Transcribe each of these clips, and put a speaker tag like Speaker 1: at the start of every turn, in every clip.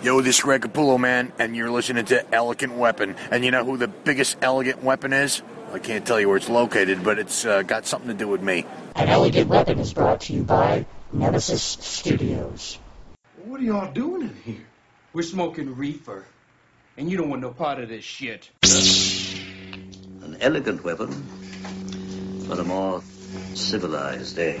Speaker 1: Yo, this is Greg Capullo, man, and you're listening to Elegant Weapon. And you know who the biggest elegant weapon is? I can't tell you where it's located, but it's uh, got something to do with me.
Speaker 2: An Elegant Weapon is brought to you by Nemesis Studios.
Speaker 3: What are y'all doing in here?
Speaker 4: We're smoking reefer, and you don't want no part of this shit.
Speaker 5: an elegant weapon for the more civilized age.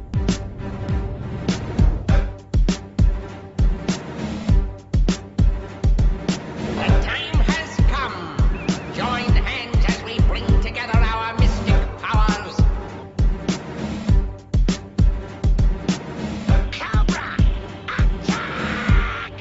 Speaker 6: The time has come. Join hands as we bring together our mystic powers. Cobra, attack!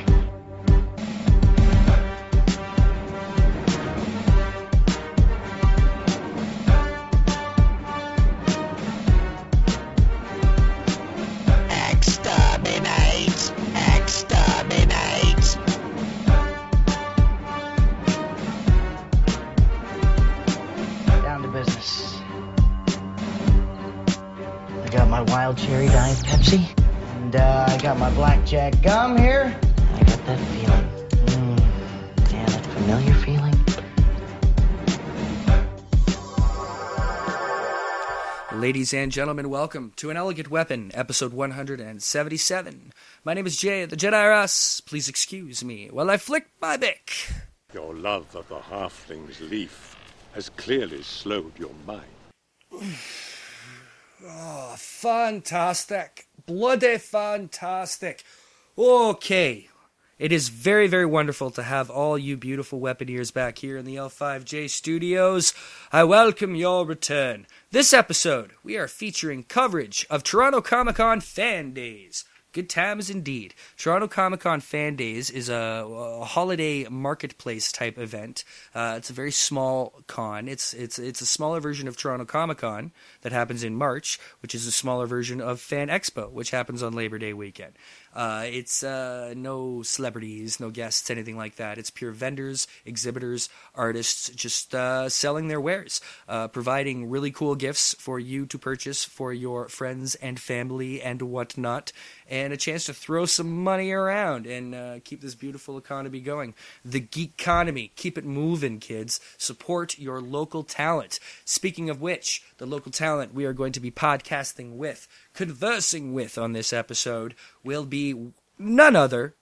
Speaker 2: Exterminate! Exterminate!
Speaker 7: Down to business. I got my wild cherry diet Pepsi, and uh, I got my blackjack gum here. I got that feeling. Mm, yeah, that familiar feeling.
Speaker 8: Ladies and gentlemen, welcome to An Elegant Weapon, episode 177. My name is Jay, the Jedi Ross. Please excuse me while I flick my bick.
Speaker 9: Your love of the halfling's leaf has clearly slowed your mind.
Speaker 8: Oh, fantastic. Bloody fantastic. Okay. It is very, very wonderful to have all you beautiful weaponeers back here in the L5J studios. I welcome your return. This episode, we are featuring coverage of Toronto Comic Con Fan Days. Good times indeed. Toronto Comic Con Fan Days is a, a holiday marketplace type event. Uh, it's a very small con. It's it's it's a smaller version of Toronto Comic Con that happens in March, which is a smaller version of Fan Expo, which happens on Labor Day weekend. Uh, it's uh, no celebrities, no guests, anything like that. It's pure vendors, exhibitors, artists, just uh, selling their wares, uh, providing really cool gifts for you to purchase for your friends and family and whatnot, and a chance to throw some money around and uh, keep this beautiful economy going. The geek economy, keep it moving, kids. Support your local talent. Speaking of which, the local talent we are going to be podcasting with, conversing with on this episode, will be none other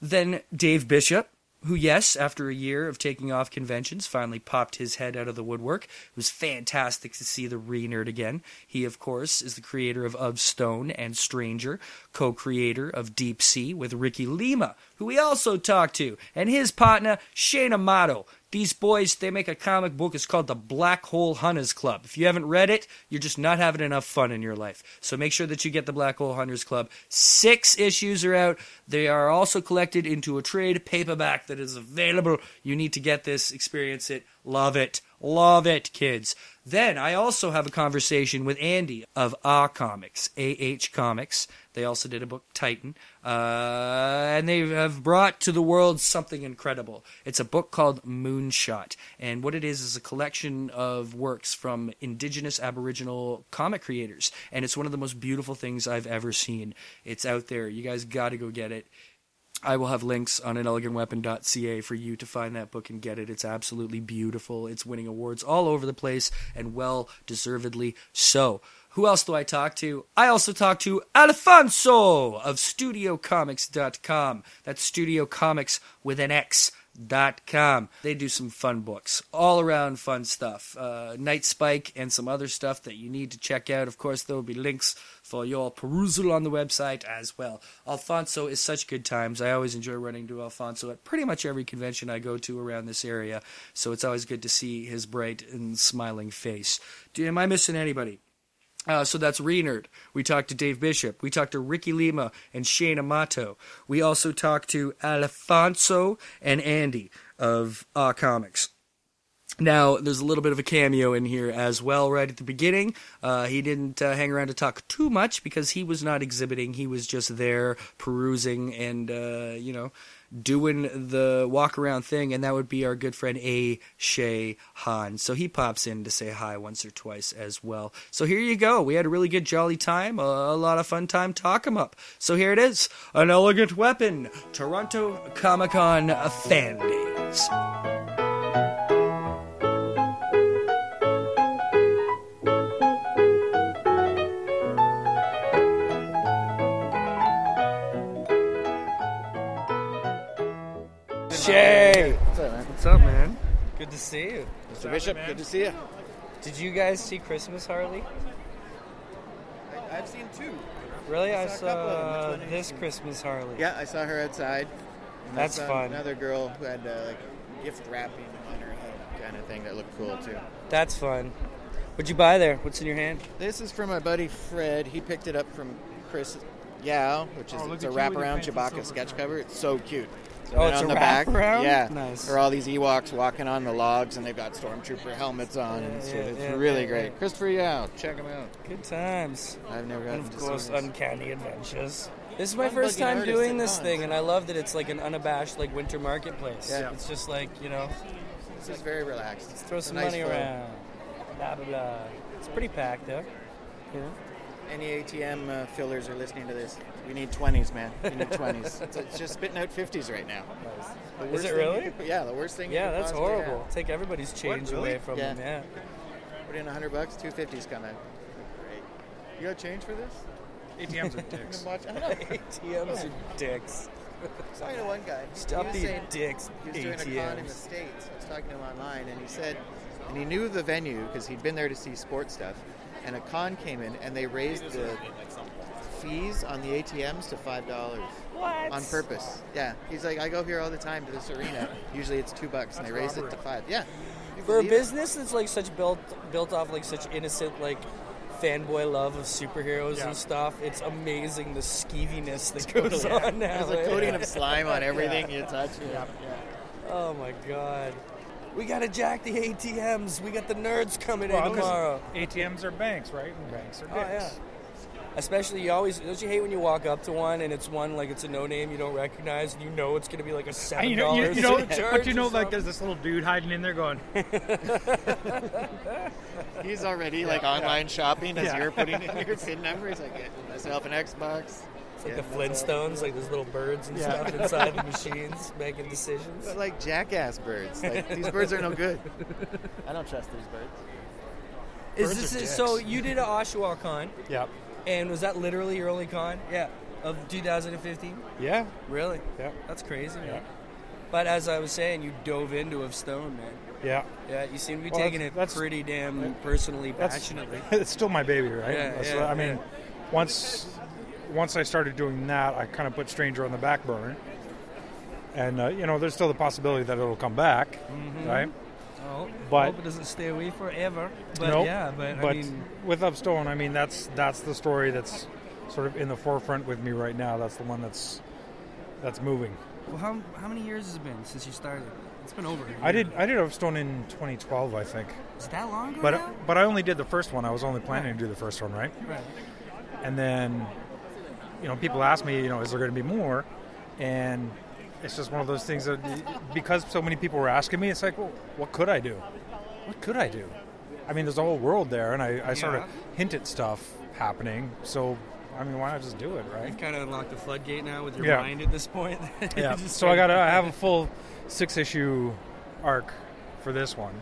Speaker 8: then Dave Bishop, who, yes, after a year of taking off conventions, finally popped his head out of the woodwork. It was fantastic to see the re nerd again. He, of course, is the creator of Of Stone and Stranger, co creator of Deep Sea with Ricky Lima, who we also talked to, and his partner, Shane Amato. These boys, they make a comic book. It's called the Black Hole Hunters Club. If you haven't read it, you're just not having enough fun in your life. So make sure that you get the Black Hole Hunters Club. Six issues are out. They are also collected into a trade paperback that is available. You need to get this, experience it, love it, love it, kids. Then I also have a conversation with Andy of Ah Comics, AH Comics. They also did a book, Titan. Uh, and they have brought to the world something incredible. It's a book called Moonshot. And what it is is a collection of works from indigenous Aboriginal comic creators. And it's one of the most beautiful things I've ever seen. It's out there. You guys got to go get it. I will have links on anelegantweapon.ca for you to find that book and get it. It's absolutely beautiful. It's winning awards all over the place and well deservedly so. Who else do I talk to? I also talk to Alfonso of StudioComics.com. That's Studio Comics with an X. Dot com. They do some fun books, all around fun stuff. Uh, Night Spike and some other stuff that you need to check out. Of course, there will be links for your perusal on the website as well. Alfonso is such good times. I always enjoy running to Alfonso at pretty much every convention I go to around this area, so it's always good to see his bright and smiling face. Do, am I missing anybody? Uh, so that's Renerd. We talked to Dave Bishop. We talked to Ricky Lima and Shane Amato. We also talked to Alfonso and Andy of Ah Comics. Now, there's a little bit of a cameo in here as well, right at the beginning. Uh, he didn't uh, hang around to talk too much because he was not exhibiting. He was just there perusing and, uh, you know, doing the walk around thing. And that would be our good friend A. Shay Han. So he pops in to say hi once or twice as well. So here you go. We had a really good, jolly time, a, a lot of fun time talk 'em up. So here it is An Elegant Weapon, Toronto Comic Con Fan Days. Shay. What's up, man? Good to see you.
Speaker 7: Mr. Bishop, good to see you.
Speaker 8: Did you guys see Christmas Harley?
Speaker 7: I've seen two.
Speaker 8: Really? I
Speaker 7: I saw a couple of
Speaker 8: saw
Speaker 7: them. Which one
Speaker 8: this Christmas Harley.
Speaker 7: Yeah, I saw her outside. And I
Speaker 8: That's
Speaker 7: saw
Speaker 8: fun.
Speaker 7: Another girl who had uh, like gift wrapping on her head kind of thing that looked cool too.
Speaker 8: That's fun. What'd you buy there? What's in your hand?
Speaker 7: This is from my buddy Fred. He picked it up from Chris Yao, which is it's a wraparound Chewbacca sketch cover. It's so cute.
Speaker 8: Oh,
Speaker 7: And
Speaker 8: it's
Speaker 7: on the
Speaker 8: a
Speaker 7: back,
Speaker 8: wraparound?
Speaker 7: Yeah,
Speaker 8: Nice.
Speaker 7: There are all these Ewoks walking on the logs, and they've got stormtrooper helmets on. and it's
Speaker 8: yeah,
Speaker 7: it's
Speaker 8: yeah,
Speaker 7: really
Speaker 8: yeah,
Speaker 7: great.
Speaker 8: yeah.
Speaker 7: Christopher Yao, check him out.
Speaker 8: Good times.
Speaker 7: I've never
Speaker 8: And
Speaker 7: gotten to
Speaker 8: of course,
Speaker 7: see this.
Speaker 8: Uncanny Adventures. This is my
Speaker 7: Unbugging
Speaker 8: first time
Speaker 7: artist
Speaker 8: doing
Speaker 7: at
Speaker 8: this
Speaker 7: cons.
Speaker 8: thing, and I love that it's like an unabashed like winter marketplace.
Speaker 7: Yeah.
Speaker 8: It's just like you know,
Speaker 7: This is very relaxed.
Speaker 8: throw
Speaker 7: It's a
Speaker 8: some
Speaker 7: nice
Speaker 8: money
Speaker 7: flow.
Speaker 8: around. Blah blah blah. uh, It's pretty packed though. You know?
Speaker 7: Any ATM uh, fillers are listening to this. We need 20s, man. We need 20s. it's, it's just spitting out 50s right now. The
Speaker 8: Is
Speaker 7: worst
Speaker 8: it
Speaker 7: thing you
Speaker 8: really?
Speaker 7: could- yeah, the worst thing. you
Speaker 8: Yeah,
Speaker 7: could
Speaker 8: that's
Speaker 7: possibly
Speaker 8: horrible. Take everybody's change away from
Speaker 7: Yeah.
Speaker 8: them. Yeah.
Speaker 7: have. Put in 100 bucks, 250's coming. Great. You got change for this?
Speaker 4: ATMs are
Speaker 7: I'm
Speaker 4: dicks.
Speaker 7: gonna watch- I don't know.
Speaker 8: ATMs are dicks.
Speaker 7: I was talking to one guy.
Speaker 8: Stop
Speaker 7: he was
Speaker 8: being
Speaker 7: saying
Speaker 8: dicks,
Speaker 7: He was doing a con in the
Speaker 8: ATMs.
Speaker 7: States. I was talking to him online, and he said, and he knew the venue because he'd been there to see sports stuff. And a con came in, and they raised the fees on the ATMs to five dollars.
Speaker 8: What?
Speaker 7: On purpose. Yeah. He's like, I go here all the time to this arena. Usually it's two bucks, and they raise it to five. Yeah. You
Speaker 8: For a
Speaker 7: believe it?
Speaker 8: business that's like such built built off like such innocent like fanboy love of superheroes and stuff, it's amazing the skeeviness that goes
Speaker 7: Yeah.
Speaker 8: on now.
Speaker 7: There's a
Speaker 8: eh?
Speaker 7: coating of slime on everything you touch. Yeah.
Speaker 8: Oh my god. We gotta jack the ATMs. We got the nerds coming
Speaker 4: Well,
Speaker 8: in
Speaker 4: 'cause
Speaker 8: tomorrow.
Speaker 4: ATMs are banks, right? And banks are
Speaker 8: Oh yeah.
Speaker 4: dicks.
Speaker 8: Especially you always don't you hate when you walk up to one and it's one like it's a no name you don't recognize and you know it's gonna be like a
Speaker 4: And
Speaker 8: seven
Speaker 4: you know, you,
Speaker 8: dollars
Speaker 4: you know, but you know, like there's this little dude hiding in there going,
Speaker 7: He's already like online shopping as
Speaker 4: Yeah.
Speaker 7: you're putting in your PIN number. He's like, "Get myself an Xbox.
Speaker 8: it's like the Flintstones, like those little birds and
Speaker 7: Yeah.
Speaker 8: stuff inside the machines making decisions.
Speaker 7: But like jackass birds. Like these birds are no good. I don't trust these birds.
Speaker 8: Is
Speaker 4: Birds are
Speaker 8: this
Speaker 4: dicks.
Speaker 8: so? You did an Oshawa con,
Speaker 4: yeah,
Speaker 8: and was that literally your only con? Yeah, of 2015.
Speaker 4: yeah,
Speaker 8: Really?
Speaker 4: Yeah.
Speaker 8: That's crazy. Man. But as I was saying, you dove into of Stone, man.
Speaker 4: yeah.
Speaker 8: Yeah, you seem to be
Speaker 4: Well,
Speaker 8: taking
Speaker 4: that's-
Speaker 8: it
Speaker 4: that's-
Speaker 8: pretty damn personally,
Speaker 4: That's
Speaker 8: passionately.
Speaker 4: it's still my baby, right?
Speaker 8: Yeah,
Speaker 4: That's
Speaker 8: yeah,
Speaker 4: what- I mean, once once I started doing that, I kind of put Stranger on the back burner, and uh, you know, there's still the possibility that it'll come back, right?
Speaker 8: Oh,
Speaker 4: But-
Speaker 8: Mm-hmm. hope it doesn't stay away forever. But
Speaker 4: Nope.
Speaker 8: yeah, but, I mean,
Speaker 4: with Upstone, I mean that's that's the story that's sort of in the forefront with me right now. That's the one that's that's moving.
Speaker 8: well, how, how many years has it been since you started? It's been over. a
Speaker 4: I
Speaker 8: year.
Speaker 4: did I did Upstone in 2012, I think,
Speaker 8: Is that long ago?
Speaker 4: but
Speaker 8: now?
Speaker 4: but I only did the first one. I was only planning to do the first one, right?
Speaker 8: Right.
Speaker 4: And then you know people ask me, you know, is there going to be more? And it's just one of those things that because so many people were asking me, it's like, well, what could I do? What could I do? I mean, there's a whole world there, and I, I sort of
Speaker 8: Yeah.
Speaker 4: hint at stuff happening. So I mean, why not just do it, right?
Speaker 8: You've kind of unlocked the floodgate now with your
Speaker 4: Yeah.
Speaker 8: mind at this point.
Speaker 4: yeah.
Speaker 8: Just
Speaker 4: So I got I have a full six issue arc for this one.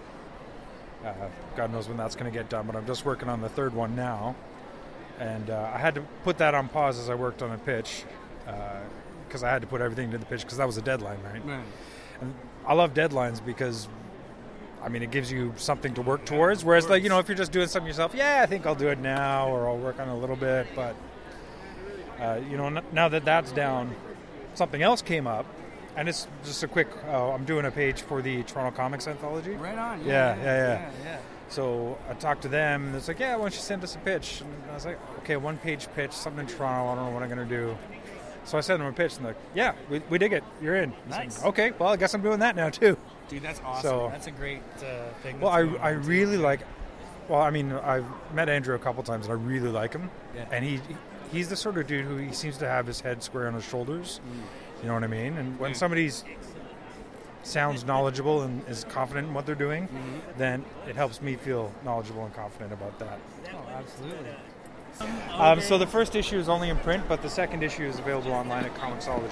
Speaker 4: Uh, God knows when that's going to get done, but I'm just working on the third one now, and uh, I had to put that on pause as I worked on the pitch because I had to put everything to the pitch because that was a deadline, right?
Speaker 8: Right.
Speaker 4: I love deadlines because. I mean, it gives you something to work towards. Whereas, like you know, if you're just doing something yourself, yeah, I think I'll do it now, or I'll work on it a little bit. But uh, you know, n- now that that's down, something else came up, and it's just a quick. Uh, I'm doing a page for the Toronto Comics Anthology.
Speaker 8: Right on.
Speaker 4: Yeah, yeah, So I talked to them, and it's like, yeah, why don't you send us a pitch? And I was like, okay, one page pitch, something in Toronto. I don't know what I'm gonna do.
Speaker 8: So I sent him a pitch, and they're like, "Yeah, we, we dig it. You're in." I said,
Speaker 10: Nice.
Speaker 8: okay, well, I guess I'm doing that now too.
Speaker 10: Dude, that's awesome.
Speaker 8: So-
Speaker 10: that's a great uh, thing.
Speaker 8: Well, I,
Speaker 10: that's going
Speaker 8: I
Speaker 10: on.
Speaker 8: really like. Well, I mean, I've met Andrew a couple times, and I really like him.
Speaker 10: Yeah.
Speaker 8: And he he's the sort of dude who he seems to have his head square on his shoulders.
Speaker 10: Mm.
Speaker 8: You know what I mean? And when somebody's sounds knowledgeable and is confident in what they're doing,
Speaker 10: Mm-hmm.
Speaker 8: then it helps me feel knowledgeable and confident about that.
Speaker 10: Oh, absolutely.
Speaker 8: Um, so the first issue is only in print, but the second issue is available online at Comixology.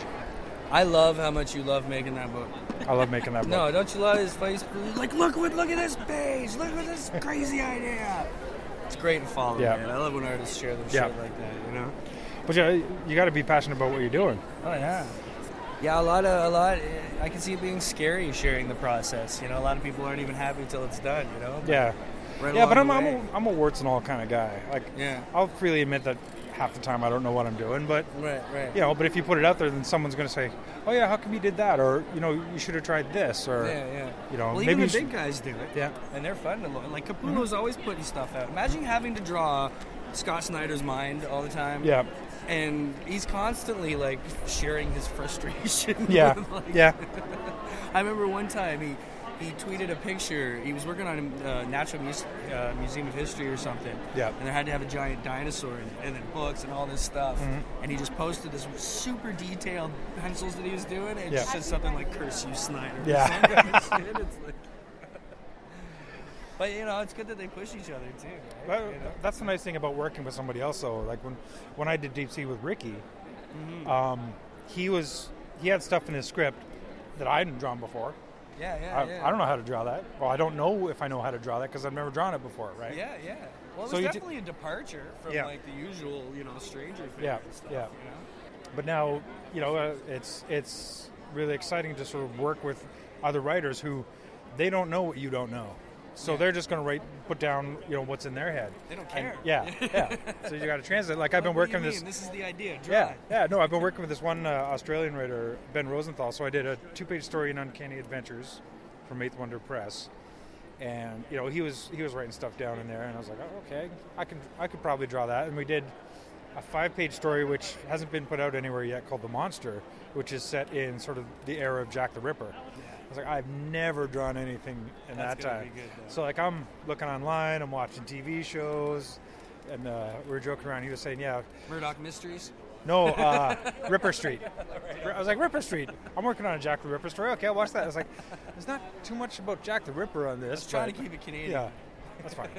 Speaker 4: I love how much you love making that book.
Speaker 8: I love making that.
Speaker 4: No, don't you love his face? Like, look what, look at this page. Look at this crazy idea. It's great to follow,
Speaker 8: Yeah.
Speaker 4: man. I love when artists share their
Speaker 8: Yeah.
Speaker 4: shit like that, you know?
Speaker 8: But yeah, you got to be passionate about what you're doing.
Speaker 4: Oh yeah, yeah. A lot of a lot. eh, I can see it being scary sharing the process. You know, a lot of people aren't even happy until it's done. You know. But
Speaker 8: Yeah.
Speaker 4: Right
Speaker 8: yeah, but I'm,
Speaker 4: along
Speaker 8: I'm,
Speaker 4: the
Speaker 8: a, I'm a warts and all kind of guy. Like,
Speaker 4: Yeah.
Speaker 8: I'll freely admit that half the time I don't know what I'm doing, but
Speaker 4: Right, right.
Speaker 8: you know, but if you put it out there, then someone's going to say, "Oh yeah, how come you did that?" Or you know, you should have tried this. Or
Speaker 4: yeah, yeah.
Speaker 8: you know,
Speaker 4: well,
Speaker 8: maybe
Speaker 4: even the
Speaker 8: you should-
Speaker 4: big guys do it.
Speaker 8: Yeah. Mm-hmm.
Speaker 4: And they're fun to look. Like Capullo's always putting stuff out. Imagine having to draw Scott Snyder's mind all the time.
Speaker 8: Yeah.
Speaker 4: And he's constantly like sharing his frustration.
Speaker 8: Yeah.
Speaker 4: with, like-
Speaker 8: Yeah.
Speaker 4: I remember one time he. He tweeted a picture. He was working on a uh, Natural Mus- uh, Museum of History or something,
Speaker 8: Yeah.
Speaker 4: and they had to have a giant dinosaur in it, and then books and all this stuff.
Speaker 8: Mhm.
Speaker 4: And he just posted this super detailed pencils that he was doing. And
Speaker 8: Yeah.
Speaker 4: it just said something like "Curse you, Snyder." or
Speaker 8: Yeah.
Speaker 4: some kind of shit. It's like- but you know, it's good that they push each other too. Right?
Speaker 8: Well,
Speaker 4: You know?
Speaker 8: that's the nice thing about working with somebody else. Though, like when when I did Deep Sea with Ricky,
Speaker 4: Mhm.
Speaker 8: um, he was he had stuff in his script that I hadn't drawn before.
Speaker 4: Yeah, yeah,
Speaker 8: I,
Speaker 4: yeah.
Speaker 8: I don't know how to draw that. Well, I don't know if I know how to draw that because I've never drawn it before, right?
Speaker 4: Yeah, yeah. Well, it was
Speaker 8: So you did-
Speaker 4: definitely a departure from
Speaker 8: Yeah.
Speaker 4: like the usual, you know, Stranger Things
Speaker 8: Yeah,
Speaker 4: stuff.
Speaker 8: yeah.
Speaker 4: You know?
Speaker 8: But now, you know, uh, it's it's really exciting to sort of work with other writers who they don't know what you don't know, so they're just going to write put down you know what's in their head.
Speaker 4: They don't
Speaker 8: And-
Speaker 4: care.
Speaker 8: yeah, yeah. So you got to translate. Like I've been
Speaker 4: What do
Speaker 8: working
Speaker 4: you
Speaker 8: this.
Speaker 4: mean? This is the idea. Draw
Speaker 8: Yeah,
Speaker 4: it.
Speaker 8: yeah. No, I've been working with this one uh, Australian writer, Ben Rosenthal. So I did a two-page story in Uncanny Adventures from Eighth Wonder Press, and you know he was he was writing stuff down in there, and I was like, oh, okay, I can I could probably draw that. And we did a five-page story which hasn't been put out anywhere yet called The Monster, which is set in sort of the era of Jack the Ripper. I was like, I've never drawn anything in
Speaker 10: That's
Speaker 8: that
Speaker 10: gonna
Speaker 8: time.
Speaker 10: be good, though.
Speaker 8: so like I'm looking online, I'm watching TV shows, and uh, we were joking around. He was saying, yeah.
Speaker 4: Murdoch Mysteries.
Speaker 8: No, uh, Ripper Street.
Speaker 4: Right.
Speaker 8: I was like, Ripper Street. I'm working on a Jack the Ripper story. Okay, I'll watch that. I was like, there's not too much about Jack the Ripper on this.
Speaker 4: was trying
Speaker 8: but-
Speaker 4: to keep it Canadian.
Speaker 8: Yeah, that's fine.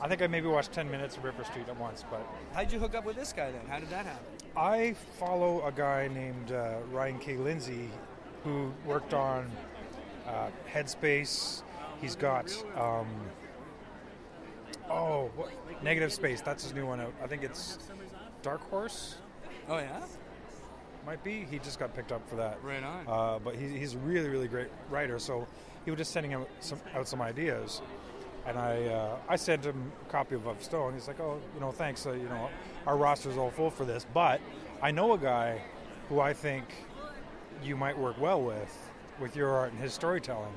Speaker 8: I think I maybe watched 10 minutes of Ripper Street at once, but
Speaker 4: How'd you hook up with this guy then? How did that happen?
Speaker 8: I follow a guy named uh, Ryan K. Lindsay who worked on uh, Headspace. He's got, um, oh, what? Negative Space. That's his new one out. I think it's Dark Horse.
Speaker 4: Oh yeah.
Speaker 8: Might be. He just got picked up for that.
Speaker 4: Right on.
Speaker 8: Uh, but he, he's a really, really great writer. So he was just sending out some, out some ideas. And I, uh, I sent him a copy of Of Stone. He's like, oh, you know, thanks. Uh, you know, our roster's all full for this. But I know a guy who I think you might work well with, with your art and his storytelling.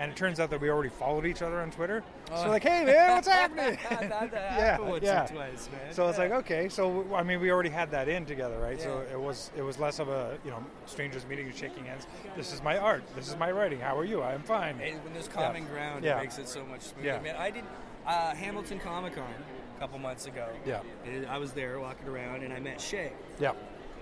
Speaker 8: And it turns out that we already followed each other on Twitter. So
Speaker 10: Oh.
Speaker 8: like, hey man, what's happening?
Speaker 10: That- that happened once or twice, man.
Speaker 8: So it's
Speaker 10: Yeah.
Speaker 8: like, okay, so I mean, we already had that in together, right? So
Speaker 10: Yeah.
Speaker 8: it was it was less of a you know strangers meeting and shaking hands. This is my art. This is my writing. How are you? I'm fine.
Speaker 4: It- when there's common
Speaker 8: Yeah.
Speaker 4: ground,
Speaker 8: Yeah.
Speaker 4: it makes it so much smoother.
Speaker 8: Yeah.
Speaker 4: Man, I did uh, Hamilton Comic Con a couple months ago.
Speaker 8: Yeah.
Speaker 4: And I was there walking around, and I met Shay.
Speaker 8: Yeah.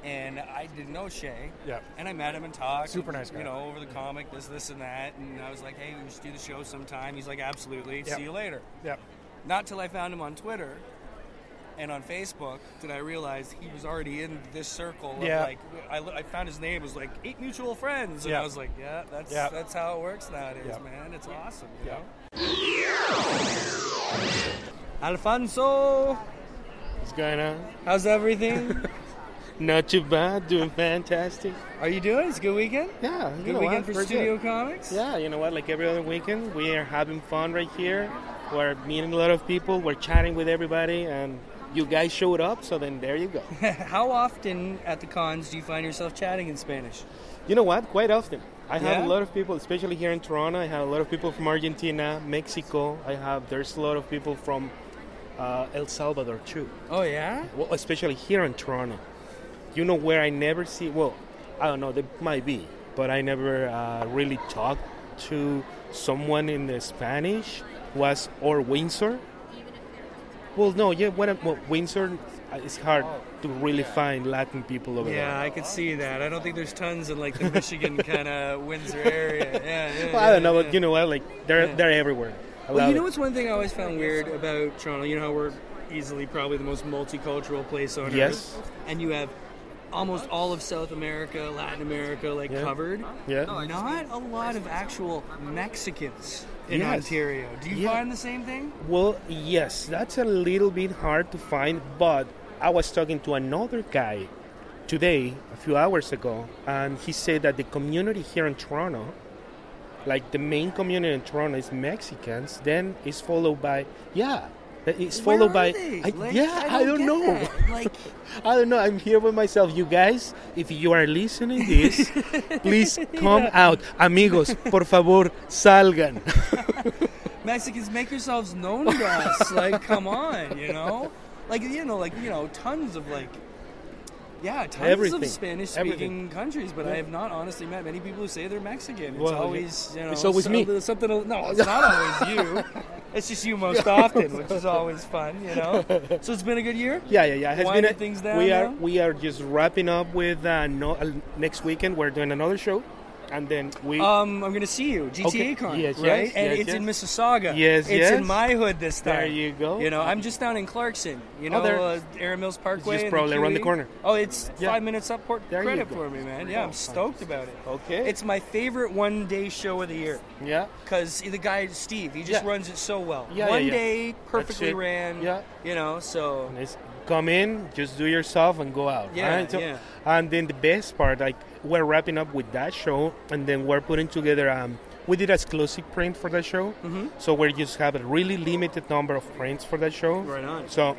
Speaker 4: And I didn't know Shay.
Speaker 8: Yeah.
Speaker 4: And I met him and talked.
Speaker 8: Super
Speaker 4: and,
Speaker 8: nice guy.
Speaker 4: You know, over the comic, this, this, and that. And I was like, hey, we should do the show sometime. He's like, absolutely.
Speaker 8: Yeah.
Speaker 4: See you later.
Speaker 8: Yep.
Speaker 4: Not till I found him on Twitter and on Facebook did I realize he was already in this circle.
Speaker 8: Yeah.
Speaker 4: Of like I, I found his name it was like eight mutual friends, and
Speaker 8: Yeah.
Speaker 4: I was like, yeah, that's
Speaker 8: Yeah.
Speaker 4: that's how it works nowadays,
Speaker 8: Yeah.
Speaker 4: man. It's awesome. You
Speaker 8: Yeah.
Speaker 4: know? Alfonso,
Speaker 7: What's going on?
Speaker 4: how's everything?
Speaker 7: Not too bad. Doing fantastic.
Speaker 4: Are you doing? It's a good weekend.
Speaker 7: Yeah.
Speaker 4: Good
Speaker 7: you know
Speaker 4: weekend
Speaker 7: what?
Speaker 4: for
Speaker 7: We're
Speaker 4: Studio
Speaker 7: good.
Speaker 4: Comics?
Speaker 7: Yeah. You know what? Like every other weekend, we are having fun right here. We're meeting a lot of people. We're chatting with everybody, and you guys showed up. So then there you go.
Speaker 4: how often at the cons do you find yourself chatting in Spanish?
Speaker 7: You know what? Quite often. I have
Speaker 4: Yeah?
Speaker 7: a lot of people, especially here in Toronto. I have a lot of people from Argentina, Mexico. I have there's a lot of people from uh, El Salvador too.
Speaker 4: Oh yeah.
Speaker 7: Well, especially here in Toronto.
Speaker 8: You know where I never see? Well, I don't know. There might be, but I never uh, really talked to someone in the Spanish. Was or Windsor? Well, no, yeah. When I, well, Windsor, uh, it's hard to really find Latin people over
Speaker 7: Yeah, I could see that. I don't think there's tons in like the Michigan kind of Windsor area. Yeah, yeah,
Speaker 8: there. Well, I don't
Speaker 7: yeah,
Speaker 8: know,
Speaker 7: yeah.
Speaker 8: but you know what? Like they're they're everywhere. I
Speaker 7: Well,
Speaker 8: love
Speaker 7: you know
Speaker 8: it.
Speaker 7: what's one thing I always found weird about Toronto? You know how we're easily probably the most multicultural place on
Speaker 8: Yes.
Speaker 7: earth? And you have almost all of South America, Latin America, like
Speaker 8: Yeah.
Speaker 7: covered.
Speaker 8: Yeah.
Speaker 7: Not a lot of actual Mexicans in
Speaker 8: Yes.
Speaker 7: Ontario. Do you find the same thing?
Speaker 8: Well, yes, that's a little bit hard to find, but I was talking to another guy today, a few hours ago, and he said that the community here in Toronto, like the main community in Toronto is Mexicans, then it's followed by, yeah, it's
Speaker 7: Where
Speaker 8: followed
Speaker 7: are
Speaker 8: by,
Speaker 7: they?
Speaker 8: I,
Speaker 7: Like,
Speaker 8: yeah,
Speaker 7: I
Speaker 8: I don't,
Speaker 7: don't
Speaker 8: know.
Speaker 7: get that. Like-
Speaker 8: I don't know. I'm here by myself. You guys, if you are listening this, please come out. Amigos, por favor, salgan.
Speaker 7: Mexicans, make yourselves known to us. like, come on, you know? Like, you know, like, you know, tons of like, yeah, tons
Speaker 8: Everything.
Speaker 7: of Spanish speaking
Speaker 8: Everything.
Speaker 7: countries, but I
Speaker 8: Yeah.
Speaker 7: have not honestly met many people who say they're Mexican. It's
Speaker 8: Well, yeah.
Speaker 7: always, you know,
Speaker 8: It's always me.
Speaker 7: something- Something, no, it's not always you. It's just you most often, which is always fun, you know? So it's been a good year?
Speaker 8: Yeah, yeah, yeah. It has been
Speaker 7: Winding
Speaker 8: a-
Speaker 7: things down
Speaker 8: we are
Speaker 7: now?
Speaker 8: we are just wrapping up with uh, no, uh, next weekend. We're doing another show, and then we.
Speaker 7: Um, I'm gonna see you GTA
Speaker 8: Okay.
Speaker 7: Con,
Speaker 8: Yes,
Speaker 7: right?
Speaker 8: yes,
Speaker 7: and
Speaker 8: yes,
Speaker 7: it's in
Speaker 8: yes.
Speaker 7: Mississauga.
Speaker 8: Yes,
Speaker 7: it's
Speaker 8: yes.
Speaker 7: in my hood this time.
Speaker 8: There you go.
Speaker 7: You know, I'm just down in Clarkson. You know,
Speaker 8: Oh, there.
Speaker 7: uh, Aaron Mills Parkway.
Speaker 8: just
Speaker 7: and
Speaker 8: probably around the
Speaker 7: QE.
Speaker 8: corner.
Speaker 7: Oh, it's
Speaker 8: Yeah.
Speaker 7: five minutes up. Port
Speaker 8: There you
Speaker 7: credit
Speaker 8: go. Oh,
Speaker 7: for me, man. Yeah, I'm stoked about it.
Speaker 8: Okay.
Speaker 7: It's my favorite one-day show of the year.
Speaker 8: Yeah.
Speaker 7: Because the guy Steve, he just
Speaker 8: Yeah.
Speaker 7: runs it so well.
Speaker 8: Yeah, yeah,
Speaker 7: One
Speaker 8: yeah.
Speaker 7: day,
Speaker 8: That's
Speaker 7: perfectly
Speaker 8: it.
Speaker 7: ran.
Speaker 8: Yeah.
Speaker 7: You know, so
Speaker 8: Let's come in, just do yourself, and go out.
Speaker 7: Yeah,
Speaker 8: right? So-
Speaker 7: yeah.
Speaker 8: And then the best part, like we're wrapping up with that show, and then we're putting together. Um, we did a exclusive print for that show,
Speaker 7: Mhm.
Speaker 8: so we just have a really limited number of prints for that show.
Speaker 7: Right on.
Speaker 8: So,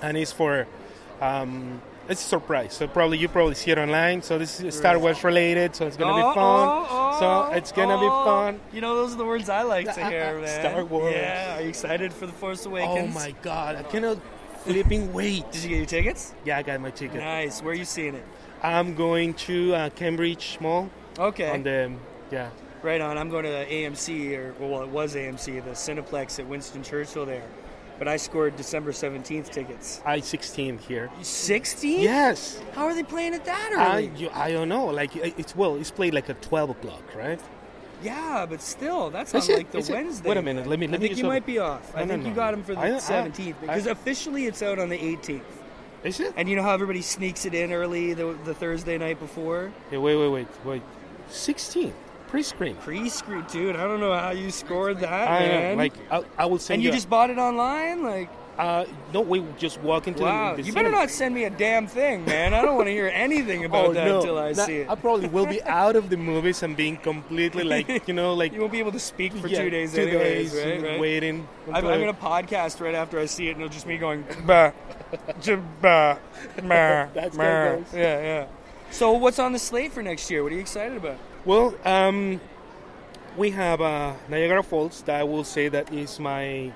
Speaker 8: and it's for. Um, it's a surprise, so probably you probably see it online. So this is Star Wars related, so it's gonna
Speaker 7: Oh,
Speaker 8: be fun.
Speaker 7: oh,
Speaker 8: so it's gonna be
Speaker 7: oh.
Speaker 8: fun.
Speaker 7: You know, those are the words I like to hear, man.
Speaker 8: Star Wars.
Speaker 7: Yeah. Are you excited for the Force
Speaker 8: Oh
Speaker 7: Awakens?
Speaker 8: my god, I cannot flipping wait.
Speaker 7: Did you get your tickets?
Speaker 8: Yeah, I got my ticket.
Speaker 7: Nice. Where are you seeing it?
Speaker 8: I'm going to uh, Cambridge Mall.
Speaker 7: Okay.
Speaker 8: On the yeah.
Speaker 7: Right on. I'm going to the AMC, or well, it was AMC, the Cineplex at Winston Churchill there. But I scored December 17th tickets.
Speaker 8: I 16 here.
Speaker 7: 16?
Speaker 8: Yes.
Speaker 7: How are they playing it that
Speaker 8: I,
Speaker 7: early?
Speaker 8: you, I don't know. Like it- it's well, it's played like at 12 o'clock, right?
Speaker 7: yeah, but still, that's
Speaker 8: That's
Speaker 7: on
Speaker 8: it,
Speaker 7: like the
Speaker 8: that's it.
Speaker 7: Wednesday.
Speaker 8: Wait a minute, let me-
Speaker 7: I
Speaker 8: let me
Speaker 7: think
Speaker 8: just
Speaker 7: you
Speaker 8: have-
Speaker 7: might be off. I
Speaker 8: No, no,
Speaker 7: think you
Speaker 8: no.
Speaker 7: got him for the
Speaker 8: I- I-
Speaker 7: 17th because
Speaker 8: I-
Speaker 7: officially it's out on the 18th.
Speaker 8: Is it?
Speaker 7: And you know how everybody sneaks it in early the, the Thursday night before?
Speaker 8: Hey, wait, wait, wait, wait. 16 pre-screen.
Speaker 7: Pre-screen, dude. I don't know how you scored that,
Speaker 8: I don't know,
Speaker 7: man.
Speaker 8: like I, I will send
Speaker 7: and you just bought it online, like.
Speaker 8: Uh, no, we just walk into
Speaker 7: Wow,
Speaker 8: the, the
Speaker 7: you better
Speaker 8: cinema.
Speaker 7: not send me a damn thing, man. I don't want to hear anything about
Speaker 8: oh,
Speaker 7: that
Speaker 8: no.
Speaker 7: until I
Speaker 8: That-
Speaker 7: see it.
Speaker 8: I probably will be out of the movies and being completely like, you know, like
Speaker 7: you won't be able to speak for
Speaker 8: Yeah,
Speaker 7: two days
Speaker 8: two
Speaker 7: anyways,
Speaker 8: days,
Speaker 7: right?
Speaker 8: you
Speaker 7: right?
Speaker 8: waiting
Speaker 7: I'm,
Speaker 8: until-
Speaker 7: I'm gonna podcast right after I see it, and it'll just me going, bah, j- bah, meh,
Speaker 8: That's
Speaker 7: meh."
Speaker 8: how it goes.
Speaker 7: yeah, yeah. So what's on the slate for next year? What are you excited about?
Speaker 8: Well, um, we have uh, Niagara Falls that I will say that is my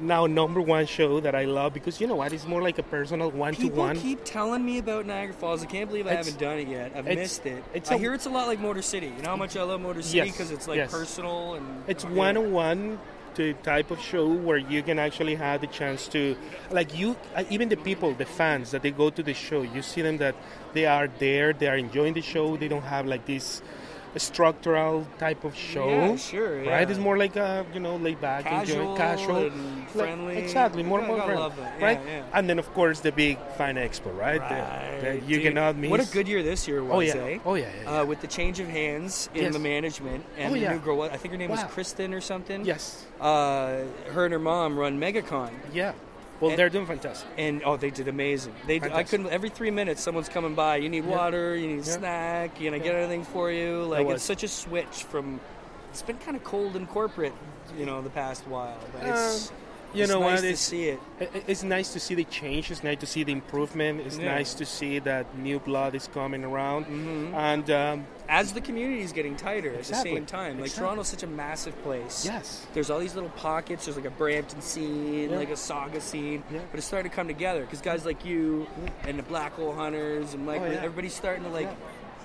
Speaker 8: now number one show that I love because you know what? It's more like a personal one to
Speaker 7: People
Speaker 8: one.
Speaker 7: keep telling me about Niagara Falls. I can't believe I
Speaker 8: It's-
Speaker 7: haven't done it yet. I've
Speaker 8: it's-
Speaker 7: missed it.
Speaker 8: it's
Speaker 7: I
Speaker 8: a-
Speaker 7: hear it's a lot like Motor City. You know how much I love Motor City
Speaker 8: Yes,
Speaker 7: because it's like
Speaker 8: yes.
Speaker 7: personal and
Speaker 8: It's
Speaker 7: yeah.
Speaker 8: one on one the type of show where you can actually have the chance to like you uh, even the people the fans that they go to the show you see them that they are there they are enjoying the show they don't have like this structural type of show
Speaker 7: Yeah, sure,
Speaker 8: Oh, right
Speaker 7: yeah.
Speaker 8: it's more like a you know laid back
Speaker 7: Casual
Speaker 8: enjoy casual
Speaker 7: and
Speaker 8: Like,
Speaker 7: friendly.
Speaker 8: exactly more
Speaker 7: Yeah,
Speaker 8: more
Speaker 7: gotta
Speaker 8: friendly,
Speaker 7: love that. Yeah,
Speaker 8: right
Speaker 7: yeah.
Speaker 8: and then of course the big fan expo right, That- that you
Speaker 7: Dude,
Speaker 8: cannot miss
Speaker 7: What a good year this year was,
Speaker 8: Oh, yeah.
Speaker 7: eh?
Speaker 8: Oh, yeah, yeah,
Speaker 7: Uh, with the change of hands in
Speaker 8: Yes.
Speaker 7: the management and
Speaker 8: Oh,
Speaker 7: the
Speaker 8: yeah.
Speaker 7: new girl, I think her name was
Speaker 8: Wow.
Speaker 7: Kristen or something.
Speaker 8: Yes.
Speaker 7: Uh, her and her mom run MegaCon.
Speaker 8: Yeah. Well, they're doing fantastic.
Speaker 7: And oh, they did amazing. They I
Speaker 8: Fantastic.
Speaker 7: couldn't. Every three minutes, someone's coming by. You need
Speaker 8: Yeah.
Speaker 7: water. You need a
Speaker 8: Yeah.
Speaker 7: snack. You know,
Speaker 8: Yeah.
Speaker 7: get anything for you. Like
Speaker 8: was-
Speaker 7: it's such a switch from. It's been kind of cold and corporate, you know, the past while. But
Speaker 8: Uh,
Speaker 7: it's
Speaker 8: you
Speaker 7: It's
Speaker 8: know
Speaker 7: nice
Speaker 8: what?
Speaker 7: to
Speaker 8: it's,
Speaker 7: see it.
Speaker 8: i- It's nice to see the change. It's nice to see the improvement. It's
Speaker 7: Yeah.
Speaker 8: nice to see that new blood is coming around.
Speaker 7: Mhm.
Speaker 8: And um,
Speaker 7: as the community is getting tighter
Speaker 8: Exactly.
Speaker 7: at the same time. Like
Speaker 8: Exactly.
Speaker 7: Toronto's such a massive place.
Speaker 8: Yes.
Speaker 7: There's all these little pockets. There's like a Brampton scene,
Speaker 8: Yeah.
Speaker 7: like a Saga scene, but it's starting to come together because guys like you and the Black Hole Hunters and Mike,
Speaker 8: Oh, yeah.
Speaker 7: everybody's starting to like.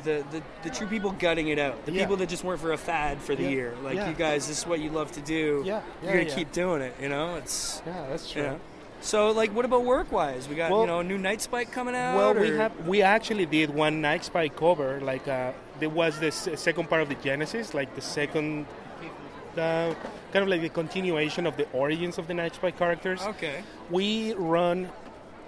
Speaker 7: The, the, the true people gutting it out. The
Speaker 8: Yeah.
Speaker 7: people that just weren't for a fad for the
Speaker 8: Yeah.
Speaker 7: year. Like
Speaker 8: Yeah.
Speaker 7: you guys, this is what you love to do.
Speaker 8: Yeah.
Speaker 7: You're
Speaker 8: Yeah,
Speaker 7: gonna
Speaker 8: yeah.
Speaker 7: keep doing it. You know, it's
Speaker 8: yeah, that's
Speaker 7: You
Speaker 8: true.
Speaker 7: know? So like, what about work wise? We got
Speaker 8: Well-
Speaker 7: you know a new Night Spike coming out.
Speaker 8: well, we
Speaker 7: or-
Speaker 8: have we actually did one night spy cover. Like uh, there was the s- second part of the Genesis, like the second, uh, kind of like the continuation of the origins of the night spy characters.
Speaker 7: Okay.
Speaker 8: We run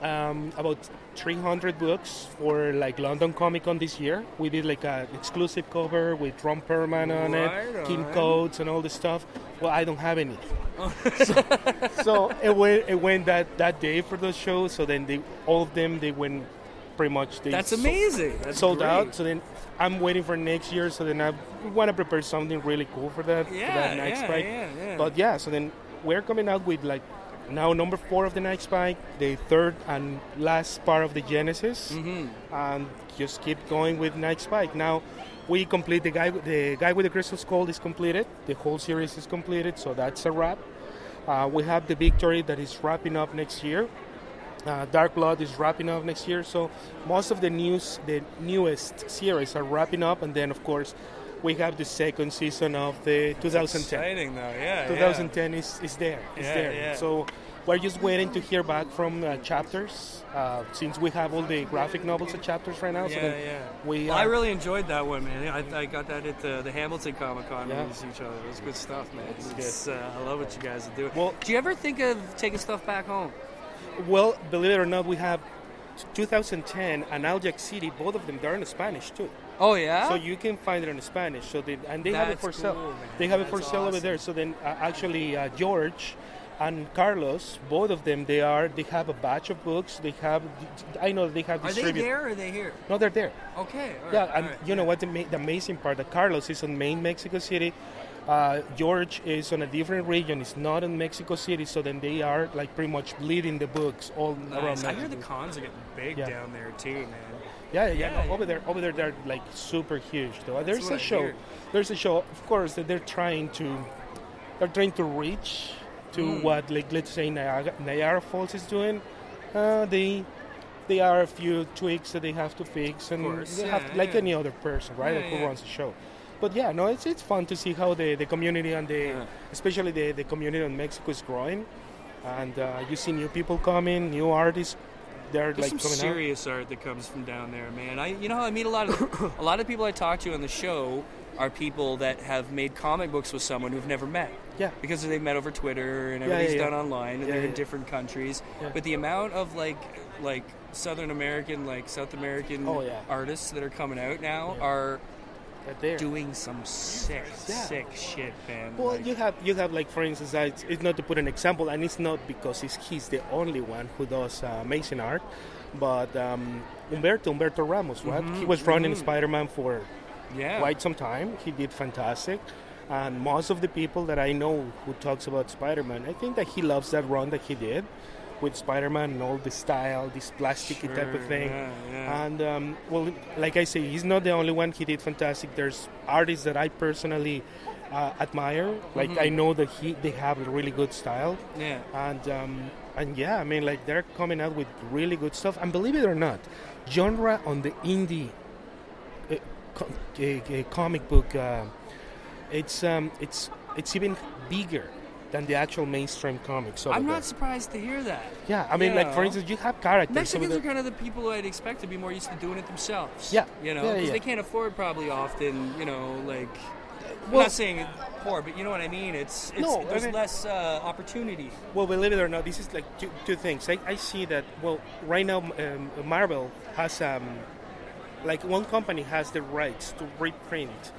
Speaker 8: um, about 300 books for like London Comic Con this year. We did like an exclusive cover with Ron Perlman on
Speaker 7: Right
Speaker 8: it, Kim
Speaker 7: on.
Speaker 8: Coates, and all this stuff. Well, I don't have any.
Speaker 7: Oh.
Speaker 8: so so it, went, it went that that day for those shows. So then they all of them they went pretty much. They
Speaker 7: That's
Speaker 8: so-
Speaker 7: amazing. That's
Speaker 8: sold
Speaker 7: great.
Speaker 8: out. So then I'm waiting for next year. So then I want to prepare something really cool for that. for
Speaker 7: Yeah,
Speaker 8: that night
Speaker 7: yeah,
Speaker 8: spike.
Speaker 7: yeah, yeah.
Speaker 8: But yeah, so then we're coming out with like now number four of the night spike, the third and last part of the Genesis,
Speaker 7: Mm-hmm.
Speaker 8: and just keep going with night spike. Now we complete the guy the guy with the crystal skull is completed. The whole series is completed, so that's a wrap. Uh, we have the victory that is wrapping up next year. Uh, Dark Blood is wrapping up next year, so most of the news, the newest series are wrapping up, and then of course we have the second season of the 2010.
Speaker 7: Exciting though, yeah.
Speaker 8: 2010 is, is there. It's
Speaker 7: Yeah,
Speaker 8: there.
Speaker 7: yeah.
Speaker 8: So we're just waiting to hear back from uh, chapters, uh, since we have all the graphic novels and chapters right now.
Speaker 7: Yeah,
Speaker 8: so
Speaker 7: yeah.
Speaker 8: then We uh,
Speaker 7: Well, I
Speaker 8: are-
Speaker 7: really enjoyed that one, man. I, I got that at the, the Hamilton Comic Con
Speaker 8: Yeah.
Speaker 7: when we see each other. It was good stuff, man.
Speaker 8: It's good.
Speaker 7: It's, Uh, I love what you guys are doing. Well, do you ever think of taking stuff back home?
Speaker 8: Well, believe it or not, we have 2010 and Aljac City. Both of them they're in Spanish too.
Speaker 7: Oh yeah.
Speaker 8: So you can find it in Spanish. So they and they have
Speaker 7: That's
Speaker 8: it for sale.
Speaker 7: cool, man.
Speaker 8: They have it for
Speaker 7: That's
Speaker 8: sale over
Speaker 7: awesome.
Speaker 8: there. So then uh, actually uh, George and Carlos, both of them, they are they have a batch of books. They have I know they have
Speaker 7: Are they
Speaker 8: distribute-
Speaker 7: there or are they here?
Speaker 8: No, they're there.
Speaker 7: Okay. all right,
Speaker 8: yeah,
Speaker 7: all
Speaker 8: and
Speaker 7: right.
Speaker 8: you know what the, ma- the amazing part? That Carlos is on main Mexico City. Uh, George is on a different region. It's not in Mexico City, so then they are like pretty much bleeding the books all around.
Speaker 7: Nice. I hear
Speaker 8: Mexico.
Speaker 7: the cons are getting big
Speaker 8: Yeah.
Speaker 7: down there too, man.
Speaker 8: Yeah, yeah,
Speaker 7: Yeah,
Speaker 8: no, over there, over there, they're like super huge. Though
Speaker 7: That's
Speaker 8: there's
Speaker 7: what
Speaker 8: a
Speaker 7: I
Speaker 8: show,
Speaker 7: hear.
Speaker 8: there's a show. Of course, that they're trying to, they're trying to reach to
Speaker 7: Mm.
Speaker 8: what, like let's say Niagara, Niagara Falls is doing. Uh, they, they are a few tweaks that they have to fix, and
Speaker 7: course,
Speaker 8: they
Speaker 7: yeah,
Speaker 8: have like
Speaker 7: yeah.
Speaker 8: any other person, right?
Speaker 7: Yeah,
Speaker 8: like who
Speaker 7: yeah.
Speaker 8: runs a show. But yeah, no, it's it's fun to see how the, the community and the
Speaker 7: Uh-huh.
Speaker 8: especially the, the community in Mexico is growing, and uh, you see new people coming, new artists. They're
Speaker 7: There's
Speaker 8: like
Speaker 7: some
Speaker 8: coming out.
Speaker 7: serious art that comes from down there, man. I, you know, I meet a lot of a lot of people I talk to on the show are people that have made comic books with someone who've never met.
Speaker 8: Yeah.
Speaker 7: Because they've met over Twitter and
Speaker 8: Yeah, yeah,
Speaker 7: everything's
Speaker 8: yeah.
Speaker 7: done online, and
Speaker 8: Yeah,
Speaker 7: they're in
Speaker 8: yeah.
Speaker 7: different countries.
Speaker 8: Yeah.
Speaker 7: But the amount of like, like Southern American, like South American
Speaker 8: Oh, yeah.
Speaker 7: artists that are coming out now are
Speaker 8: there.
Speaker 7: doing some sick,
Speaker 8: Yeah.
Speaker 7: sick shit, man.
Speaker 8: Well,
Speaker 7: Like,
Speaker 8: you have you have like for instance, uh, it's, it's not to put an example, and it's not because it's, he's the only one who does uh, amazing art, but um, Umberto Umberto Ramos, right?
Speaker 7: Mhm,
Speaker 8: He was running
Speaker 7: mhm.
Speaker 8: Spider-Man for
Speaker 7: Yeah.
Speaker 8: quite some time. He did fantastic, and most of the people that I know who talks about Spider-Man, I think that he loves that run that he did with Spider-Man and all the style, this plasticky type of
Speaker 7: Sure,
Speaker 8: thing.
Speaker 7: yeah, yeah.
Speaker 8: And um, well, like I say, he's not the only one. He did fantastic. There's artists that I personally uh, admire. Like
Speaker 7: Mhm.
Speaker 8: I know that he they have a really good style.
Speaker 7: Yeah.
Speaker 8: And um, and yeah, I mean, like they're coming out with really good stuff. And believe it or not, genre on the indie uh, co- uh, uh, comic book, uh, it's um, it's it's even bigger than the actual mainstream comics. over
Speaker 7: I'm
Speaker 8: there.
Speaker 7: not surprised to hear that.
Speaker 8: Yeah, I mean,
Speaker 7: You
Speaker 8: like for
Speaker 7: know?
Speaker 8: instance, you have characters.
Speaker 7: Mexicans
Speaker 8: over
Speaker 7: are
Speaker 8: there-
Speaker 7: kind of the people I'd expect to be more used to doing it themselves.
Speaker 8: Yeah.
Speaker 7: You know,
Speaker 8: Yeah,
Speaker 7: because
Speaker 8: yeah.
Speaker 7: they can't afford probably often, you know, like. I'm
Speaker 8: Well-
Speaker 7: not saying poor, but you know what I mean? It's, it's
Speaker 8: No, I
Speaker 7: there's
Speaker 8: mean-
Speaker 7: less uh, opportunity.
Speaker 8: Well, believe it or not, this is like two, two things. I, I see that, well, right now, um, Marvel has, um, like, one company has the rights to reprint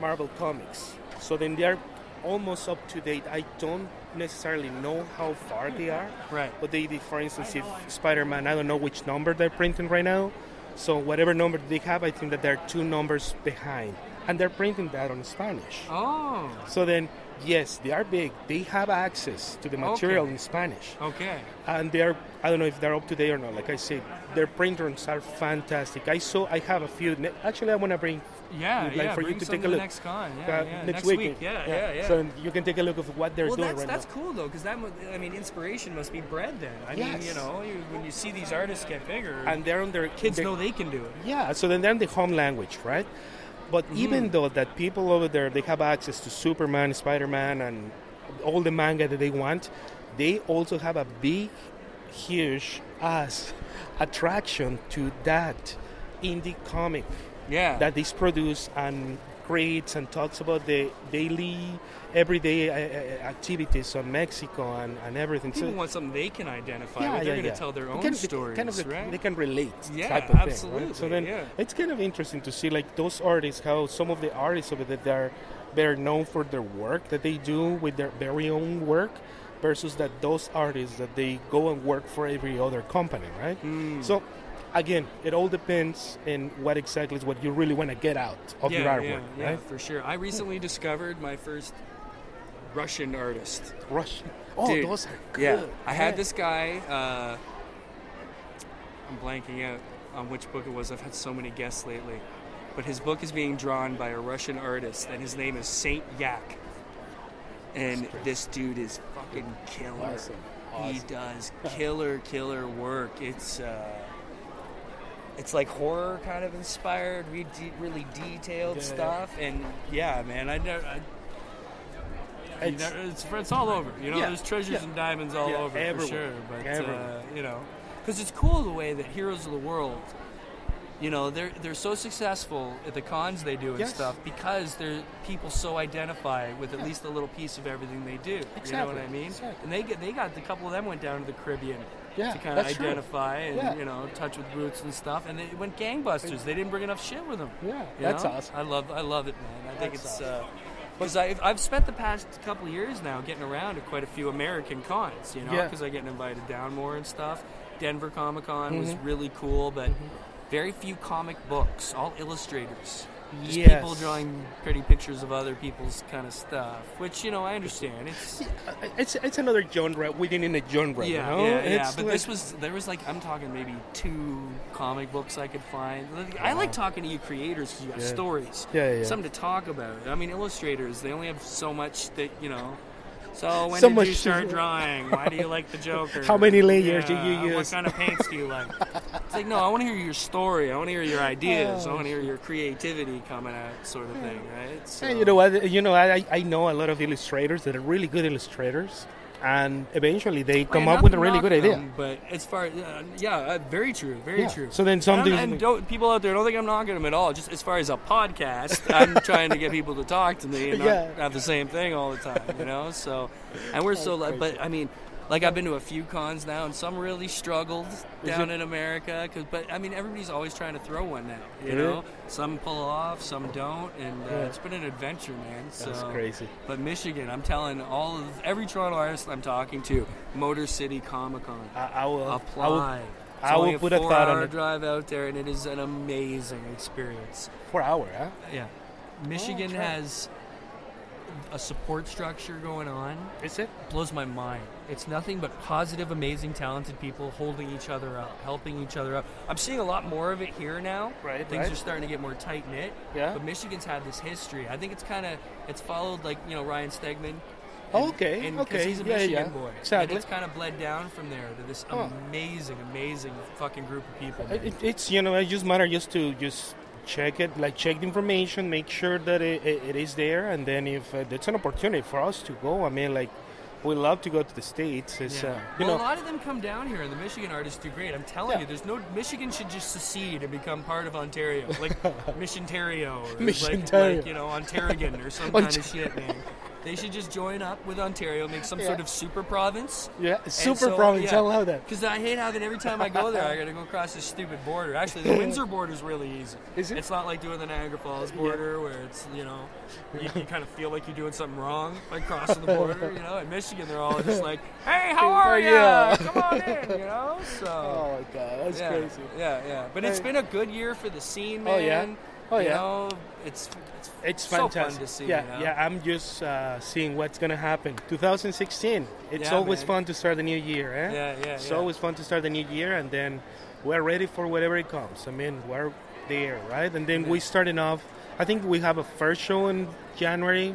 Speaker 8: Marvel comics. So then they're almost up to date. I don't necessarily know how far they are.
Speaker 7: Right.
Speaker 8: But they did, for instance, if Spider Man, I don't know which number they're printing right now. So whatever number they have, I think that they're two numbers behind. and they're printing that on Spanish.
Speaker 7: Oh.
Speaker 8: So then, yes, they are big. They have access to the material
Speaker 7: Okay.
Speaker 8: in Spanish.
Speaker 7: Okay.
Speaker 8: And they're, I don't know if they're up to date or not. Like I said, their printers are fantastic. I saw, I have a few. Ne- Actually, I want to bring
Speaker 7: Yeah,
Speaker 8: like
Speaker 7: yeah,
Speaker 8: for you
Speaker 7: bring
Speaker 8: to
Speaker 7: some
Speaker 8: take
Speaker 7: to
Speaker 8: a
Speaker 7: the
Speaker 8: look
Speaker 7: next con, yeah,
Speaker 8: Uh,
Speaker 7: yeah,
Speaker 8: next,
Speaker 7: next
Speaker 8: week.
Speaker 7: week, yeah, yeah, yeah.
Speaker 8: So you can take a look of what they're
Speaker 7: well,
Speaker 8: doing
Speaker 7: that's
Speaker 8: right
Speaker 7: that's
Speaker 8: now.
Speaker 7: cool though, because that mu- I mean, inspiration must be bred then. I mean, you
Speaker 8: Yes.
Speaker 7: know, you, when you see these artists get bigger,
Speaker 8: And they're on their
Speaker 7: kids
Speaker 8: they-
Speaker 7: know they can do it.
Speaker 8: Yeah, so then they're in the home language, right? But even though that people over there they have access to Superman, Spider Man, and all the manga that they want, they also have a big, huge ass attraction to that indie comic.
Speaker 7: Yeah.
Speaker 8: That is produced and creates and talks about the daily, everyday uh, uh, activities on Mexico and, and everything.
Speaker 7: People
Speaker 8: so,
Speaker 7: want something they can identify. with. They're going to tell their
Speaker 8: They
Speaker 7: own
Speaker 8: can- they
Speaker 7: stories,
Speaker 8: kind of,
Speaker 7: right?
Speaker 8: They can relate.
Speaker 7: Yeah,
Speaker 8: type of thing, right?
Speaker 7: absolutely,
Speaker 8: So then
Speaker 7: yeah.
Speaker 8: it's kind of interesting to see like those artists, how some of the artists over there they are better known for their work that they do with their very own work versus that those artists that they go and work for every other company, right?
Speaker 7: Hmm.
Speaker 8: So again, it all depends in what exactly is what you really want to get out of your
Speaker 7: yeah,
Speaker 8: artwork,
Speaker 7: yeah, yeah,
Speaker 8: right?
Speaker 7: for sure. I recently discovered my first Russian artist.
Speaker 8: Russian. Oh,
Speaker 7: Dude,
Speaker 8: those are good.
Speaker 7: Yeah, I had
Speaker 8: Yeah.
Speaker 7: this guy. Uh, I'm blanking out on which book it was. I've had so many guests lately, but his book is being drawn by a Russian artist, and his name is Saint Yak. And this dude is fucking killer.
Speaker 8: Awesome.
Speaker 7: He does killer, killer work. It's uh, it's like horror kind of inspired, re- de- really detailed
Speaker 8: Yeah, yeah.
Speaker 7: stuff, and yeah, man, I never. I, you
Speaker 8: It's-
Speaker 7: know, it's, it's all over. You know,
Speaker 8: Yeah,
Speaker 7: there's treasures
Speaker 8: yeah.
Speaker 7: and diamonds all
Speaker 8: Yeah,
Speaker 7: over
Speaker 8: everywhere,
Speaker 7: for sure. But
Speaker 8: everywhere.
Speaker 7: Uh, you know, because it's cool the way that heroes of the world, you know, they're they're so successful at the cons they do and
Speaker 8: Yes.
Speaker 7: stuff because they're people so identify with at least a little piece of everything they do. You know what
Speaker 8: Exactly,
Speaker 7: I mean?
Speaker 8: exactly.
Speaker 7: And they get they got the couple of them went down to the Caribbean.
Speaker 8: Yeah,
Speaker 7: to kind of
Speaker 8: that's true.
Speaker 7: identify and
Speaker 8: Yeah.
Speaker 7: you know touch with roots and stuff, and it went gangbusters. They didn't bring enough shit with them.
Speaker 8: Yeah,
Speaker 7: you
Speaker 8: that's
Speaker 7: know?
Speaker 8: awesome.
Speaker 7: I love I love it, man. I think
Speaker 8: That's
Speaker 7: it's uh, because I've, I've spent the past couple years now getting around to quite a few American cons, you know,
Speaker 8: Yeah.
Speaker 7: because I get invited down more and stuff. Denver Comic Con was
Speaker 8: Mhm.
Speaker 7: really cool, but
Speaker 8: Mm-hmm.
Speaker 7: very few comic books, all illustrators. Just
Speaker 8: Yes.
Speaker 7: people drawing pretty pictures of other people's kind of stuff, which you know I understand. It's
Speaker 8: It's it's another genre within a genre. you
Speaker 7: yeah,
Speaker 8: know?
Speaker 7: yeah, yeah.
Speaker 8: Oh, It's
Speaker 7: But
Speaker 8: like-
Speaker 7: this was there was like I'm talking maybe two comic books I could find. Like, I like talking to you creators because you have
Speaker 8: Uh-huh. Yeah.
Speaker 7: stories,
Speaker 8: Yeah, yeah, yeah.
Speaker 7: something to talk about. I mean, illustrators they only have so much that you know. So when
Speaker 8: So
Speaker 7: did
Speaker 8: much
Speaker 7: you
Speaker 8: to-
Speaker 7: start drawing? Why do you like the Joker?
Speaker 8: How many layers do you
Speaker 7: Yeah,
Speaker 8: use?
Speaker 7: What kind of paints do you like? It's like no, I want to hear your story. I want to hear your ideas. I
Speaker 8: Oh,
Speaker 7: want to hear your creativity coming out, sort of thing, right? So,
Speaker 8: And you know what? You know, I, I- I know a lot of illustrators that are really good illustrators, and eventually they come
Speaker 7: Yeah,
Speaker 8: up with a
Speaker 7: nothing
Speaker 8: really good
Speaker 7: knock
Speaker 8: idea.
Speaker 7: them, but as far, uh, yeah, uh, very true, very
Speaker 8: Yeah.
Speaker 7: true.
Speaker 8: So then
Speaker 7: And
Speaker 8: some
Speaker 7: I'm-
Speaker 8: dudes-
Speaker 7: and don't, people out there don't think I'm knocking them at all. Just as far as a podcast, I'm trying to get people to talk to me and
Speaker 8: Yeah.
Speaker 7: not have the same thing all the time, you know. So, and we're so,
Speaker 8: That's
Speaker 7: lu- but I mean. Like I've been to a few cons now, and some really struggled down
Speaker 8: it-
Speaker 7: in America. 'cause- but I mean, everybody's always trying to throw one now. You
Speaker 8: Yeah.
Speaker 7: know, some pull off, some don't, and uh,
Speaker 8: Yeah.
Speaker 7: it's been an adventure, man. So,
Speaker 8: That's crazy.
Speaker 7: Um, But Michigan, I'm telling all of every Toronto artist I'm talking to, Motor City Comic Con.
Speaker 8: I, I will
Speaker 7: apply.
Speaker 8: I will,
Speaker 7: It's
Speaker 8: I will
Speaker 7: only
Speaker 8: put
Speaker 7: a
Speaker 8: a
Speaker 7: four
Speaker 8: thought
Speaker 7: hour
Speaker 8: on it.
Speaker 7: drive out there, and it is an amazing experience.
Speaker 8: Four hour, huh?
Speaker 7: Yeah, Michigan
Speaker 8: try it.
Speaker 7: has a support structure going on.
Speaker 8: Is it?
Speaker 7: Blows my mind. It's nothing but positive, amazing, talented people holding each other up, helping each other up. I'm seeing a lot more of it here now.
Speaker 8: Right,
Speaker 7: Things
Speaker 8: right.
Speaker 7: are starting to get more tight knit.
Speaker 8: Yeah.
Speaker 7: But Michigan's had this history. I think it's kind of it's followed like you know Ryan Stegman.
Speaker 8: Oh, okay,
Speaker 7: And 'cause
Speaker 8: okay,
Speaker 7: he's a
Speaker 8: yeah,
Speaker 7: Michigan
Speaker 8: yeah,
Speaker 7: boy. And
Speaker 8: exactly.
Speaker 7: it's kind of bled down from there to this
Speaker 8: Huh.
Speaker 7: amazing, amazing fucking group of people. man.
Speaker 8: It, it's you know, I just matter just to just check it, like check the information, make sure that it, it, it is there, and then if uh, it's an opportunity for us to go, I mean, like we love to go to the states. It's uh, you
Speaker 7: well,
Speaker 8: know,
Speaker 7: a lot of them come down here, and the Michigan artists do great. I'm telling you, there's no Michigan should just secede and become part of Ontario, like Missiontario, or like,
Speaker 8: Missiontario.
Speaker 7: like you know Ontarian or some kind of shit, man. They should just join up with Ontario, make some sort
Speaker 8: Yeah.
Speaker 7: of super province.
Speaker 8: Yeah, super province, I love that.
Speaker 7: Because I hate having every time I go there, I got to go across this stupid border. Actually, the Windsor border is really easy. Is it? It's not like doing the Niagara Falls border where it's you know you, you kind of feel like you're doing something wrong by crossing the border. You know, in Michigan, they're all just like, "Hey, how are you?
Speaker 8: Yeah.
Speaker 7: Come on in." You know, so.
Speaker 8: Oh my god, that's
Speaker 7: yeah,
Speaker 8: crazy.
Speaker 7: Yeah, yeah. But it's
Speaker 8: Hey.
Speaker 7: been a good year for the scene, man.
Speaker 8: Oh, yeah? Oh
Speaker 7: You
Speaker 8: yeah.
Speaker 7: know, it's it's,
Speaker 8: it's
Speaker 7: so
Speaker 8: fantastic.
Speaker 7: fun to see.
Speaker 8: Yeah,
Speaker 7: you know?
Speaker 8: yeah. I'm just uh, seeing what's gonna happen. 2016. It's
Speaker 7: Yeah,
Speaker 8: always
Speaker 7: man.
Speaker 8: fun to start the new year, eh?
Speaker 7: Yeah, yeah,
Speaker 8: It's
Speaker 7: yeah.
Speaker 8: always fun to start the new year, and then we're ready for whatever it comes. I mean, we're there, right? And then we starting off. I think we have a first show in January.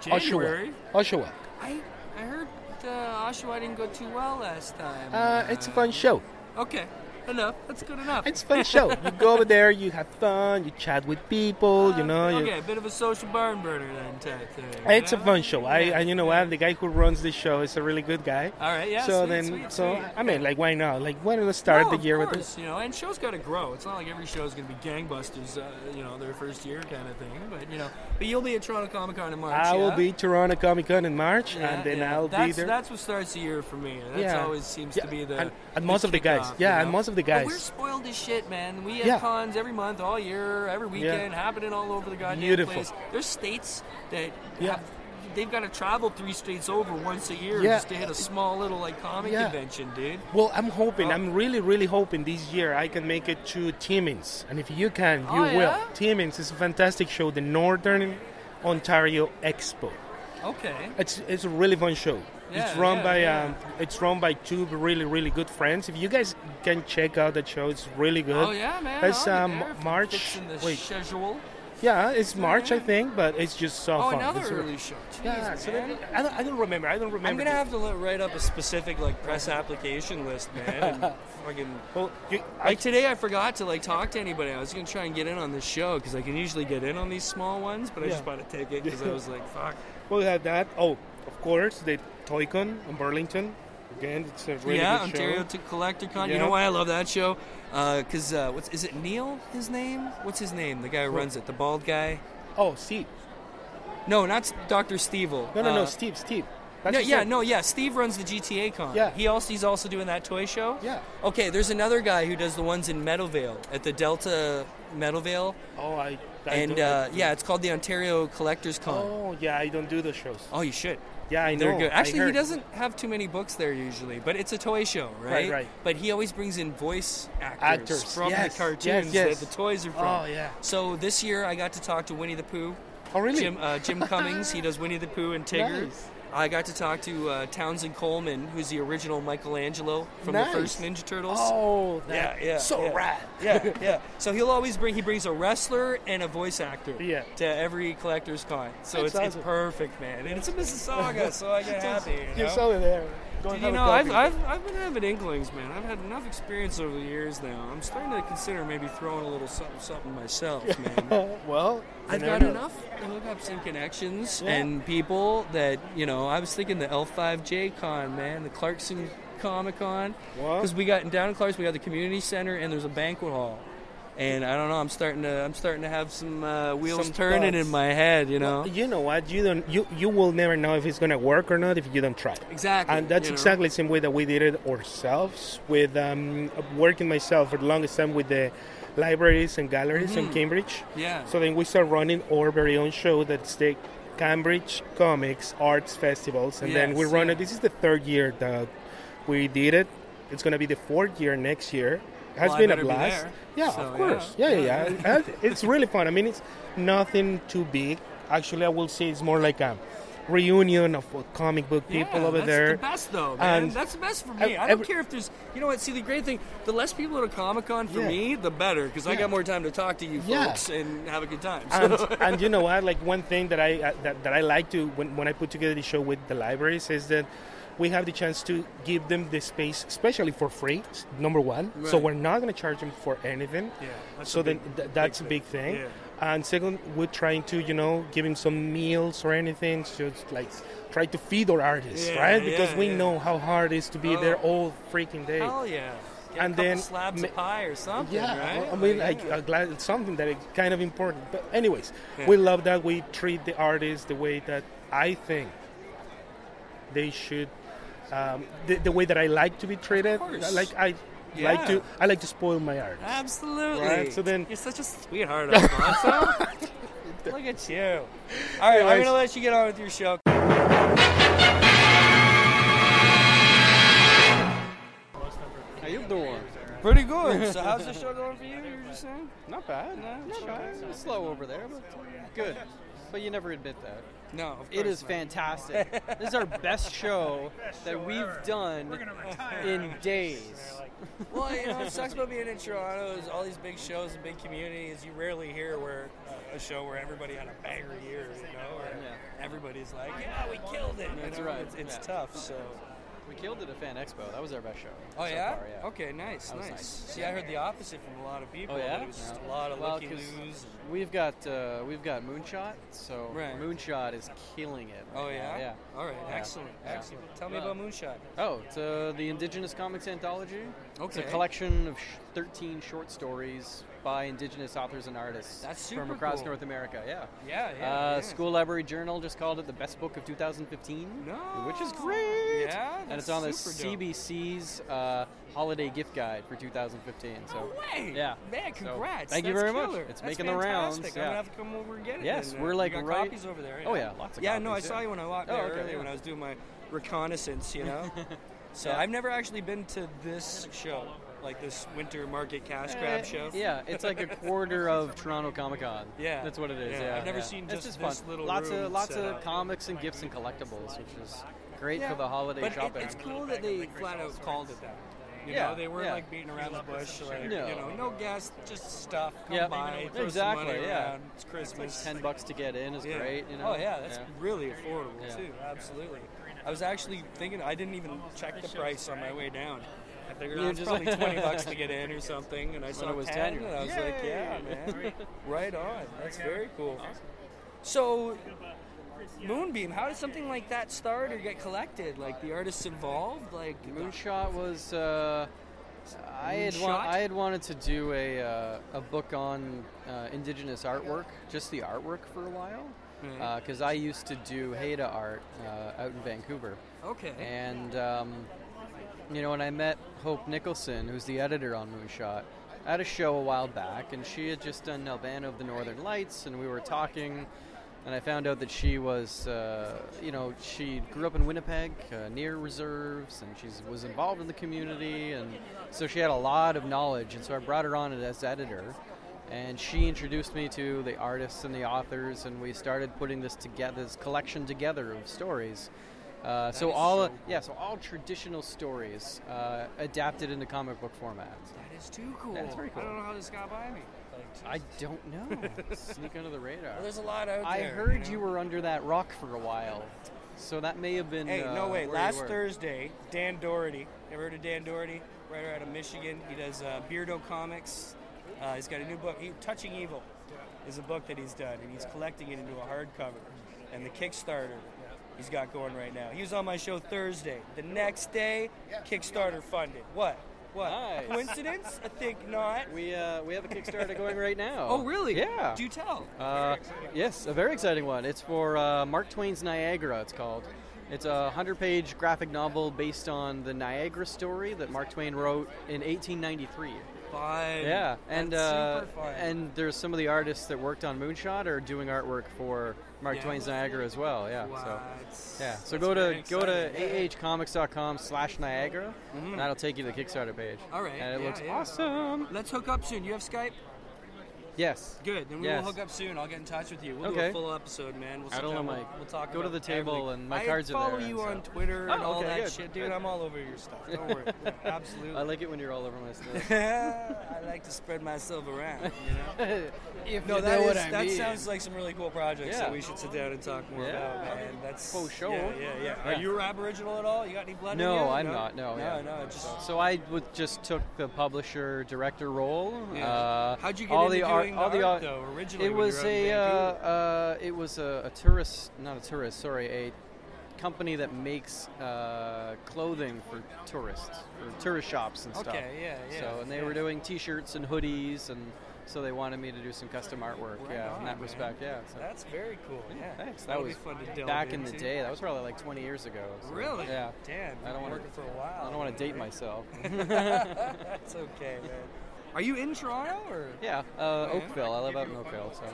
Speaker 7: January?
Speaker 8: Oshawa. Oshawa.
Speaker 7: I I heard uh, Oshawa didn't go too well last time.
Speaker 8: Uh, it's a fun show.
Speaker 7: okay, enough. That's good enough.
Speaker 8: It's a fun show. You go over there, you have fun, you chat with people, you know. you-
Speaker 7: Uh, okay, a bit of a social barn burner then type thing.
Speaker 8: It's a fun show. I, and you know what? The guy who runs this show is a really good guy.
Speaker 7: All right, yeah,
Speaker 8: So
Speaker 7: sweet,
Speaker 8: then,
Speaker 7: sweet,
Speaker 8: so
Speaker 7: sweet.
Speaker 8: I mean, like, why not? Like, why not start
Speaker 7: No,
Speaker 8: the
Speaker 7: of
Speaker 8: year with
Speaker 7: course,
Speaker 8: this?
Speaker 7: You know, and shows got to grow. It's not like every show is going to be gangbusters. Uh, you know, their first year kind of thing. But you know, but you'll be at Toronto Comic Con in March.
Speaker 8: I will
Speaker 7: yeah?
Speaker 8: be Toronto Comic Con in March,
Speaker 7: Yeah,
Speaker 8: and then
Speaker 7: yeah.
Speaker 8: I'll
Speaker 7: that's,
Speaker 8: be there.
Speaker 7: That's what starts the year for me. That's
Speaker 8: Yeah.
Speaker 7: always seems to be the
Speaker 8: and, and most of the guys.
Speaker 7: kickoff,
Speaker 8: yeah,
Speaker 7: you
Speaker 8: and
Speaker 7: know?
Speaker 8: most of the
Speaker 7: But we're
Speaker 8: guys.
Speaker 7: spoiled as shit, man. We have
Speaker 8: Yeah.
Speaker 7: cons every month, all year, every weekend, happening all over the goddamn
Speaker 8: Beautiful.
Speaker 7: place. There's states that
Speaker 8: Yeah.
Speaker 7: have they've got to travel three states over once a year
Speaker 8: Yeah.
Speaker 7: just to hit a small little like comic
Speaker 8: Yeah.
Speaker 7: convention, dude.
Speaker 8: Well, I'm
Speaker 7: Oh.
Speaker 8: hoping, I'm really, really hoping this year I can make it to Timmins. And if you can, you
Speaker 7: Oh, yeah?
Speaker 8: will. Timmins is a fantastic show, the Northern Ontario Expo.
Speaker 7: Okay.
Speaker 8: It's it's a really fun show. it's
Speaker 7: Yeah,
Speaker 8: run
Speaker 7: yeah,
Speaker 8: by
Speaker 7: yeah.
Speaker 8: um, it's run by two really really good friends. If you guys can check out that show, it's really good.
Speaker 7: Oh yeah, man.
Speaker 8: It's
Speaker 7: I'll be
Speaker 8: um,
Speaker 7: there if it fits
Speaker 8: March.
Speaker 7: in the
Speaker 8: Wait,
Speaker 7: schedule.
Speaker 8: yeah, it's March I think, but it's just so
Speaker 7: Oh,
Speaker 8: fun.
Speaker 7: another
Speaker 8: It's a-
Speaker 7: early show. Jeez,
Speaker 8: yeah, so
Speaker 7: man.
Speaker 8: that- I, don't, I don't remember. I don't remember.
Speaker 7: I'm gonna
Speaker 8: the-
Speaker 7: have to li- write up a specific like press application list, man. and fucking.
Speaker 8: Well,
Speaker 7: like today, I forgot to like talk to anybody. I was gonna try and get in on this show because I can usually get in on these small ones, but I just
Speaker 8: Yeah.
Speaker 7: bought a ticket because I was like, fuck.
Speaker 8: We'll have that. Oh, of course, the Toycon in Burlington. Again, it's a really
Speaker 7: yeah,
Speaker 8: good
Speaker 7: Ontario
Speaker 8: show.
Speaker 7: to Collector Con. You
Speaker 8: Yeah.
Speaker 7: know why I love that show? Because uh, what's is it Neil? His name? What's his name? The guy who
Speaker 8: Who?
Speaker 7: runs it, the bald guy.
Speaker 8: Oh, Steve.
Speaker 7: No, not Doctor Stevel.
Speaker 8: No, no, no,
Speaker 7: Uh,
Speaker 8: Steve, Steve.
Speaker 7: no,
Speaker 8: his
Speaker 7: yeah,
Speaker 8: name.
Speaker 7: no, yeah. Steve runs the GTA con.
Speaker 8: Yeah.
Speaker 7: He also he's also doing that toy show.
Speaker 8: Yeah.
Speaker 7: Okay, there's another guy who does the ones in Meadowvale at the Delta Meadowvale.
Speaker 8: Oh, I. I
Speaker 7: and
Speaker 8: don't-
Speaker 7: uh, yeah, it's called the Ontario Collectors Con.
Speaker 8: Oh, yeah, I don't do those shows.
Speaker 7: Oh, you should.
Speaker 8: Yeah, I know.
Speaker 7: They're good.
Speaker 8: I
Speaker 7: Actually, he
Speaker 8: heard.
Speaker 7: doesn't have too many books there usually, but it's a toy show, right?
Speaker 8: right.
Speaker 7: But he always brings in voice actors,
Speaker 8: Actors,
Speaker 7: from
Speaker 8: yes,
Speaker 7: the cartoons
Speaker 8: yes, yes.
Speaker 7: that the toys are from.
Speaker 8: Oh, yeah.
Speaker 7: So this year I got to talk to Winnie the Pooh.
Speaker 8: Oh, really?
Speaker 7: Jim, uh, Jim Cummings, he does Winnie the Pooh and Tigger.
Speaker 8: Nice.
Speaker 7: I got to talk to uh, Townsend Coleman, who's the original Michelangelo from
Speaker 8: Nice.
Speaker 7: the first Ninja Turtles.
Speaker 8: Oh, that-
Speaker 7: yeah, yeah,
Speaker 8: so
Speaker 7: yeah.
Speaker 8: rad.
Speaker 7: Yeah, yeah. So he'll always bring he brings a wrestler and a voice actor
Speaker 8: Yeah.
Speaker 7: to every collector's con. So
Speaker 8: That's
Speaker 7: it's, it's
Speaker 8: awesome.
Speaker 7: perfect, man. And it's a Mississauga, so I get
Speaker 8: Just-
Speaker 7: happy. You know?
Speaker 8: You're so there. Go
Speaker 7: Dude, you
Speaker 8: and have a
Speaker 7: know, I've,
Speaker 8: coffee.
Speaker 7: I've, I've been having inklings, man. I've had enough experience over the years now. I'm starting to consider maybe throwing a little something, something myself, man.
Speaker 8: well,
Speaker 7: I've
Speaker 8: you
Speaker 7: got
Speaker 8: never know.
Speaker 7: enough hookups and connections
Speaker 8: Yeah.
Speaker 7: and people that, you know, I was thinking the L5J Con, man, the Clarkson Comic Con. Because we got down in Clarkson, we got the community center and there's a banquet hall. And I don't know, I'm starting to I'm starting to have some uh, wheels
Speaker 8: Some
Speaker 7: turning
Speaker 8: thoughts.
Speaker 7: in my head, you know.
Speaker 8: Well, you know what? You don't. You you will never know if it's gonna work or not if you don't try.
Speaker 7: Exactly,
Speaker 8: And that's
Speaker 7: you know.
Speaker 8: exactly the same way that we did it ourselves with um, working myself for the longest time with the libraries and galleries in
Speaker 7: Mhm.
Speaker 8: Cambridge.
Speaker 7: Yeah.
Speaker 8: So then we start running our very own show that's the Cambridge Comics Arts Festivals, and then we
Speaker 7: Yes,
Speaker 8: run it. This is the third year that we did it. It's gonna be the fourth year next year. It has
Speaker 7: Well, I
Speaker 8: been a
Speaker 7: better be
Speaker 8: blast.
Speaker 7: there.
Speaker 8: yeah,
Speaker 7: So,
Speaker 8: of
Speaker 7: yeah.
Speaker 8: course. Yeah, yeah, yeah. And it's really fun. I mean, it's nothing too big. Actually, I will say it's more like a reunion of comic book people
Speaker 7: Yeah,
Speaker 8: over
Speaker 7: that's
Speaker 8: there.
Speaker 7: the best though, man.
Speaker 8: And
Speaker 7: that's the best for me.
Speaker 8: ev-
Speaker 7: I don't
Speaker 8: every-
Speaker 7: care if there's, you know what? See, the great thing, the less people at a comic con for
Speaker 8: Yeah.
Speaker 7: me, the better, because I
Speaker 8: Yeah.
Speaker 7: got more time to talk to you
Speaker 8: Yeah.
Speaker 7: folks and have a good time.
Speaker 8: and,
Speaker 7: So-
Speaker 8: and you know what? Like one thing that I uh, that, that I like to when, when I put together the show with the libraries is that we have the chance to give them the space, especially for free. s- Number one, so
Speaker 7: Right.
Speaker 8: we're not going to charge them for anything.
Speaker 7: Yeah, that's
Speaker 8: so
Speaker 7: a
Speaker 8: then
Speaker 7: big-
Speaker 8: th- that's
Speaker 7: big
Speaker 8: a big
Speaker 7: thing.
Speaker 8: thing.
Speaker 7: Yeah.
Speaker 8: And second, we're trying to you know give them some meals or anything, just like try to feed our artists,
Speaker 7: Yeah,
Speaker 8: right? Because
Speaker 7: yeah,
Speaker 8: we
Speaker 7: yeah. Oh.
Speaker 8: know how hard it is to be there all freaking day.
Speaker 7: Hell yeah. Get
Speaker 8: And
Speaker 7: a couple
Speaker 8: then
Speaker 7: slabs
Speaker 8: ma-
Speaker 7: of pie or something,
Speaker 8: Yeah,
Speaker 7: right?
Speaker 8: I mean,
Speaker 7: Like,
Speaker 8: like uh, I'm glad it's something that is kind of important. But anyways,
Speaker 7: Yeah.
Speaker 8: we love that we treat the artists the way that I think they should, um, the, the way that I like to be treated.
Speaker 7: course.
Speaker 8: Like I like
Speaker 7: Yeah.
Speaker 8: to, I like to spoil my art.
Speaker 7: Absolutely.
Speaker 8: Right, so then-
Speaker 7: you're such a sweetheart, Alfonso. Look at you. All right, I'm
Speaker 8: Anyways.
Speaker 7: gonna let you get on with your show.
Speaker 4: Ayub the war.
Speaker 11: Pretty good. So how's the show going for you? You were just saying?
Speaker 12: Not bad. No, not bad. It's Slow over there, but good. But you never admit that.
Speaker 7: No, of
Speaker 4: It
Speaker 7: course
Speaker 4: is
Speaker 7: not.
Speaker 4: fantastic. this is our best show that we've done in days.
Speaker 7: well, you know, what sucks about being in Toronto is all these big shows and big communities. You rarely hear where uh, a show where everybody had a banger year, you know, or everybody's like, "Yeah, we killed it." you
Speaker 4: That's
Speaker 7: know?
Speaker 4: right.
Speaker 7: It's, it's
Speaker 4: yeah.
Speaker 7: tough. So.
Speaker 4: We killed it at Fan Expo. That was our best show.
Speaker 7: Oh
Speaker 4: so
Speaker 7: yeah?
Speaker 4: far, yeah.
Speaker 7: Okay, nice,
Speaker 4: That was
Speaker 7: nice.
Speaker 4: nice.
Speaker 7: See, I heard the opposite from a lot of people.
Speaker 4: Oh yeah.
Speaker 7: that It was just a lot of
Speaker 4: well,
Speaker 7: lucky
Speaker 4: 'cause
Speaker 7: loos.
Speaker 4: We've got uh, we've got Moonshot, so
Speaker 7: Right.
Speaker 4: Moonshot is killing it. right
Speaker 7: Oh,
Speaker 4: now,
Speaker 7: yeah?
Speaker 4: yeah.
Speaker 7: All right,
Speaker 4: Yeah.
Speaker 7: excellent,
Speaker 4: Yeah.
Speaker 7: excellent. Tell me about Moonshot.
Speaker 4: Oh, it's uh, the Indigenous Comics Anthology. It's a
Speaker 7: Okay.
Speaker 4: collection of sh- 13 short stories by Indigenous authors and artists
Speaker 7: That's
Speaker 4: from
Speaker 7: super
Speaker 4: across
Speaker 7: cool.
Speaker 4: North America. Yeah.
Speaker 7: Yeah, yeah,
Speaker 4: Uh,
Speaker 7: yeah.
Speaker 4: School Library Journal just called it the best book of 2015, no. which is great.
Speaker 7: Yeah,
Speaker 4: and it's
Speaker 7: that's
Speaker 4: on the
Speaker 7: super dope.
Speaker 4: CBC's uh, holiday gift guide for 2015. So
Speaker 7: Hey,
Speaker 4: yeah,
Speaker 7: man,
Speaker 4: So,
Speaker 7: congrats.
Speaker 4: thank you
Speaker 7: That's
Speaker 4: very
Speaker 7: killer.
Speaker 4: much. It's
Speaker 7: That's
Speaker 4: making
Speaker 7: fantastic.
Speaker 4: the rounds.
Speaker 7: I'm
Speaker 4: yeah.
Speaker 7: gonna have to come over and get it.
Speaker 4: Yes,
Speaker 7: then, uh,
Speaker 4: we're like
Speaker 7: you got
Speaker 4: right.
Speaker 7: copies over there.
Speaker 4: Oh yeah, lots of
Speaker 7: yeah,
Speaker 4: copies.
Speaker 7: no, I saw you when I walked
Speaker 4: Oh,
Speaker 7: there
Speaker 4: okay,
Speaker 7: earlier
Speaker 4: yeah.
Speaker 7: when I was doing my reconnaissance. You know, so
Speaker 4: Yeah.
Speaker 7: I've never actually been to this show, like this winter market cash grab
Speaker 4: Eh,
Speaker 7: show.
Speaker 4: Yeah, it's like a quarter of Toronto Comic Con.
Speaker 7: Yeah.
Speaker 4: that's what it is.
Speaker 7: Yeah,
Speaker 4: Yeah,
Speaker 7: I've never
Speaker 4: yeah.
Speaker 7: seen
Speaker 4: It's
Speaker 7: just
Speaker 4: just
Speaker 7: this
Speaker 4: fun.
Speaker 7: little
Speaker 4: lots
Speaker 7: room
Speaker 4: of lots
Speaker 7: set
Speaker 4: of
Speaker 7: up.
Speaker 4: comics and gifts and collectibles, which is great
Speaker 7: Yeah.
Speaker 4: for the holiday
Speaker 7: but it-
Speaker 4: shopping.
Speaker 7: it's cool that they flat out called it that. You
Speaker 4: Yeah,
Speaker 7: know, they weren't
Speaker 4: yeah.
Speaker 7: like beating around the bush. Like,
Speaker 4: No.
Speaker 7: You know, no guests, just stuff. Come
Speaker 4: yeah,
Speaker 7: by, throw some
Speaker 4: exactly.
Speaker 7: money
Speaker 4: yeah,
Speaker 7: around. It's Christmas.
Speaker 4: Like Ten bucks to get in is
Speaker 7: Yeah.
Speaker 4: great. You know?
Speaker 7: Oh yeah, that's really affordable
Speaker 4: Yeah.
Speaker 7: too. Absolutely. I was actually thinking I didn't even check the price on my way down. I figured
Speaker 4: You
Speaker 7: it was
Speaker 4: just-
Speaker 7: probably twenty bucks to get in or something, and I
Speaker 4: When
Speaker 7: saw
Speaker 4: it was
Speaker 7: 10,
Speaker 4: 10,
Speaker 7: and I was
Speaker 4: you're
Speaker 7: like,
Speaker 4: like,
Speaker 7: yeah,
Speaker 4: "Yay!"
Speaker 7: man, right on. That's very cool. So, Moonbeam, how did something like that start or get collected? Like the artists involved, like
Speaker 4: Moonshot was. Uh, I had, wa-
Speaker 7: Moonshot?
Speaker 4: I had wanted to do a, uh, a book on uh, indigenous artwork, just the artwork for a while,
Speaker 7: Mhm.
Speaker 4: because I used to do Haida art uh, out in Vancouver.
Speaker 7: Okay.
Speaker 4: And um, you know, when I met Hope Nicholson, who's the editor on Moonshot, at a show a while back, and she had just done Albano of the Northern Lights, and we were talking, and I found out that she was, uh, you know, she grew up in Winnipeg, uh, near reserves, and she was involved in the community, and so she had a lot of knowledge, and so I brought her on as editor. And she introduced me to the artists and the authors, and we started putting this together, this collection together of stories. Uh, so
Speaker 7: is
Speaker 4: all,
Speaker 7: so
Speaker 4: yeah, so all traditional stories uh, adapted into comic book format.
Speaker 7: that is too cool.
Speaker 4: That's very
Speaker 7: I don't
Speaker 4: cool.
Speaker 7: know how this got by me.
Speaker 4: I
Speaker 7: Like,
Speaker 4: don't know. Sneak under the radar.
Speaker 7: Well, there's a lot out
Speaker 4: I
Speaker 7: there,
Speaker 4: heard
Speaker 7: you
Speaker 4: you, were under that rock for a while, so that may have been.
Speaker 7: Hey,
Speaker 4: uh,
Speaker 7: no
Speaker 4: where
Speaker 7: wait.
Speaker 4: you
Speaker 7: Last
Speaker 4: were.
Speaker 7: Thursday, Dan Doherty. Ever heard of Dan Doherty? Writer out of Michigan. He does uh, Beardo comics. Uh, he's got a new book. He, Touching Evil is a book that he's done, and he's collecting it into a hardcover. And the Kickstarter he's got going right now. He was on my show Thursday. The next day, Kickstarter funded. What? What?
Speaker 4: Nice.
Speaker 7: Coincidence? I think not.
Speaker 4: We uh, we have a Kickstarter going right now.
Speaker 7: Oh really?
Speaker 4: Yeah.
Speaker 7: Do tell.
Speaker 4: Uh, yes, a very exciting one. It's for uh, Mark Twain's Niagara. It's called. It's a hundred-page graphic novel based on the Niagara story that Mark Twain wrote in 1893.
Speaker 7: Fun.
Speaker 4: Yeah, and
Speaker 7: That's
Speaker 4: uh,
Speaker 7: super fun.
Speaker 4: and there's some of the artists that worked on Moonshot are doing artwork for Mark
Speaker 7: Yeah.
Speaker 4: Twain's Niagara as well. Yeah,
Speaker 7: What?
Speaker 4: so yeah, so
Speaker 7: That's
Speaker 4: go to
Speaker 7: very
Speaker 4: go to
Speaker 7: exciting.
Speaker 4: ahcomics.com/niagara,
Speaker 7: Mhm.
Speaker 4: and that'll take you to the Kickstarter page.
Speaker 7: All right.
Speaker 4: and it
Speaker 7: yeah,
Speaker 4: looks
Speaker 7: yeah.
Speaker 4: awesome.
Speaker 7: Let's hook up soon. You have Skype?
Speaker 4: Yes.
Speaker 7: Good. Then we
Speaker 4: Yes.
Speaker 7: will hook up soon. I'll get in touch with you. We'll do a
Speaker 4: Okay.
Speaker 7: full episode, man. We'll sit
Speaker 4: I don't
Speaker 7: down.
Speaker 4: know,
Speaker 7: We'll-
Speaker 4: Mike.
Speaker 7: We'll talk
Speaker 4: Go to
Speaker 7: about
Speaker 4: the table
Speaker 7: everything.
Speaker 4: and my
Speaker 7: I
Speaker 4: cards are
Speaker 7: follow
Speaker 4: there
Speaker 7: you
Speaker 4: and
Speaker 7: on
Speaker 4: stuff.
Speaker 7: Twitter and
Speaker 4: Oh,
Speaker 7: all
Speaker 4: okay,
Speaker 7: that
Speaker 4: good.
Speaker 7: shit, dude.
Speaker 4: Good.
Speaker 7: I'm all over your stuff. Don't worry. Absolutely.
Speaker 4: I like it when you're all over my stuff.
Speaker 7: I like to spread myself around, you know.
Speaker 4: If
Speaker 7: no,
Speaker 4: you
Speaker 7: that
Speaker 4: know what
Speaker 7: is-
Speaker 4: I
Speaker 7: that
Speaker 4: mean.
Speaker 7: sounds like some really cool projects
Speaker 4: Yeah.
Speaker 7: that we should sit down and talk more
Speaker 4: Yeah.
Speaker 7: about, man. That's
Speaker 4: For sure.
Speaker 7: Yeah, yeah, yeah.
Speaker 4: Yeah.
Speaker 7: Are you Aboriginal at all? You got any blood?
Speaker 4: no,
Speaker 7: in you?
Speaker 4: I'm not. No,
Speaker 7: no,
Speaker 4: yeah.
Speaker 7: no. Just
Speaker 4: So I w- just took the publisher director role.
Speaker 7: Yeah.
Speaker 4: Uh,
Speaker 7: How'd you get
Speaker 4: all
Speaker 7: into
Speaker 4: the
Speaker 7: doing the
Speaker 4: all the
Speaker 7: art,
Speaker 4: art-
Speaker 7: though, originally
Speaker 4: It
Speaker 7: when you
Speaker 4: was
Speaker 7: were out in
Speaker 4: a uh,
Speaker 7: Vancouver?
Speaker 4: uh, it was a, a tourist, not a tourist. Sorry, a company that makes uh, clothing for tourists, for tourist shops and stuff.
Speaker 7: Okay, yeah, yeah,
Speaker 4: So and they
Speaker 7: yeah.
Speaker 4: were doing T-shirts and hoodies, and so they wanted me to do some custom artwork.
Speaker 7: Right
Speaker 4: yeah,
Speaker 7: on,
Speaker 4: in that
Speaker 7: man.
Speaker 4: respect. Yeah. So.
Speaker 7: That's very cool. Yeah.
Speaker 4: Thanks. That
Speaker 7: That'll
Speaker 4: was
Speaker 7: be fun to delve
Speaker 4: back in the
Speaker 7: into.
Speaker 4: day. That was probably like 20 years ago. so-
Speaker 7: Really?
Speaker 4: Yeah.
Speaker 7: Damn, you've
Speaker 4: I
Speaker 7: been
Speaker 4: don't want
Speaker 7: working
Speaker 4: to
Speaker 7: for a while,
Speaker 4: I don't want
Speaker 7: man,
Speaker 4: to date
Speaker 7: right?
Speaker 4: myself.
Speaker 7: That's okay, man. Are you in Toronto or?
Speaker 4: Yeah, uh,
Speaker 7: Okay.
Speaker 4: Oakville. I live out in Oakville, so.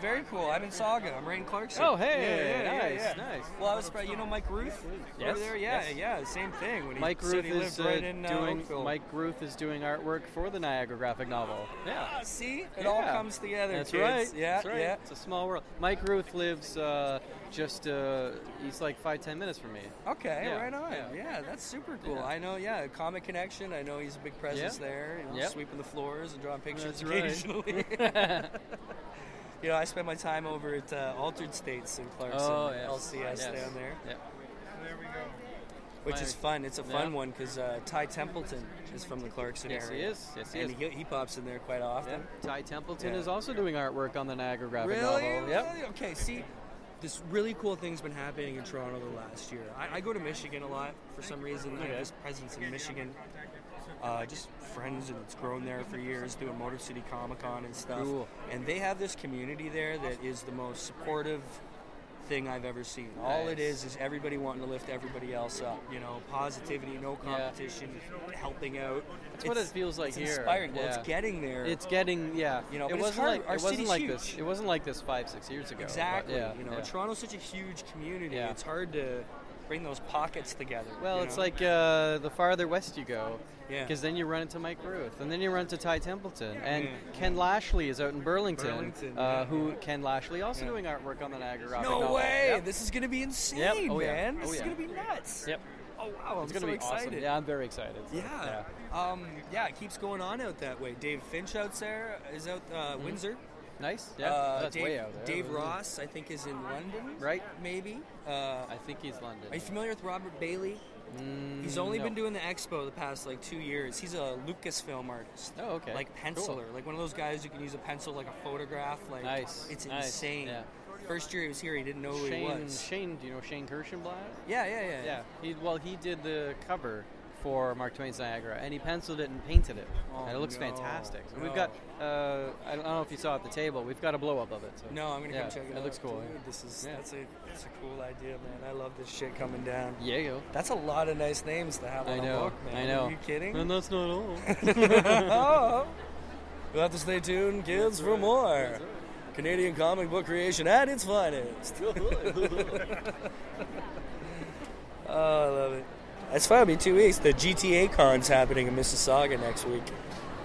Speaker 7: Very cool. I'm in Saga. I'm right in Clarkson.
Speaker 4: Oh, hey,
Speaker 7: Yeah, yeah, yeah,
Speaker 4: nice,
Speaker 7: yeah.
Speaker 4: nice.
Speaker 7: Well, I was surprised. You know Mike Ruth?
Speaker 4: Yes,
Speaker 7: Over there? Yeah,
Speaker 4: yes.
Speaker 7: yeah. Same thing. When he
Speaker 4: Mike
Speaker 7: said
Speaker 4: Ruth
Speaker 7: he
Speaker 4: is
Speaker 7: lived right
Speaker 4: uh,
Speaker 7: in uh,
Speaker 4: doing
Speaker 7: Oakville.
Speaker 4: Mike Ruth is doing artwork for the Niagara graphic novel. Yeah.
Speaker 7: Ah, see, it all
Speaker 4: Yeah.
Speaker 7: comes together.
Speaker 4: That's
Speaker 7: kids.
Speaker 4: right.
Speaker 7: Yeah,
Speaker 4: That's right.
Speaker 7: yeah.
Speaker 4: It's a small world. Mike Ruth lives uh, just uh, he's like five ten minutes from me.
Speaker 7: Okay,
Speaker 4: Yeah,
Speaker 7: right on. Yeah.
Speaker 4: yeah.
Speaker 7: that's super cool.
Speaker 4: Yeah.
Speaker 7: I know. Yeah, Comic Connection. I know he's a big presence
Speaker 4: Yeah.
Speaker 7: there. You know,
Speaker 4: Yep.
Speaker 7: sweeping the floors and drawing pictures
Speaker 4: That's right.
Speaker 7: occasionally. you know, I spend my time over at uh, Altered States in Clarkson,
Speaker 4: Oh, yes.
Speaker 7: LCS
Speaker 4: Yes.
Speaker 7: down there.
Speaker 4: Yep.
Speaker 7: There we go. Which is
Speaker 4: My-
Speaker 7: fun. It's a fun
Speaker 4: Yeah.
Speaker 7: one because uh, Ty Templeton is from the Clarkson
Speaker 4: Yes, he
Speaker 7: area.
Speaker 4: is. Yes, he
Speaker 7: and
Speaker 4: is.
Speaker 7: He, he pops in there quite often.
Speaker 4: Ty Templeton
Speaker 7: Yeah.
Speaker 4: is also doing artwork on the Niagara graphic
Speaker 7: Really?
Speaker 4: novel.
Speaker 7: Really? Okay, see, this really cool thing's been happening in Toronto the last year. I, I go to Michigan a lot for some reason. I have this presence in Michigan. Uh, just friends, and it's grown there for years, doing Motor City Comic Con and stuff.
Speaker 4: Cool.
Speaker 7: And they have this community there that is the most supportive thing I've ever seen. All it
Speaker 4: Nice.
Speaker 7: is is everybody wanting to lift everybody else up. You know, positivity, no competition, helping out.
Speaker 4: That's what it feels like
Speaker 7: it's
Speaker 4: here.
Speaker 7: Inspiring. Well,
Speaker 4: Yeah.
Speaker 7: it's getting there.
Speaker 4: It's getting yeah.
Speaker 7: You know, but
Speaker 4: it
Speaker 7: it's
Speaker 4: wasn't
Speaker 7: hard.
Speaker 4: like
Speaker 7: Our
Speaker 4: it wasn't
Speaker 7: city's
Speaker 4: like
Speaker 7: huge.
Speaker 4: this. It wasn't like this five six years ago. but
Speaker 7: Exactly.
Speaker 4: yeah,
Speaker 7: you know,
Speaker 4: yeah.
Speaker 7: and Toronto's such a huge community. It's hard to bring those pockets together.
Speaker 4: Well,
Speaker 7: you
Speaker 4: it's
Speaker 7: know?
Speaker 4: like uh, the farther west you go,
Speaker 7: Yeah.
Speaker 4: because then you run into Mike Ruth, and then you run into Ty Templeton, and
Speaker 7: Yeah.
Speaker 4: Ken Lashley is out in Burlington,
Speaker 7: Burlington,
Speaker 4: uh,
Speaker 7: yeah.
Speaker 4: who Ken Lashley also
Speaker 7: Yeah.
Speaker 4: doing artwork on the Niagara.
Speaker 7: no
Speaker 4: Graphic novel.
Speaker 7: way.
Speaker 4: Yep.
Speaker 7: This is gonna be insane,
Speaker 4: Yep. Oh, yeah.
Speaker 7: man. This
Speaker 4: Oh,
Speaker 7: is
Speaker 4: yeah.
Speaker 7: gonna be nuts.
Speaker 4: Yep.
Speaker 7: Oh wow,
Speaker 4: it's
Speaker 7: I'm
Speaker 4: gonna
Speaker 7: so
Speaker 4: be awesome.
Speaker 7: excited.
Speaker 4: Yeah, I'm very excited. so,
Speaker 7: Yeah. Um, yeah, it keeps going on out that way. Dave Finch out there is out uh,
Speaker 4: Mhm.
Speaker 7: Windsor.
Speaker 4: Nice. Yeah.
Speaker 7: Uh,
Speaker 4: That's
Speaker 7: Dave,
Speaker 4: way out there.
Speaker 7: Dave
Speaker 4: really.
Speaker 7: Ross, I think, is in London.
Speaker 4: Right.
Speaker 7: Maybe. Uh,
Speaker 4: I think he's London. Mm,
Speaker 7: Are you familiar with Robert Bailey? he's only
Speaker 4: no.
Speaker 7: been doing the expo the past like two years. He's a Lucasfilm artist.
Speaker 4: Oh, okay.
Speaker 7: Like penciler, like one of those guys who can use a pencil like a photograph. Like
Speaker 4: Nice,
Speaker 7: it's
Speaker 4: nice,
Speaker 7: insane.
Speaker 4: yeah.
Speaker 7: First year he was here, he didn't know who
Speaker 4: Shane,
Speaker 7: he was.
Speaker 4: Shane, do you know Shane Kirschenblatt?
Speaker 7: Yeah, yeah, yeah.
Speaker 4: Yeah. He, well, he did the cover for Mark Twain's Niagara, and he penciled it and painted it,
Speaker 7: Oh,
Speaker 4: and it looks
Speaker 7: no.
Speaker 4: fantastic. So
Speaker 7: No.
Speaker 4: We've got, uh, I don't know if you saw at the table, we've got a blow up of it. So.
Speaker 7: No, I'm gonna
Speaker 4: yeah,
Speaker 7: come check it out.
Speaker 4: It looks cool.
Speaker 7: Dude, this is that's a that's a cool idea, man. I love this shit coming down.
Speaker 4: Yeah, yo.
Speaker 7: That's a lot of nice names to have on
Speaker 4: I
Speaker 7: a
Speaker 4: know.
Speaker 7: book, man.
Speaker 4: I know.
Speaker 7: Are you kidding?
Speaker 4: And that's not all.
Speaker 7: oh. You'll have to stay tuned, kids, for more. Canadian comic book creation at its finest. oh, I love it. It's fun. It'll be two weeks. The GTA con's happening in Mississauga next week.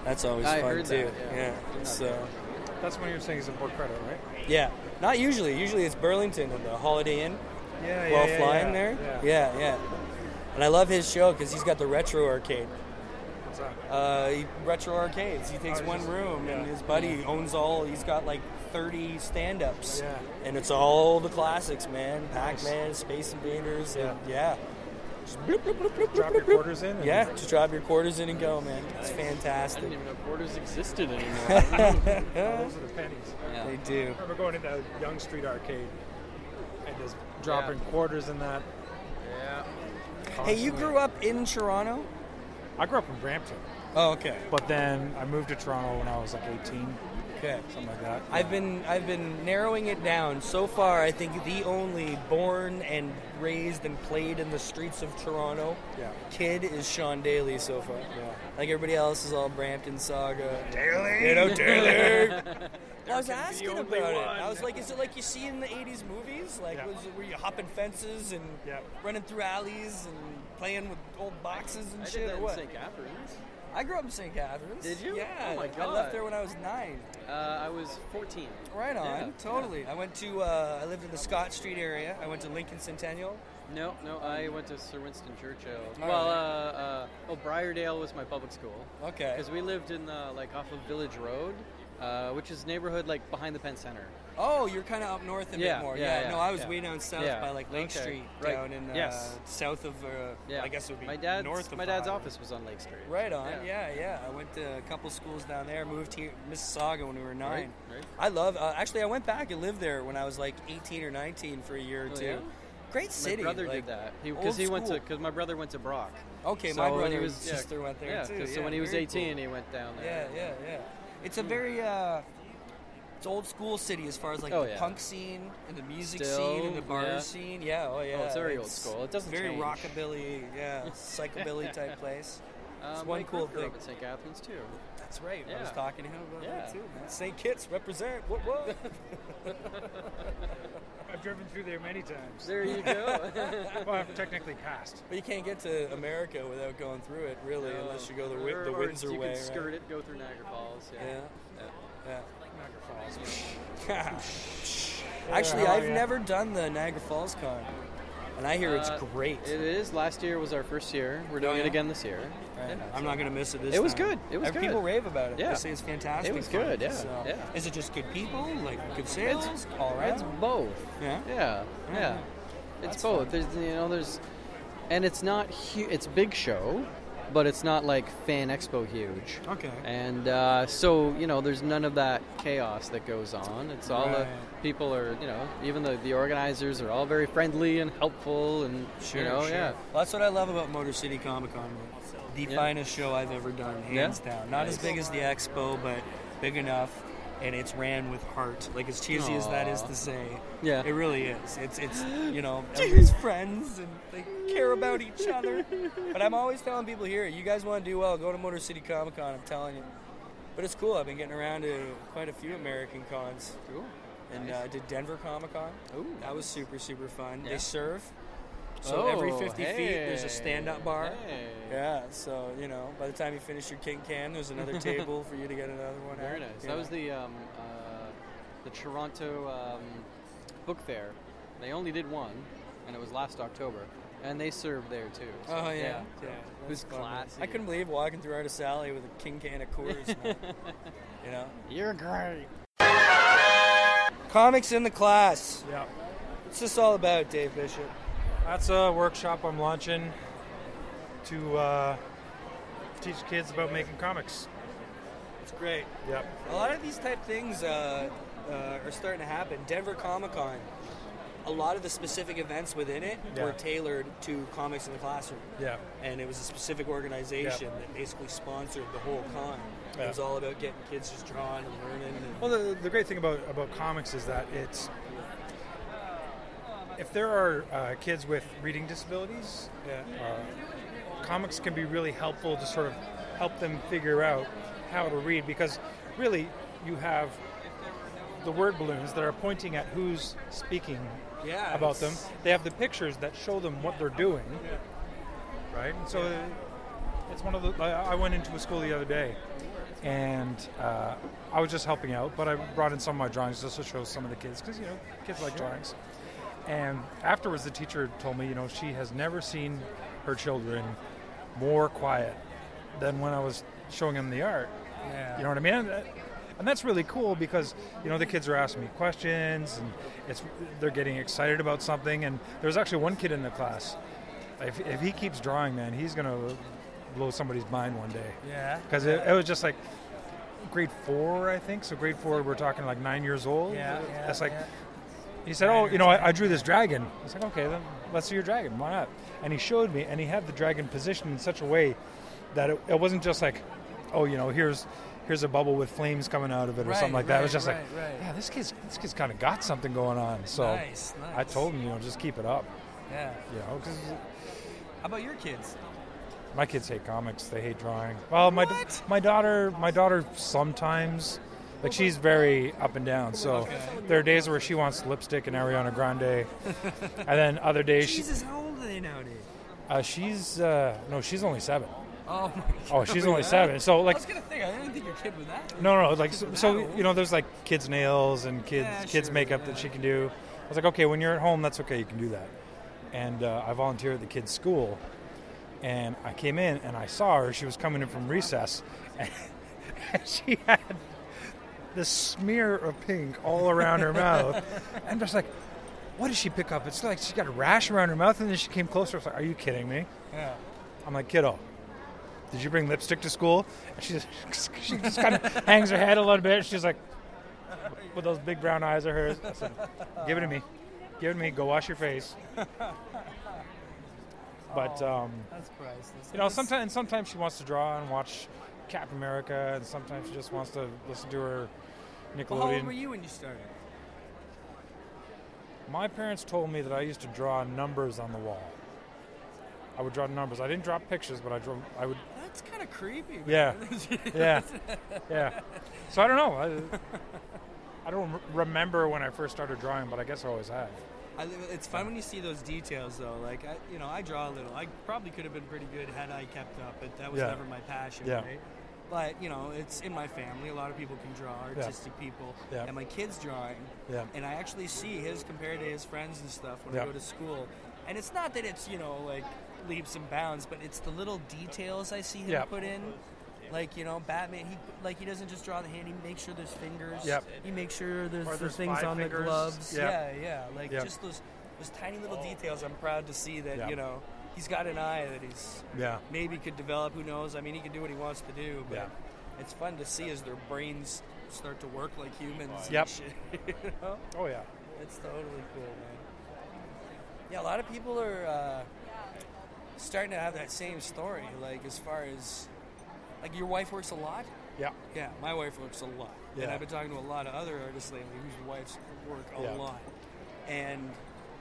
Speaker 7: That's always
Speaker 13: I
Speaker 7: fun
Speaker 13: heard
Speaker 7: too.
Speaker 13: that, yeah.
Speaker 7: yeah. So
Speaker 13: That's when you're saying he's in Port Credit, right?
Speaker 7: yeah, not usually. Usually it's Burlington and the Holiday Inn.
Speaker 13: Yeah, yeah,
Speaker 7: While
Speaker 13: yeah,
Speaker 7: flying
Speaker 13: yeah,
Speaker 7: there.
Speaker 13: yeah.
Speaker 7: Oh, Yeah. yeah, And I love his show because he's got the retro arcade.
Speaker 13: What's that?
Speaker 7: Uh, he- retro arcades. He takes
Speaker 13: Oh,
Speaker 7: one
Speaker 13: he's-
Speaker 7: room, and
Speaker 13: yeah.
Speaker 7: his buddy owns all. He's got like 30 stand-ups,
Speaker 13: Yeah.
Speaker 7: and it's all the classics, man. Pac-Man, Space Invaders, and yeah. Just bloop, bloop, bloop, bloop,
Speaker 13: Drop
Speaker 7: bloop,
Speaker 13: your
Speaker 7: bloop.
Speaker 13: quarters in and-
Speaker 7: Yeah, just drop your quarters in and go, man. It's
Speaker 4: I
Speaker 7: fantastic.
Speaker 4: didn't even know quarters existed anymore.
Speaker 13: Those are the pennies.
Speaker 4: Yeah.
Speaker 7: They do.
Speaker 13: I remember going into Young Street Arcade and just dropping quarters in that.
Speaker 4: Yeah.
Speaker 7: Hey, you grew up in Toronto?
Speaker 13: I grew up in Brampton.
Speaker 7: Oh, okay.
Speaker 13: But then I moved to Toronto when I was like 18.
Speaker 7: Okay.
Speaker 13: Something like that.
Speaker 7: I've been I've been narrowing it down. So far, I think the only born and raised and played in the streets of Toronto
Speaker 13: Yeah.
Speaker 7: kid is Sean Daly so far.
Speaker 13: Yeah.
Speaker 7: Like everybody else is all Brampton Saga.
Speaker 13: Daly?
Speaker 7: you know Daly. I
Speaker 13: There
Speaker 7: was
Speaker 13: can be
Speaker 7: asking about
Speaker 13: only
Speaker 7: it.
Speaker 13: one.
Speaker 7: I was like, is it like you see in the '80s movies? Like, was it, were you hopping fences and running through alleys and playing with old boxes and
Speaker 4: I
Speaker 7: shit,
Speaker 4: did that
Speaker 7: or
Speaker 4: in
Speaker 7: what?
Speaker 4: St. Catharines.
Speaker 7: I grew up in St. Catharines.
Speaker 4: Did you?
Speaker 7: Yeah.
Speaker 4: Oh my
Speaker 7: I left
Speaker 4: God.
Speaker 7: there when I was nine.
Speaker 4: Uh, I was 14.
Speaker 7: Right on,
Speaker 4: Yeah,
Speaker 7: totally. I went to, uh, I lived in the Scott Street area. I went to Lincoln Centennial.
Speaker 4: No, no, I went to Sir Winston Churchill.
Speaker 7: All
Speaker 4: well,
Speaker 7: right.
Speaker 4: uh, uh, oh, Briardale was my public school.
Speaker 7: Okay.
Speaker 4: Because we lived in the, like off of Village Road, uh, which is neighborhood like behind the Penn Center.
Speaker 7: Oh, you're kind of up north a
Speaker 4: Yeah,
Speaker 7: bit more.
Speaker 4: yeah,
Speaker 7: Yeah,
Speaker 4: yeah,
Speaker 7: no, I was
Speaker 4: yeah.
Speaker 7: way down south
Speaker 4: Yeah,
Speaker 7: by like Lake
Speaker 4: okay,
Speaker 7: Street,
Speaker 4: right.
Speaker 7: down in uh,
Speaker 4: Yes.
Speaker 7: south of, uh,
Speaker 4: Yeah.
Speaker 7: I guess it would be
Speaker 4: my dad's,
Speaker 7: north of
Speaker 4: my dad's
Speaker 7: Highland.
Speaker 4: office was on Lake Street.
Speaker 7: Right on, yeah. yeah, I went to a couple schools down there. Moved here, Mississauga, when we were nine.
Speaker 4: right.
Speaker 7: I love. Uh, actually, I went back and lived there when I was like 18 or 19 for a year or
Speaker 4: Oh,
Speaker 7: two.
Speaker 4: yeah?
Speaker 7: Great city.
Speaker 4: My brother did
Speaker 7: like,
Speaker 4: that
Speaker 7: old
Speaker 4: because he, went to
Speaker 7: school.
Speaker 4: because my brother went to Brock.
Speaker 7: Okay,
Speaker 4: So
Speaker 7: my
Speaker 4: when
Speaker 7: brother
Speaker 4: he
Speaker 7: and
Speaker 4: was, yeah,
Speaker 7: sister went there
Speaker 4: yeah,
Speaker 7: too.
Speaker 4: 'cause So when he was
Speaker 7: very
Speaker 4: 18,
Speaker 7: cool.
Speaker 4: he went down there.
Speaker 7: Yeah, yeah, yeah. It's a very uh, it's old school city as far as like
Speaker 4: Oh,
Speaker 7: the
Speaker 4: yeah.
Speaker 7: punk scene and the music
Speaker 4: Still,
Speaker 7: scene and the bar
Speaker 4: yeah.
Speaker 7: scene. Yeah, oh yeah.
Speaker 4: it's very old school. It doesn't
Speaker 7: very
Speaker 4: change.
Speaker 7: rockabilly, yeah, psychobilly type place.
Speaker 2: Um,
Speaker 7: one
Speaker 2: Mike
Speaker 7: cool
Speaker 2: Ruth grew
Speaker 7: thing.
Speaker 2: up at St. Catharines too.
Speaker 7: That's right. I was
Speaker 2: Yeah.
Speaker 7: talking to him about that
Speaker 2: Yeah.
Speaker 7: too. man. St. Kitts represent. What? What?
Speaker 8: I've driven through there many times.
Speaker 7: There you go.
Speaker 8: well, I've technically passed.
Speaker 7: But you can't get to America without going through it, really, unless you go the,
Speaker 2: Or-
Speaker 7: wi- the
Speaker 2: or
Speaker 7: Windsor
Speaker 2: you
Speaker 7: way.
Speaker 2: can skirt
Speaker 7: right?
Speaker 2: it, go through Niagara Falls.
Speaker 7: Yeah.
Speaker 2: Yeah.
Speaker 7: Yeah.
Speaker 8: Niagara Falls.
Speaker 7: Actually,
Speaker 2: Yeah,
Speaker 7: I've
Speaker 2: yeah.
Speaker 7: never done the Niagara Falls con, and I hear it's
Speaker 2: Uh,
Speaker 7: great.
Speaker 2: It is. Last year was our first year. We're doing
Speaker 7: yeah?
Speaker 2: it again this year.
Speaker 7: Right.
Speaker 2: Yeah,
Speaker 7: I'm
Speaker 2: so-
Speaker 7: not gonna miss it this
Speaker 2: It was
Speaker 7: time.
Speaker 2: good. It was
Speaker 7: Ev-
Speaker 2: good.
Speaker 7: People rave about it.
Speaker 2: Yeah.
Speaker 7: They say it's fantastic.
Speaker 2: It was
Speaker 7: fun.
Speaker 2: good. Yeah.
Speaker 7: So-
Speaker 2: yeah.
Speaker 7: Is it just good people? Like good sales?
Speaker 2: It's
Speaker 7: all right.
Speaker 2: It's both.
Speaker 7: Yeah.
Speaker 2: Yeah. Yeah.
Speaker 7: Yeah.
Speaker 2: It's
Speaker 7: That's
Speaker 2: both.
Speaker 7: fun.
Speaker 2: There's you know there's, and it's not hu- it's big show, but it's not like fan expo huge.
Speaker 7: Okay.
Speaker 2: And uh, so you know there's none of that chaos that goes on. It's all
Speaker 7: Right.
Speaker 2: the people are you know even the the organizers are all very friendly and helpful and
Speaker 7: Sure,
Speaker 2: you know
Speaker 7: sure.
Speaker 2: oh, yeah.
Speaker 7: Well, that's what I love about Motor City Comic Con. The
Speaker 2: Yeah.
Speaker 7: finest show I've ever done, hands
Speaker 2: Yeah?
Speaker 7: down. Not as
Speaker 2: Nice.
Speaker 7: big as the expo, but big enough, and it's ran with heart. Like as cheesy as that is
Speaker 2: Aw.
Speaker 7: to say,
Speaker 2: Yeah.
Speaker 7: it really is. It's it's you know everybody's friends and they care about each other. But I'm always telling people here, you guys want to do well, go to Motor City Comic Con. I'm telling you. But it's cool. I've been getting around to quite a few American cons.
Speaker 2: Cool.
Speaker 7: And
Speaker 2: Nice.
Speaker 7: uh, I did Denver Comic Con.
Speaker 2: Ooh.
Speaker 7: That was super super fun.
Speaker 2: Yeah.
Speaker 7: They serve. So every
Speaker 2: Oh,
Speaker 7: 50 feet, there's
Speaker 2: hey,
Speaker 7: a stand-up bar.
Speaker 2: hey.
Speaker 7: Yeah. So you know, by the time you finish your king can, there's another table for you to get another one.
Speaker 2: Very
Speaker 7: at,
Speaker 2: nice. That
Speaker 7: you know.
Speaker 2: was the um, uh, the Toronto um, book fair. They only did one, and it was last October. And they served there too. so,
Speaker 7: Oh yeah.
Speaker 2: so it
Speaker 7: That's
Speaker 2: was
Speaker 7: fun, man.
Speaker 2: classy.
Speaker 7: I couldn't believe walking through Artist Alley with a king can of Coors. man. you know.
Speaker 2: You're great.
Speaker 7: Comics in the class.
Speaker 8: Yeah.
Speaker 7: What's this all about, Dave Bishop?
Speaker 8: That's a workshop I'm launching to uh, teach kids about making comics.
Speaker 7: It's great.
Speaker 8: Yep.
Speaker 7: A lot of these type things uh, uh, are starting to happen. Denver Comic Con. A lot of the specific events within it were
Speaker 8: Yeah.
Speaker 7: tailored to comics in the classroom.
Speaker 8: Yeah.
Speaker 7: and it was a specific organization that basically sponsored the whole con. It
Speaker 8: Yeah.
Speaker 7: was all about getting kids just drawing and learning. And
Speaker 8: Well, the, the great thing about, about comics is that it's if there are uh, kids with reading disabilities, uh, comics can be really helpful to sort of help them figure out how to read because really you have the word balloons that are pointing at who's speaking
Speaker 7: Yeah,
Speaker 8: about them.
Speaker 7: it's-
Speaker 8: They have the pictures that show them what they're doing, right? And so it's one of the. I I went into a school the other day, and uh, I was just helping out, but I brought in some of my drawings just to show some of the kids because you know kids like
Speaker 7: Sure.
Speaker 8: drawings. And afterwards, the teacher told me, you know, she has never seen her children more quiet than when I was showing them the art.
Speaker 7: Yeah.
Speaker 8: You know what I mean? And that- And that's really cool because you know the kids are asking me questions and it's they're getting excited about something. And there's actually one kid in the class. If, if he keeps drawing, man, he's gonna blow somebody's mind one day.
Speaker 7: Yeah.
Speaker 8: Because it, it was just like grade four, I think. So grade four, we're talking like nine years old.
Speaker 7: Yeah, yeah,
Speaker 8: That's like.
Speaker 7: yeah.
Speaker 8: He said, "Oh, you know, I, I drew this dragon." I was like, "Okay, then let's see your dragon. Why not?" And he showed me, and he had the dragon positioned in such a way that it, it wasn't just like, "Oh, you know, here's here's a bubble with flames coming out of it" or
Speaker 7: Right,
Speaker 8: something like that. It was
Speaker 7: right,
Speaker 8: just like,
Speaker 7: right, right.
Speaker 8: "Yeah, this kid's this kid's kind of got something going on." So
Speaker 7: Nice,
Speaker 8: I
Speaker 7: nice.
Speaker 8: told him, you know, just keep it up.
Speaker 7: yeah.
Speaker 8: You know, 'cause
Speaker 7: How about your kids?
Speaker 8: my kids hate comics. They hate drawing. Well, my my daughter, my daughter sometimes, like she's very up and down. So
Speaker 7: Okay.
Speaker 8: there are days where she wants lipstick and Ariana Grande, and then other days she,
Speaker 7: Jesus, how old are they nowadays?
Speaker 8: uh, she's uh, no, she's only seven.
Speaker 7: Oh my.
Speaker 8: Oh, she's
Speaker 7: God.
Speaker 8: only seven. So, like-
Speaker 7: I was gonna think I didn't think your kid was that.
Speaker 8: No, no, like so, so you know, there's like kids nails and kids
Speaker 7: Yeah,
Speaker 8: kids
Speaker 7: sure,
Speaker 8: makeup
Speaker 7: yeah.
Speaker 8: that she can do. I was like, okay, when you're at home, that's okay, you can do that. And uh, I volunteered at the kids' school, and I came in and I saw her. She was coming in from recess, and she had this smear of pink all around her mouth. I'm just like, what did she pick up? It's like she got a rash around her mouth, and then she came closer. I was like, are you kidding me?
Speaker 7: Yeah.
Speaker 8: I'm like, kiddo, did you bring lipstick to school? And she just, she just kind of hangs her head a little bit. She's like, with those big brown eyes of hers. I said, give it to me. Give it to me. Go wash your face. But,
Speaker 7: Oh,
Speaker 8: um,
Speaker 7: that's priceless.
Speaker 8: you know,
Speaker 7: That's-
Speaker 8: sometimes, and sometimes she wants to draw and watch Captain America, and sometimes she just wants to listen to her Nickelodeon.
Speaker 7: Well, how old were you when you started?
Speaker 8: My parents told me that I used to draw numbers on the wall. I would draw numbers. I didn't draw pictures, but I drew. I would
Speaker 7: That's kind of creepy.
Speaker 8: Yeah.
Speaker 7: man."
Speaker 8: yeah. Yeah. So I don't know. I, I don't re- remember when I first started drawing, but I guess I always have.
Speaker 7: I, it's fun when you see those details, though. Like, I, you know, I draw a little. I probably could have been pretty good had I kept up, but that was
Speaker 8: Yeah.
Speaker 7: never my passion,
Speaker 8: Yeah.
Speaker 7: right? But you know, it's in my family. A lot of people can draw,
Speaker 8: Yeah.
Speaker 7: artistic people,
Speaker 8: Yeah.
Speaker 7: and my kid's drawing.
Speaker 8: Yeah.
Speaker 7: And I actually see his compared to his friends and stuff when
Speaker 8: Yeah.
Speaker 7: I go to school. And it's not that it's you know like leaps and bounds, but it's the little details I see him
Speaker 8: Yeah.
Speaker 7: put in. Like you know, Batman. He like he doesn't just draw the hand. He makes sure there's fingers.
Speaker 8: Yep.
Speaker 7: He makes sure there's
Speaker 8: Or
Speaker 7: the
Speaker 8: there's
Speaker 7: things
Speaker 8: five
Speaker 7: on the
Speaker 8: fingers.
Speaker 7: gloves.
Speaker 8: Yep.
Speaker 7: Yeah, yeah. Like
Speaker 8: Yep.
Speaker 7: just those those tiny little details. I'm proud to see that
Speaker 8: Yeah.
Speaker 7: you know he's got an eye that he's
Speaker 8: Yeah.
Speaker 7: maybe could develop. Who knows? I mean, he can do what he wants to do. But
Speaker 8: Yeah.
Speaker 7: it's fun to see as their brains start to work like humans.
Speaker 8: Yep.
Speaker 7: And shit, you know?
Speaker 8: Oh yeah.
Speaker 7: It's totally cool, man. Yeah, a lot of people are uh, starting to have that same story. Like as far as like your wife works a lot.
Speaker 8: Yeah.
Speaker 7: Yeah, my wife works a lot. And
Speaker 8: Yeah.
Speaker 7: I've been talking to a lot of other artists lately whose wives work a
Speaker 8: Yeah.
Speaker 7: lot. And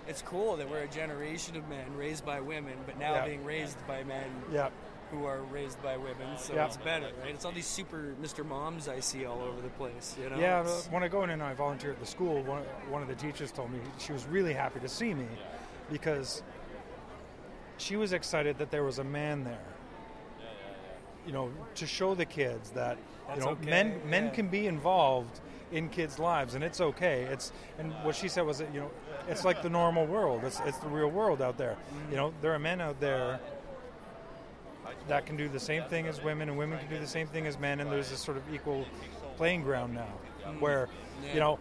Speaker 7: it's cool that we're a generation of men raised by women, but now
Speaker 8: Yeah.
Speaker 7: being raised by men
Speaker 8: Yeah.
Speaker 7: who are raised by women. So
Speaker 8: Yeah.
Speaker 7: it's better, right? It's all these super Mr. Moms I see all over the place, you know?
Speaker 8: yeah,
Speaker 7: It's-
Speaker 8: when I go in and I volunteer at the school, one, one of the teachers told me she was really happy to see me because she was excited that there was a man there. You know, to show the kids that
Speaker 7: That's
Speaker 8: you know
Speaker 7: okay,
Speaker 8: men men
Speaker 7: yeah.
Speaker 8: can be involved in kids' lives and it's okay. It's and what she said was that you know it's like the normal world. It's it's the real world out there. You know, there are men out there that can do the same thing as women, and women can do the same thing as men, and there's this sort of equal playing ground now, where you know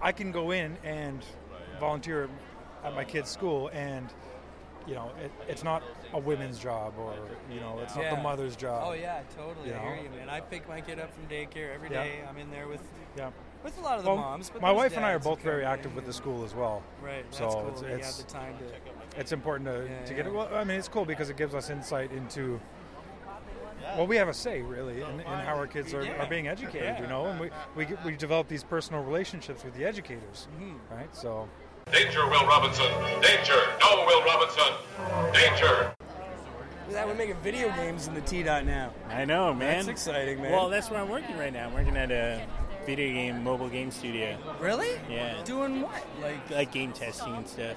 Speaker 8: I can go in and volunteer at my kid's school, and you know it, it's not a women's job, or you know it's not the
Speaker 7: Yeah.
Speaker 8: mother's job.
Speaker 7: Oh yeah, totally.
Speaker 8: You
Speaker 7: I hear
Speaker 8: know?
Speaker 7: you, man. I pick my kid up from daycare every
Speaker 8: Yeah.
Speaker 7: day. I'm in there with
Speaker 8: Yeah.
Speaker 7: with a lot of the
Speaker 8: Well,
Speaker 7: moms. But
Speaker 8: my
Speaker 7: there's
Speaker 8: wife and I are
Speaker 7: dads who
Speaker 8: both very
Speaker 7: come in.
Speaker 8: active with the school as well.
Speaker 7: Right, that's
Speaker 8: so
Speaker 7: cool
Speaker 8: it's,
Speaker 7: that you have
Speaker 8: it's
Speaker 7: the time to-
Speaker 8: it's important to,
Speaker 7: Yeah,
Speaker 8: to get it.
Speaker 7: yeah.
Speaker 8: Well, I mean, it's cool because it gives us insight into. Well, we have a say, really, in, in how our kids are,
Speaker 7: Yeah.
Speaker 8: are being educated, you
Speaker 7: Yeah.
Speaker 8: know, and we, we, get- we develop these personal relationships with the educators,
Speaker 7: Mm-hmm.
Speaker 8: right? So,
Speaker 14: Danger, Will Robinson. Danger. No, Will Robinson. Danger.
Speaker 7: That we're making video games in the T dot now.
Speaker 15: I know, man.
Speaker 7: That's exciting, man.
Speaker 15: Well, that's where I'm working right now. I'm working at a video game, mobile game studio.
Speaker 7: Really?
Speaker 15: Yeah.
Speaker 7: Doing what? Like,
Speaker 15: like game testing and stuff.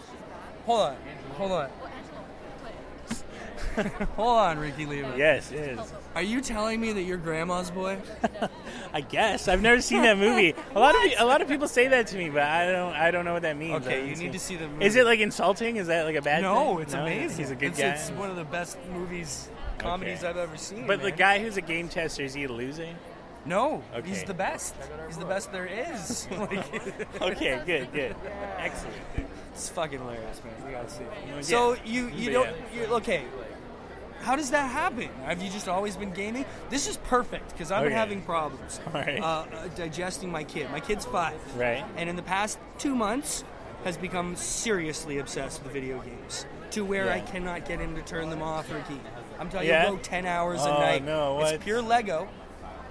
Speaker 7: Hold on, hold on, hold on, Ricky Lehman.
Speaker 15: Yes, it is.
Speaker 7: Are you telling me that you're grandma's boy?
Speaker 15: I guess I've never seen that movie. A lot of pe- a lot of people say that to me, but I don't I don't know what that means.
Speaker 7: Okay,
Speaker 15: I haven't
Speaker 7: you need
Speaker 15: seen-
Speaker 7: to see the
Speaker 15: Is
Speaker 7: movie.
Speaker 15: it like insulting? Is that like a bad?
Speaker 7: no,
Speaker 15: thing?
Speaker 7: it's amazing.
Speaker 15: He's a good
Speaker 7: it's,
Speaker 15: guy.
Speaker 7: It's one of the best movies, comedies
Speaker 15: Okay.
Speaker 7: I've ever seen.
Speaker 15: But the
Speaker 7: man.
Speaker 15: guy who's a game tester is he losing?
Speaker 7: No,
Speaker 15: okay.
Speaker 7: he's the best. He's the best there is. Like-
Speaker 15: Okay, good, good, excellent.
Speaker 7: It's fucking hilarious, man. You gotta see
Speaker 15: Yeah.
Speaker 7: it. So you you
Speaker 15: But
Speaker 7: don't
Speaker 15: yeah.
Speaker 7: you okay? How does that happen? Have you just always been gaming? This is perfect because I've
Speaker 15: Okay.
Speaker 7: been having problems
Speaker 15: right.
Speaker 7: uh, uh, digesting my kid. My kid's five,
Speaker 15: Right.
Speaker 7: And in the past two months, has become seriously obsessed with video games to where I
Speaker 15: Yeah.
Speaker 7: cannot get him to turn them off, Ricky. I'm telling
Speaker 15: Yeah?
Speaker 7: you, go ten hours a
Speaker 15: Oh,
Speaker 7: night.
Speaker 15: no,
Speaker 7: It's
Speaker 15: what?
Speaker 7: pure Lego.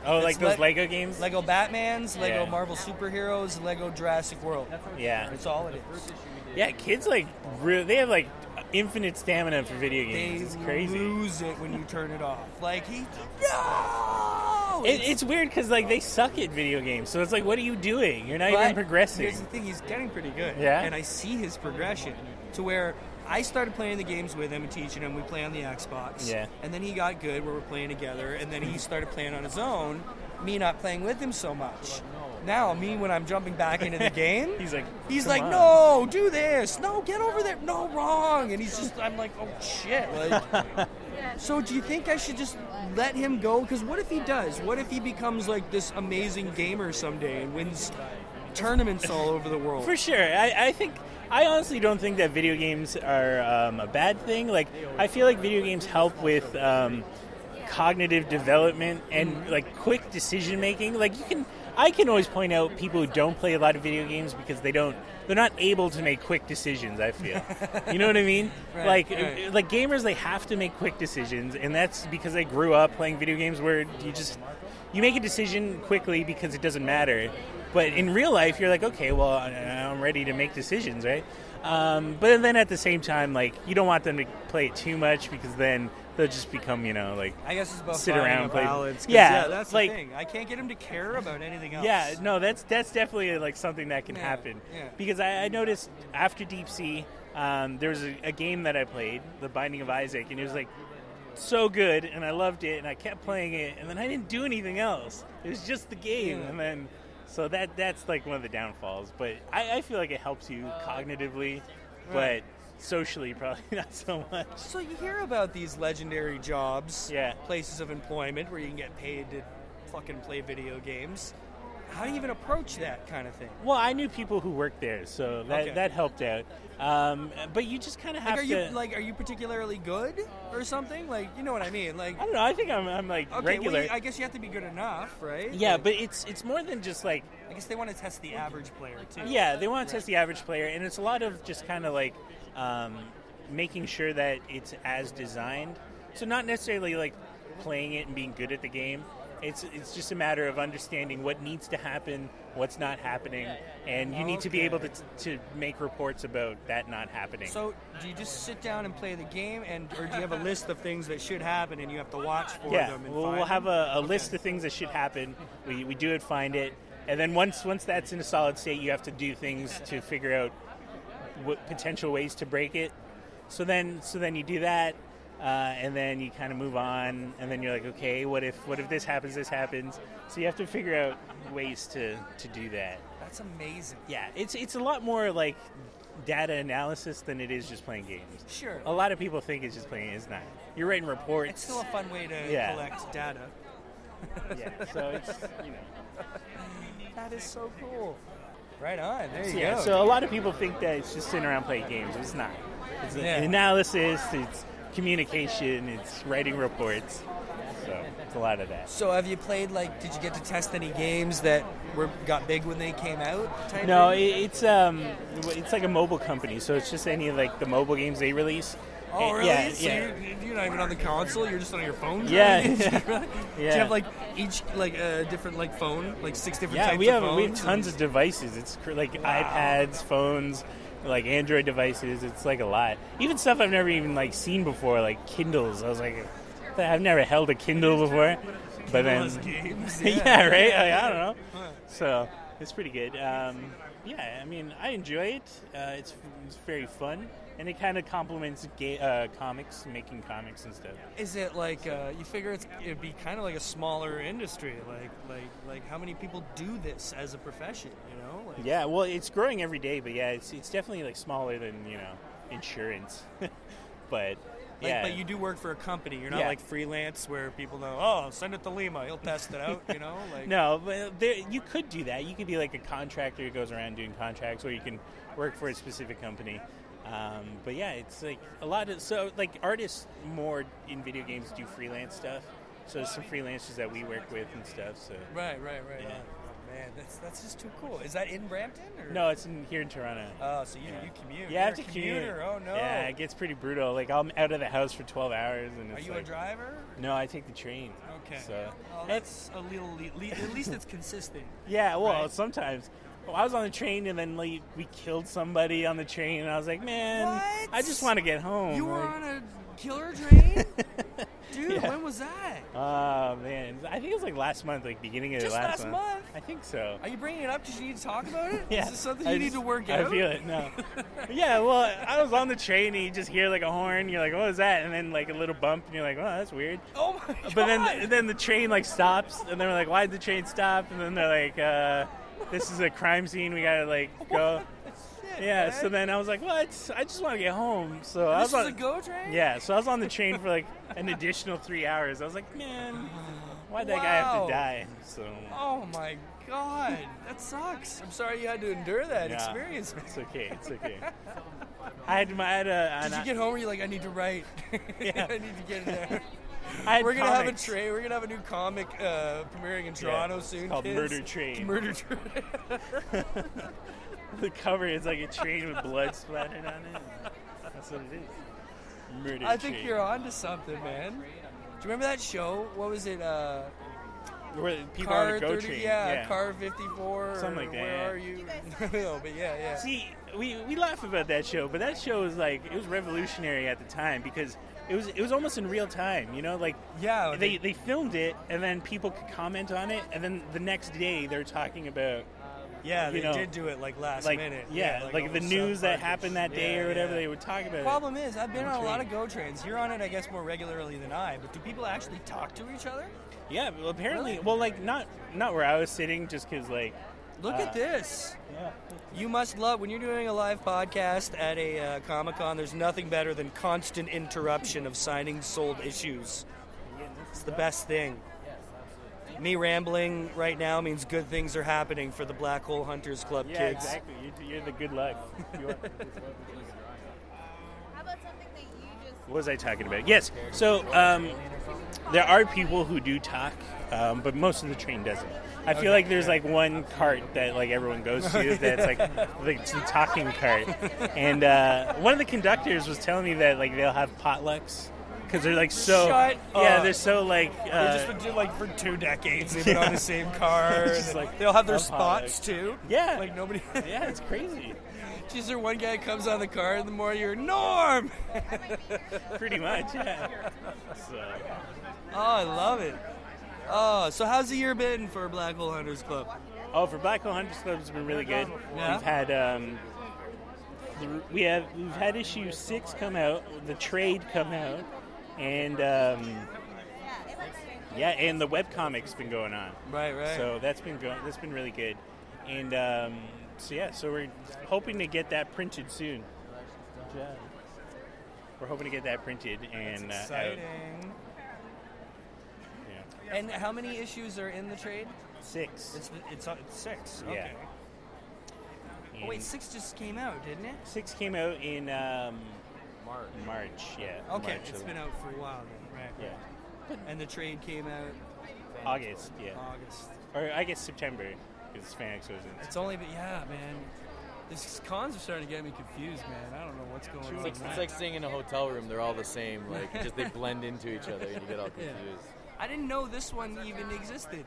Speaker 15: Oh,
Speaker 7: It's
Speaker 15: like those
Speaker 7: Le-
Speaker 15: Lego games?
Speaker 7: Lego Batman's, Lego
Speaker 15: Yeah.
Speaker 7: Marvel superheroes, Lego Jurassic World.
Speaker 15: Yeah.
Speaker 7: That's all it is.
Speaker 15: Yeah, kids like really, they have like infinite stamina for video games.
Speaker 7: They
Speaker 15: it's crazy.
Speaker 7: lose it when you turn it off. Like he, no.
Speaker 15: It, it's weird because like they suck at video games, so it's like, what are you doing? You're not
Speaker 7: But
Speaker 15: even progressing.
Speaker 7: Here's the thing: he's getting pretty good.
Speaker 15: Yeah?
Speaker 7: And I see his progression to where I started playing the games with him and teaching him. We play on the Xbox.
Speaker 15: Yeah.
Speaker 7: And then he got good where we're playing together, and then he started playing on his own. Me not playing with him so much. Now me when I'm jumping back into the game,
Speaker 15: he's like,
Speaker 7: he's
Speaker 15: "Come
Speaker 7: like,
Speaker 15: on."
Speaker 7: no, do this, no, get over there, no, wrong, and he's just, I'm like, oh shit, like. So do you think I should just let him go? Because what if he does? What if he becomes like this amazing gamer someday and wins tournaments all over the world?
Speaker 15: For sure. I, I think I honestly don't think that video games are um, a bad thing. Like I feel like video games help with um, cognitive development and like quick decision making. Like you can I can always point out people who don't play a lot of video games because they don't they're not able to make quick decisions, I feel. you know what I mean?
Speaker 7: Right,
Speaker 15: like
Speaker 8: uh,
Speaker 7: right.
Speaker 15: like gamers they have to make quick decisions and that's because I grew up playing video games where you just you make a decision quickly because it doesn't matter. But in real life, you're like, okay, well, I- I'm ready to make decisions, right?
Speaker 8: Um, but then at the same time, like you don't want them to play it too much because then they'll just become, you know, like
Speaker 7: I guess it's about
Speaker 8: sit
Speaker 7: finding
Speaker 8: around
Speaker 7: a
Speaker 8: and play.
Speaker 7: balance, 'cause,
Speaker 8: yeah,
Speaker 7: that's
Speaker 8: like
Speaker 7: the thing. I can't get him to care about anything else.
Speaker 8: yeah, no, that's that's definitely like something that can
Speaker 7: Yeah,
Speaker 8: happen.
Speaker 7: yeah.
Speaker 8: Because I, I noticed after Deep Sea, um, there was a, a game that I played, The Binding of Isaac, and it was like so good, and I loved it, and I kept playing it, and then I didn't do anything else. It was just the game,
Speaker 7: Yeah.
Speaker 8: and then so that that's like one of the downfalls. But I, I feel like it helps you
Speaker 7: Uh,
Speaker 8: cognitively,
Speaker 7: Right.
Speaker 8: but socially probably not so much.
Speaker 7: So you hear about these legendary jobs,
Speaker 8: yeah.
Speaker 7: places of employment where you can get paid to fucking play video games. How do you even approach that kind of thing?
Speaker 8: Well, I knew people who worked there, so that,
Speaker 7: Okay.
Speaker 8: that helped out. Um, but you just kind of have
Speaker 7: Like, are
Speaker 8: to.
Speaker 7: you like, are you particularly good or something? Like, you know what I mean? Like,
Speaker 8: I don't know. I think I'm, I'm like
Speaker 7: okay, well,
Speaker 8: regular.
Speaker 7: you- I guess you have to be good enough, right?
Speaker 8: yeah, but it's it's more than just like
Speaker 7: I guess they want to test the average player too.
Speaker 8: yeah. They want to test the average player, and it's a lot of just kind of like um, making sure that it's as designed. So not necessarily like playing it and being good at the game. It's it's just a matter of understanding what needs to happen, what's not happening, and you need to be
Speaker 7: Okay.
Speaker 8: able to to make reports about that not happening.
Speaker 7: So, do you just sit down and play the game, and or do you have a list of things that should happen and you have to watch for
Speaker 8: yeah,
Speaker 7: them? And
Speaker 8: we'll,
Speaker 7: find
Speaker 8: we'll have
Speaker 7: them?
Speaker 8: Uh, a, a list of things that should happen. We, we do it, find it, and then once once that's in a solid state, you have to do things to figure out what potential ways to break it. So then so then you do that, uh, and then you kind of move on, and then you're like, okay, what if what if this happens? This happens. So you have to figure out ways to to do that.
Speaker 7: That's amazing.
Speaker 8: Yeah, it's it's a lot more like data analysis than it is just playing games.
Speaker 7: Sure.
Speaker 8: A lot of people think it's just playing. It's not. You're writing reports.
Speaker 7: It's still a fun way to
Speaker 8: Yeah.
Speaker 7: collect data.
Speaker 8: yeah, so it's,
Speaker 7: you know. That is so cool. Right on. There you
Speaker 8: yeah,
Speaker 7: go.
Speaker 8: so a lot of people think that it's just sitting around playing games. It's not. It's
Speaker 7: Yeah.
Speaker 8: analysis, it's communication, it's writing reports. So it's a lot of that.
Speaker 7: So have you played like? Did you get to test any games that were got big when they came out? Type
Speaker 8: No, it,
Speaker 7: thing?
Speaker 8: it's um, it's like a mobile company, so it's just any like the mobile games they release.
Speaker 7: Oh
Speaker 8: Uh,
Speaker 7: really?
Speaker 8: Yeah,
Speaker 7: so
Speaker 8: yeah.
Speaker 7: You're, you're not even on the console. You're just on your phone.
Speaker 8: Yeah,
Speaker 7: playing it?
Speaker 8: yeah.
Speaker 7: Do you
Speaker 8: Yeah.
Speaker 7: have like each like a different like phone, like six different
Speaker 8: Yeah,
Speaker 7: types
Speaker 8: we
Speaker 7: of
Speaker 8: have
Speaker 7: phones?
Speaker 8: we have tons of devices. It's cr- like iPads, phones, like Android devices. It's like a lot. Even stuff I've never even like seen before, like Kindles. I was like, I've never held a Kindle before. But
Speaker 7: Kindle
Speaker 8: then,
Speaker 7: has games,
Speaker 8: yeah.
Speaker 7: yeah.
Speaker 8: right. Like, I don't
Speaker 7: Huh.
Speaker 8: know. So it's pretty good. Um, yeah, I mean, I enjoy it. Uh, it's, it's very fun, and it kind of complements ga- uh, comics, making comics and stuff.
Speaker 7: Is it like uh, you figure it's, it'd be kind of like a smaller industry? Like like like how many people do this as a profession? You know? Like,
Speaker 8: Yeah, well, it's growing every day, but yeah, it's it's definitely like smaller than you know insurance, but
Speaker 7: Like,
Speaker 8: yeah,
Speaker 7: But you do work for a company. You're not
Speaker 8: Yeah.
Speaker 7: like freelance where people know, oh, send it to Lima. He'll test it out. You know? Like
Speaker 8: no, but there, you could do that. You could be like a contractor who goes around doing contracts, or you can work for a specific company. Um, but yeah, it's like a lot of so like artists more in video games do freelance stuff. So there's some freelancers that we work with and stuff. So
Speaker 7: Right, right, right. on. Oh, man, that's that's just too cool. Is that in Brampton? Or?
Speaker 8: no, it's in, here in Toronto.
Speaker 7: Oh, so you, you commute.
Speaker 8: yeah, I have
Speaker 7: You're
Speaker 8: to
Speaker 7: a
Speaker 8: commute.
Speaker 7: commuter. Oh no.
Speaker 8: Yeah, it gets pretty brutal. Like I'm out of the house for 12 hours, and
Speaker 7: Are
Speaker 8: it's
Speaker 7: you a
Speaker 8: like,
Speaker 7: driver?
Speaker 8: No, I take the train.
Speaker 7: Okay.
Speaker 8: So
Speaker 7: Well, that's a little. le- le- At least it's consistent.
Speaker 8: yeah, well, sometimes. Well, I was on the train and then like, we killed somebody on the train, and I was like, man, I just want to get home.
Speaker 7: You were
Speaker 8: like-
Speaker 7: on a killer train, dude.
Speaker 8: Yeah.
Speaker 7: When was that?
Speaker 8: Oh man, I think it was like last month, like beginning of
Speaker 7: Just
Speaker 8: last,
Speaker 7: last
Speaker 8: month.
Speaker 7: month?
Speaker 8: I think so.
Speaker 7: Are you bringing it up because you need to talk about it?
Speaker 8: Yeah,
Speaker 7: Is this something
Speaker 8: I
Speaker 7: you
Speaker 8: just-
Speaker 7: need to work
Speaker 8: I
Speaker 7: out?
Speaker 8: feel it. No. yeah. Well, I was on the train and you just hear like a horn. You're like, what was that? And then like a little bump, and you're like, oh, that's weird.
Speaker 7: Oh my god.
Speaker 8: But then, then the train like stops, and they're like, "Why'd the train stop?" And then they're like, uh, "This is a crime scene. We gotta like go." yeah. So then I was like, "What? I just want to get home." So I was
Speaker 7: This is
Speaker 8: on
Speaker 7: a go train.
Speaker 8: Yeah. So I was on the train for like an additional three hours. I was like, "Man, why'd that guy have
Speaker 7: Wow.
Speaker 8: to die?" So
Speaker 7: Oh my god, that sucks. I'm sorry you had to endure that
Speaker 8: Yeah.
Speaker 7: experience, man.
Speaker 8: it's okay. It's okay. I had my I had a.
Speaker 7: Did
Speaker 8: an-
Speaker 7: you get home? Were you like, I need to write?
Speaker 8: Yeah.
Speaker 7: I need to get in there.
Speaker 8: I had
Speaker 7: we're gonna have a
Speaker 8: comics.
Speaker 7: tray. We're gonna have a new comic uh, premiering in
Speaker 8: Yeah,
Speaker 7: Toronto
Speaker 8: it's
Speaker 7: soon.
Speaker 8: called
Speaker 7: kids.
Speaker 8: Murder Train.
Speaker 7: Murder Train.
Speaker 8: The cover is like a train with blood splattered on it. That's what it is. Murder
Speaker 7: I think
Speaker 8: train.
Speaker 7: you're onto something, man. Do you remember that show? What was it? Uh,
Speaker 8: Where people on
Speaker 16: car
Speaker 8: a go
Speaker 16: 30,
Speaker 8: train.
Speaker 16: Yeah, car 54.
Speaker 8: Something like
Speaker 16: or Where
Speaker 8: that.
Speaker 16: are you? no, but yeah, yeah.
Speaker 8: See, we, we laugh about that show, but that show was like it was revolutionary at the time because it was it was almost in real time, you know, like
Speaker 16: yeah,
Speaker 8: they, they filmed it and then people could comment on it and then the next day they're talking about
Speaker 7: Yeah,
Speaker 8: you
Speaker 7: they
Speaker 8: know,
Speaker 7: did do it like last
Speaker 8: like,
Speaker 7: minute.
Speaker 8: Yeah, like,
Speaker 7: it
Speaker 8: the
Speaker 7: was
Speaker 8: news
Speaker 7: some
Speaker 8: that
Speaker 7: package.
Speaker 8: happened that day
Speaker 7: Yeah,
Speaker 8: or whatever
Speaker 7: yeah.
Speaker 8: they would talk about it.
Speaker 7: Problem is, I've been
Speaker 8: Go
Speaker 7: on a lot
Speaker 8: train.
Speaker 7: of go trains. You're on it, I guess, more regularly than I. But do people actually talk to each other?
Speaker 8: Yeah, well, apparently, well, like not not where I was sitting, just because like.
Speaker 7: Look
Speaker 8: uh,
Speaker 7: at this.
Speaker 8: Yeah.
Speaker 7: You must love when you're doing a live podcast at a uh, Comic Con. There's nothing better than constant interruption of signing sold issues. It's the best thing. Me rambling right now means good things are happening for the Black Hole Hunters Club
Speaker 8: Yeah,
Speaker 7: kids.
Speaker 8: exactly. You're, you're the good luck. You are- What was I talking about? Yes. So um, there are people who do talk, um, but most of the train doesn't. I feel
Speaker 17: Okay.
Speaker 8: like there's like one cart that like everyone goes to that's like, like it's the talking cart, and uh, one of the conductors was telling me that like they'll have potlucks because they're like so
Speaker 7: Shut
Speaker 8: yeah
Speaker 7: up.
Speaker 8: they're so like
Speaker 7: They
Speaker 8: uh,
Speaker 7: just been doing like for two decades. They've been on
Speaker 8: Yeah.
Speaker 7: the same car.
Speaker 8: Just
Speaker 7: and
Speaker 8: like,
Speaker 7: they'll have their
Speaker 8: I'm hot.
Speaker 7: spots too.
Speaker 8: Yeah.
Speaker 7: like nobody.
Speaker 8: yeah, it's crazy.
Speaker 7: Just there one guy comes on the car, and the more you're Norm.
Speaker 8: Pretty much, yeah.
Speaker 7: Oh, I love it. Oh, so how's the year been for Black Hole Hunters Club?
Speaker 8: Oh, for Black Hole Hunters Club, it's been really good.
Speaker 7: Yeah?
Speaker 8: We've had um, the, we have we've had issue six come out, the trade come out, and um, yeah, and the web comic's been going on.
Speaker 7: Right, right.
Speaker 8: So that's been going. That's been really good, and um, so yeah, so we're hoping to get that printed soon. We're hoping to get that printed and
Speaker 7: That's
Speaker 8: uh, out.
Speaker 7: exciting.
Speaker 8: Yeah.
Speaker 7: And how many issues are in the trade?
Speaker 8: Six.
Speaker 7: It's it's,
Speaker 8: uh,
Speaker 7: it's six.
Speaker 8: Yeah.
Speaker 7: Okay. Oh, wait,
Speaker 8: And-
Speaker 7: six just came out, didn't it?
Speaker 8: Six came out in um, March. March, yeah.
Speaker 7: Okay,
Speaker 8: March
Speaker 7: it's
Speaker 8: of-
Speaker 7: been out for a while then, right?
Speaker 8: Yeah.
Speaker 7: And the trade came out
Speaker 8: August, yeah.
Speaker 7: August.
Speaker 8: Or I guess September, because Spanish was in.
Speaker 7: It's only, but yeah, man. These cons are starting to get me confused, man. I don't know what's going
Speaker 2: It's
Speaker 7: on.
Speaker 2: like, it's like staying in a hotel room. They're all the same. Like just they blend into each other, and you get all confused.
Speaker 7: I didn't know this one even existed.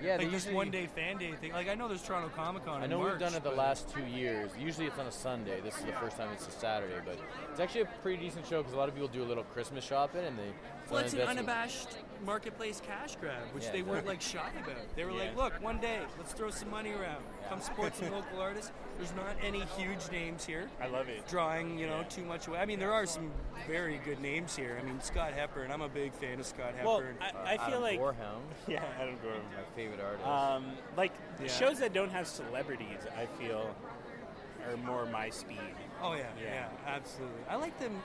Speaker 2: Yeah,
Speaker 7: like
Speaker 2: they
Speaker 7: this
Speaker 2: usually-
Speaker 7: one day fan day thing. Like I know there's Toronto Comic Con.
Speaker 2: I know we've done it the last two years. Usually it's on a Sunday. This is the first time it's a Saturday, but it's actually a pretty decent show because a lot of people do a little Christmas shopping and they.
Speaker 7: Well, it's an
Speaker 2: that's-
Speaker 7: unabashed marketplace cash grab, which
Speaker 2: Yeah,
Speaker 7: they weren't
Speaker 2: exactly.
Speaker 7: like shy about. They were
Speaker 2: Yeah.
Speaker 7: like, "Look, one day, let's throw some money around. Come support some local artists." There's not any huge names here.
Speaker 8: I love it.
Speaker 7: Drawing, you know, too much away. I mean, there are some very good names here. I mean, Scott Hepburn. I'm a big fan of Scott Hepburn.
Speaker 8: Well, I, I feel like yeah, Adam Gorham,
Speaker 2: my favorite artist.
Speaker 8: Um, like
Speaker 7: Yeah.
Speaker 8: shows that don't have celebrities, I feel, are more my speed.
Speaker 7: Oh yeah, yeah, absolutely. I like them.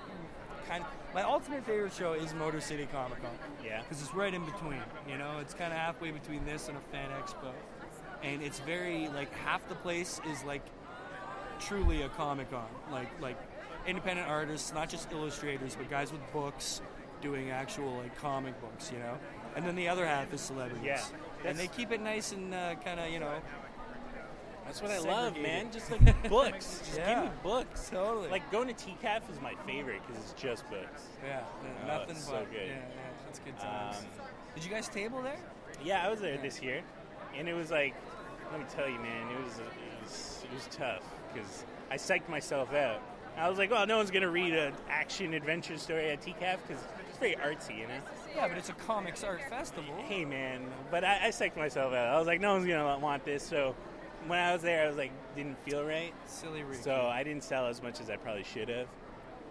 Speaker 7: Kind of, my ultimate favorite show is Motor City Comic Con.
Speaker 8: Yeah.
Speaker 7: Because it's right in between. You know, it's kind of halfway between this and a fan expo, and it's very like half the place is like truly a Comic Con, like like independent artists, not just illustrators, but guys with books doing actual like comic books. You know, and then the other half is celebrities.
Speaker 8: Yeah,
Speaker 7: And they
Speaker 8: that's-
Speaker 7: keep it nice and uh, kind of you know.
Speaker 8: That's what I love,
Speaker 7: segregated.
Speaker 8: man. Just like books. Just
Speaker 7: Yeah.
Speaker 8: give me books.
Speaker 7: Totally.
Speaker 8: Like going to TCAF is my favorite because it's just books.
Speaker 7: Yeah,
Speaker 8: Oh,
Speaker 7: no, nothing
Speaker 8: it's
Speaker 7: but
Speaker 8: so good.
Speaker 7: Yeah, yeah, that's good times.
Speaker 8: Um,
Speaker 7: Did you guys table there?
Speaker 8: Yeah, I was there this year, and it was like, let me tell you, man, it was it was, it was tough because I psyched myself out. I was like, well, no one's gonna read an action adventure story at TCAF because it's very artsy, you know.
Speaker 7: Yeah, but it's a comics art festival.
Speaker 8: Hey, man, but I, I psyched myself out. I was like, no one's gonna want this. So when I was there, I was like, didn't feel right.
Speaker 7: Silly. Ricky.
Speaker 8: So I didn't sell as much as I probably should have.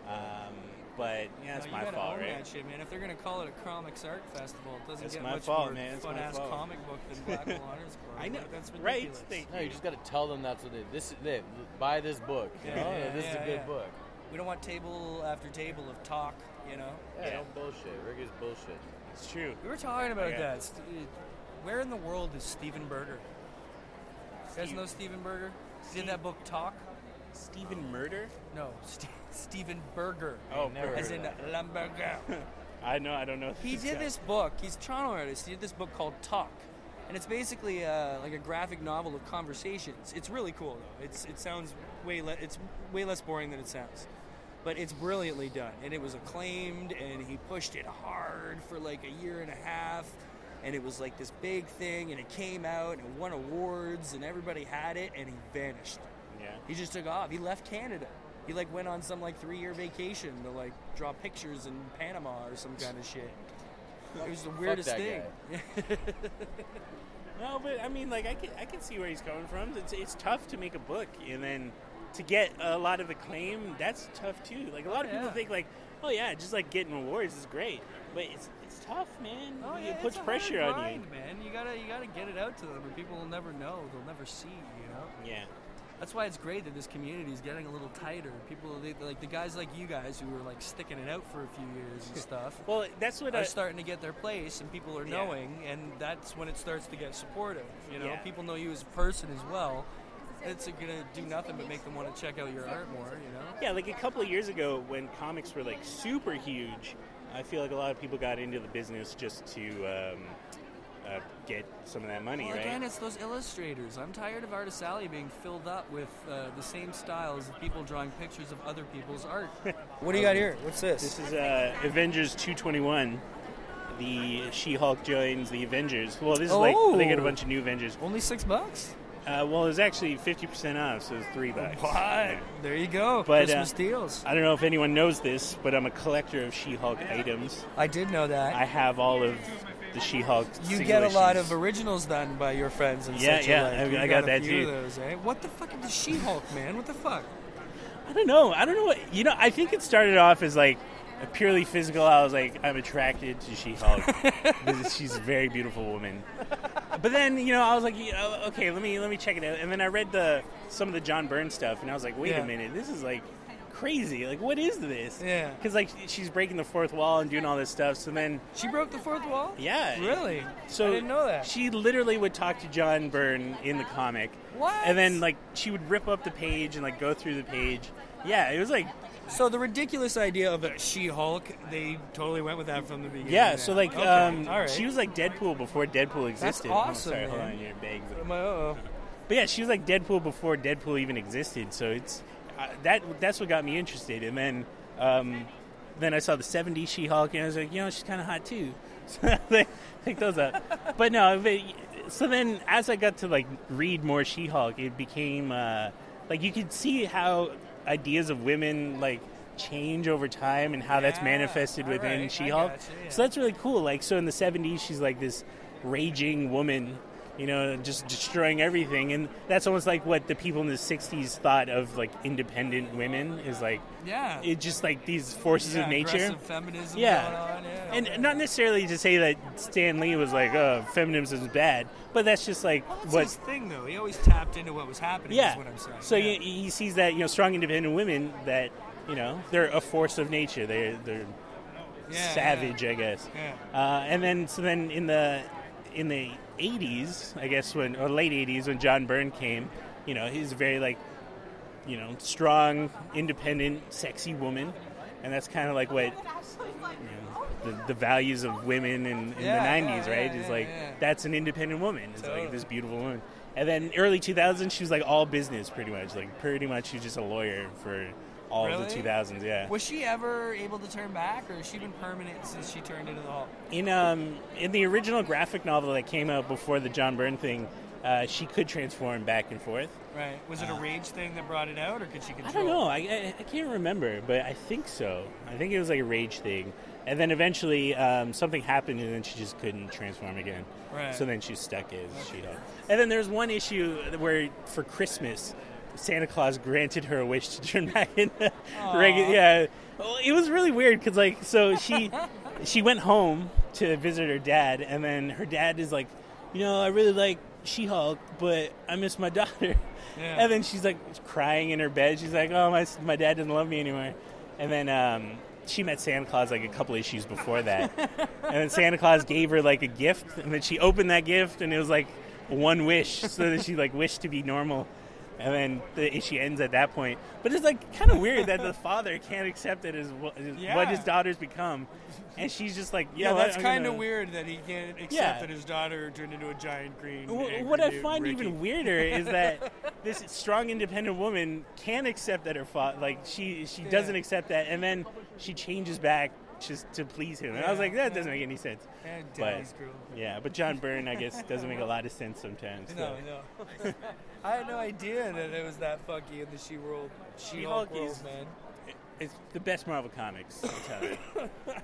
Speaker 8: Um, but yeah, it's
Speaker 7: No,
Speaker 8: my
Speaker 7: you gotta
Speaker 8: fault,
Speaker 7: own
Speaker 8: right?
Speaker 7: That shit, man. If they're gonna call it a comics art festival, it doesn't
Speaker 8: It's
Speaker 7: get
Speaker 8: my
Speaker 7: much
Speaker 8: fault,
Speaker 7: more
Speaker 8: man. It's my
Speaker 7: fun ass
Speaker 8: fault.
Speaker 7: comic book than Black Hole Hunters Club.
Speaker 8: I know.
Speaker 7: Like, that's
Speaker 8: Right?
Speaker 7: ridiculous.
Speaker 2: No, you just got to tell them that's what they. This they buy this book.
Speaker 7: Yeah,
Speaker 2: you know?
Speaker 7: yeah,
Speaker 2: this is
Speaker 7: yeah,
Speaker 2: a good
Speaker 7: yeah.
Speaker 2: book.
Speaker 7: We don't want table after table of talk. You know.
Speaker 2: Yeah, don't bullshit. Rick is bullshit.
Speaker 8: It's true.
Speaker 7: We were talking about
Speaker 2: Okay.
Speaker 7: that. St- uh, Where in the world is Steven Berger? You guys know Steven Berger? He did that book Talk?
Speaker 8: Steven Murder?
Speaker 7: No, St- Steven Berger.
Speaker 8: Oh, Never
Speaker 7: as
Speaker 8: heard
Speaker 7: in
Speaker 8: of that.
Speaker 7: Lumberger.
Speaker 8: I know. I don't know.
Speaker 7: he did
Speaker 8: guy-
Speaker 7: this book. He's a Toronto artist. He did this book called Talk, and it's basically uh like a graphic novel of conversations. It's really cool though. It's it sounds way le- it's way less boring than it sounds, but it's brilliantly done. And it was acclaimed, and he pushed it hard for like a year and a half. and it was like this big thing, and it came out and it won awards, and everybody had it, and he vanished.
Speaker 8: Yeah.
Speaker 7: He just took off. He left Canada. He like went on some like three year vacation to like draw pictures in Panama or some kind of shit. It was the
Speaker 8: Fuck
Speaker 7: weirdest
Speaker 8: that
Speaker 7: thing.
Speaker 8: No, but I mean, like, I can, I can see where he's coming from. It's, it's tough to make a book and then to get a lot of acclaim. That's tough too. Like a lot of people
Speaker 7: Yeah.
Speaker 8: think, like, oh yeah, just like getting awards is great, but it's it's tough, man.
Speaker 7: Oh,
Speaker 8: it
Speaker 7: yeah,
Speaker 8: puts
Speaker 7: it's a
Speaker 8: pressure
Speaker 7: hard
Speaker 8: on you.
Speaker 7: grind, man. You gotta you gotta get it out to them, and people will never know. They'll never see. You know.
Speaker 8: Yeah.
Speaker 7: That's why it's great that this community is getting a little tighter. People they, like the guys like you guys who were like sticking it out for a few years and stuff.
Speaker 8: well, that's what
Speaker 7: are
Speaker 8: I-
Speaker 7: starting to get their place, and people are
Speaker 8: Yeah.
Speaker 7: knowing, and that's when it starts to get supportive. You know,
Speaker 8: Yeah.
Speaker 7: people know you as a person as well. It's gonna do nothing but make them want to check out your art more. You know.
Speaker 8: Yeah, like a couple of years ago when comics were like super huge, I feel like a lot of people got into the business just to um, uh, get some of that money,
Speaker 7: Well,
Speaker 8: right?
Speaker 7: again, it's those illustrators. I'm tired of Artist Alley being filled up with uh, the same styles of people drawing pictures of other people's art. what do you got here? What's this?
Speaker 8: This is uh, Avengers 221. The She-Hulk joins the Avengers. Well, this is like they get a
Speaker 7: Oh.
Speaker 8: bunch of new Avengers.
Speaker 7: Only six bucks?
Speaker 8: Uh, well, it's actually 50% off, so it's three bucks.
Speaker 7: What? There you go.
Speaker 8: But,
Speaker 7: Christmas
Speaker 8: uh,
Speaker 7: deals.
Speaker 8: I don't know if anyone knows this, but I'm a collector of She-Hulk items.
Speaker 7: I did know that.
Speaker 8: I have all of the She-Hulk.
Speaker 7: You get a lot of
Speaker 8: singulations.
Speaker 7: originals done by your friends and
Speaker 8: Yeah,
Speaker 7: such.
Speaker 8: yeah,
Speaker 7: alike.
Speaker 8: I-
Speaker 7: You
Speaker 8: I got
Speaker 7: a
Speaker 8: that
Speaker 7: few
Speaker 8: too.
Speaker 7: Of those, eh? What the fuck is the She-Hulk, man? What the fuck?
Speaker 8: I don't know. I don't know what you know. I think it started off as like a purely physical. I was like, I'm attracted to She-Hulk. Because She's a very beautiful woman. But then you know, I was like, you know, okay, let me let me check it out. And then I read the some of the John Byrne stuff, and I was like, wait
Speaker 7: Yeah.
Speaker 8: a minute, this is like crazy. Like, what is this?
Speaker 7: Yeah.
Speaker 8: Because like she's breaking the fourth wall and doing all this stuff. So then
Speaker 7: she broke the fourth wall.
Speaker 8: Yeah.
Speaker 7: Really?
Speaker 8: So
Speaker 7: I didn't know that.
Speaker 8: She literally would talk to John Byrne in the comic.
Speaker 7: What?
Speaker 8: And then like she would rip up the page and like go through the page. Yeah, it was like
Speaker 7: So the ridiculous idea of a She-Hulk, they totally went with that from the beginning.
Speaker 8: Yeah, so
Speaker 7: then.
Speaker 8: like
Speaker 7: Okay,
Speaker 8: um,
Speaker 7: all right.
Speaker 8: she was like Deadpool before Deadpool existed. Oh,
Speaker 7: awesome,
Speaker 8: sorry, hold
Speaker 7: man.
Speaker 8: on, your bag's up.
Speaker 7: oh
Speaker 8: But yeah, she was like Deadpool before Deadpool even existed. So it's uh, that that's what got me interested. And then um, then I saw the '70s She-Hulk, and I was like, you know, she's kind of hot too. So I picked those up. But no, but, so then as I got to like read more She-Hulk, it became uh, like you could see how ideas of women like change over time and how that's manifested within
Speaker 7: right, I
Speaker 8: She-Hulk.
Speaker 7: gotcha,
Speaker 8: So that's really cool. Like so in the '70s, she's like this raging woman, you know, just destroying everything, and that's almost like what the people in the '60s thought of like independent women is like.
Speaker 7: Yeah.
Speaker 8: It's just like these forces
Speaker 7: Yeah,
Speaker 8: of nature.
Speaker 7: aggressive feminism going on, yeah.
Speaker 8: And not necessarily to say that Stan Lee was like, oh, feminism is bad, but that's just like
Speaker 7: That's
Speaker 8: what
Speaker 7: his thing, though. He always tapped into what was happening.
Speaker 8: yeah.
Speaker 7: is what I'm saying.
Speaker 8: So he, he sees that you know strong, independent women that you know they're a force of nature. They're they're
Speaker 7: Yeah,
Speaker 8: savage, I guess.
Speaker 7: Yeah.
Speaker 8: Uh, and then so then in the in the 80s, I guess when or late 80s when John Byrne came, you know he's very like you know strong, independent, sexy woman, and that's kind of like what. You know, the, the values of women in, in
Speaker 7: Yeah,
Speaker 8: the 90s,
Speaker 7: yeah,
Speaker 8: right?
Speaker 7: yeah,
Speaker 8: is
Speaker 7: yeah,
Speaker 8: like
Speaker 7: yeah.
Speaker 8: that's an independent woman. It's
Speaker 7: Totally.
Speaker 8: like this beautiful woman. And then early 2000s, she was like all business, pretty much. Like pretty much, she was just a lawyer for all
Speaker 7: Really?
Speaker 8: of the 2000s. Yeah.
Speaker 7: Was she ever able to turn back, or has she been permanent since she turned into the Hulk?
Speaker 8: In um in the original graphic novel that came out before the John Byrne thing, uh, she could transform back and forth.
Speaker 7: Right. Was it a rage thing that brought it out, or could she control?
Speaker 8: Uh, I don't know. I, I, I can't remember, but I think so. I think it was like a rage thing. And then eventually um, something happened, and then she just couldn't transform again.
Speaker 7: Right.
Speaker 8: So then she's stuck as She-Hulk. And then there's one issue where for Christmas, Santa Claus granted her a wish to turn back into regular. Yeah. Well, it was really weird because like so she she went home to visit her dad, and then her dad is like, you know, I really like She-Hulk, but I miss my daughter.
Speaker 7: Yeah.
Speaker 8: And then she's like crying in her bed. She's like, "Oh, my my dad doesn't love me anymore." And then um, she met Santa Claus like a couple issues before that. and then Santa Claus gave her like a gift, and then she opened that gift, and it was like one wish, so that she like wished to be normal. And then the issue ends at that point. But it's like kind of weird that the father can't accept it as what, as what his
Speaker 7: Yeah.
Speaker 8: daughter's become, and she's just like, "You
Speaker 7: Yeah,
Speaker 8: know what?
Speaker 7: that's
Speaker 8: I'm
Speaker 7: kind of
Speaker 8: gonna-
Speaker 7: weird that he can't accept
Speaker 8: Yeah.
Speaker 7: that his daughter turned into a giant green.
Speaker 8: Wh-
Speaker 7: angry
Speaker 8: What I
Speaker 7: mutant
Speaker 8: find
Speaker 7: Ricky.
Speaker 8: even weirder is that this strong, independent woman can accept that her father, like she, she
Speaker 7: Yeah.
Speaker 8: doesn't accept that, and then she changes back
Speaker 6: just to please him. And I was like, that doesn't make any sense.
Speaker 7: Yeah, Denny's
Speaker 6: but,
Speaker 7: grill.
Speaker 6: yeah, but John Byrne, I guess, doesn't make a lot of sense sometimes.
Speaker 7: No,
Speaker 6: so.
Speaker 7: no. I had no idea that it was that funky in the She World. She Hulk world, man.
Speaker 6: It's the best Marvel comics. I'll tell you.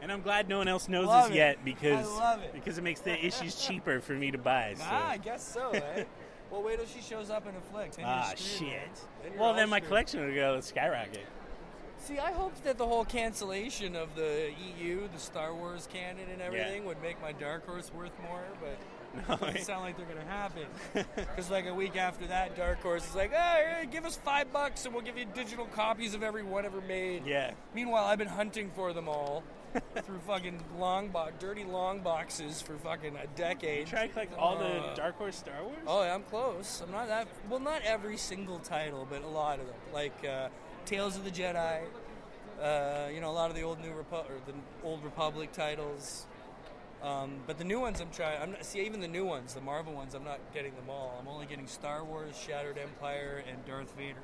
Speaker 6: and I'm glad no one else knows
Speaker 7: Love
Speaker 6: this
Speaker 7: it.
Speaker 6: yet because
Speaker 7: I love it.
Speaker 6: because it makes the issues cheaper for me to buy. So.
Speaker 7: Ah, I guess so. Eh? well, wait till she shows up in a flick. Then you're
Speaker 6: Ah,
Speaker 7: screwed, man.
Speaker 6: shit.
Speaker 7: Then you're
Speaker 6: well,
Speaker 7: all
Speaker 6: then my
Speaker 7: screwed.
Speaker 6: collection would go skyrocket.
Speaker 7: See, I hoped that the whole cancellation of the EU, the Star Wars canon, and everything would make my Dark Horse worth more, but
Speaker 6: No,
Speaker 7: it doesn't
Speaker 6: it-
Speaker 7: sound like they're going to happen. Because, like, a week after that, Dark Horse is like, hey, give us five bucks and we'll give you digital copies of every one ever made.
Speaker 6: Yeah.
Speaker 7: Meanwhile, I've been hunting for them all through fucking long box, dirty long boxes for fucking a decade.
Speaker 6: Try to collect all the
Speaker 7: Uh,
Speaker 6: Dark Horse Star Wars.
Speaker 7: Oh, yeah, I'm close. I'm not that. Well, not every single title, but a lot of them. Like uh, Tales of the Jedi. Uh, you know, a lot of the old New Repu- or the old Republic titles. Um, but the new ones, I'm trying. I'm not, see even the new ones, the Marvel ones. I'm not getting them all. I'm only getting Star Wars, Shattered Empire, and Darth Vader.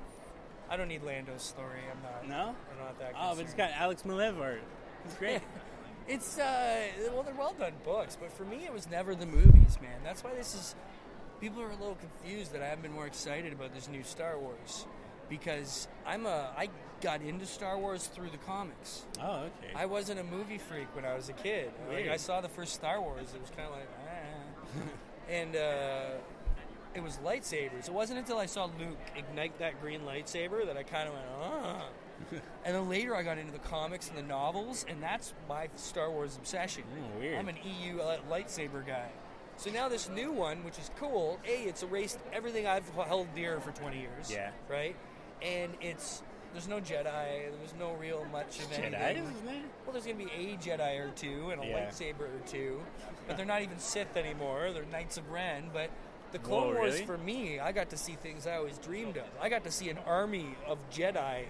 Speaker 7: I don't need Lando's story. I'm not.
Speaker 6: No.
Speaker 7: I'm not that.
Speaker 6: Oh, but it's got Alex Malev art. It's great.
Speaker 7: It's uh, well, they're well done books, but for me, it was never the movies, man. That's why this is. People are a little confused that I haven't been more excited about this new Star Wars, because I'm a I got into Star Wars through the comics.
Speaker 6: Oh, okay.
Speaker 7: I wasn't a movie freak when I was a kid. Like,
Speaker 6: Weird.
Speaker 7: I saw the first Star Wars, it was kind of like, ah. and uh, it was lightsabers. It wasn't until I saw Luke ignite that green lightsaber that I kind of went, ah. and then later I got into the comics and the novels, and that's my Star Wars obsession.
Speaker 6: Mm, weird.
Speaker 7: I'm an EU li- lightsaber guy. So now this new one, which is cool, A, it's erased everything I've h- held dear for 20 years.
Speaker 6: Yeah.
Speaker 7: Right? And it's, there's no Jedi, there's no real much of
Speaker 6: Jedi,
Speaker 7: anything.
Speaker 6: isn't
Speaker 7: Well, there's going to be a Jedi or two and a
Speaker 6: Yeah.
Speaker 7: lightsaber or two, but they're not even Sith anymore. They're Knights of Ren. But the Clone
Speaker 6: Whoa,
Speaker 7: Wars,
Speaker 6: really?
Speaker 7: for me, I got to see things I always dreamed of. I got to see an army of Jedi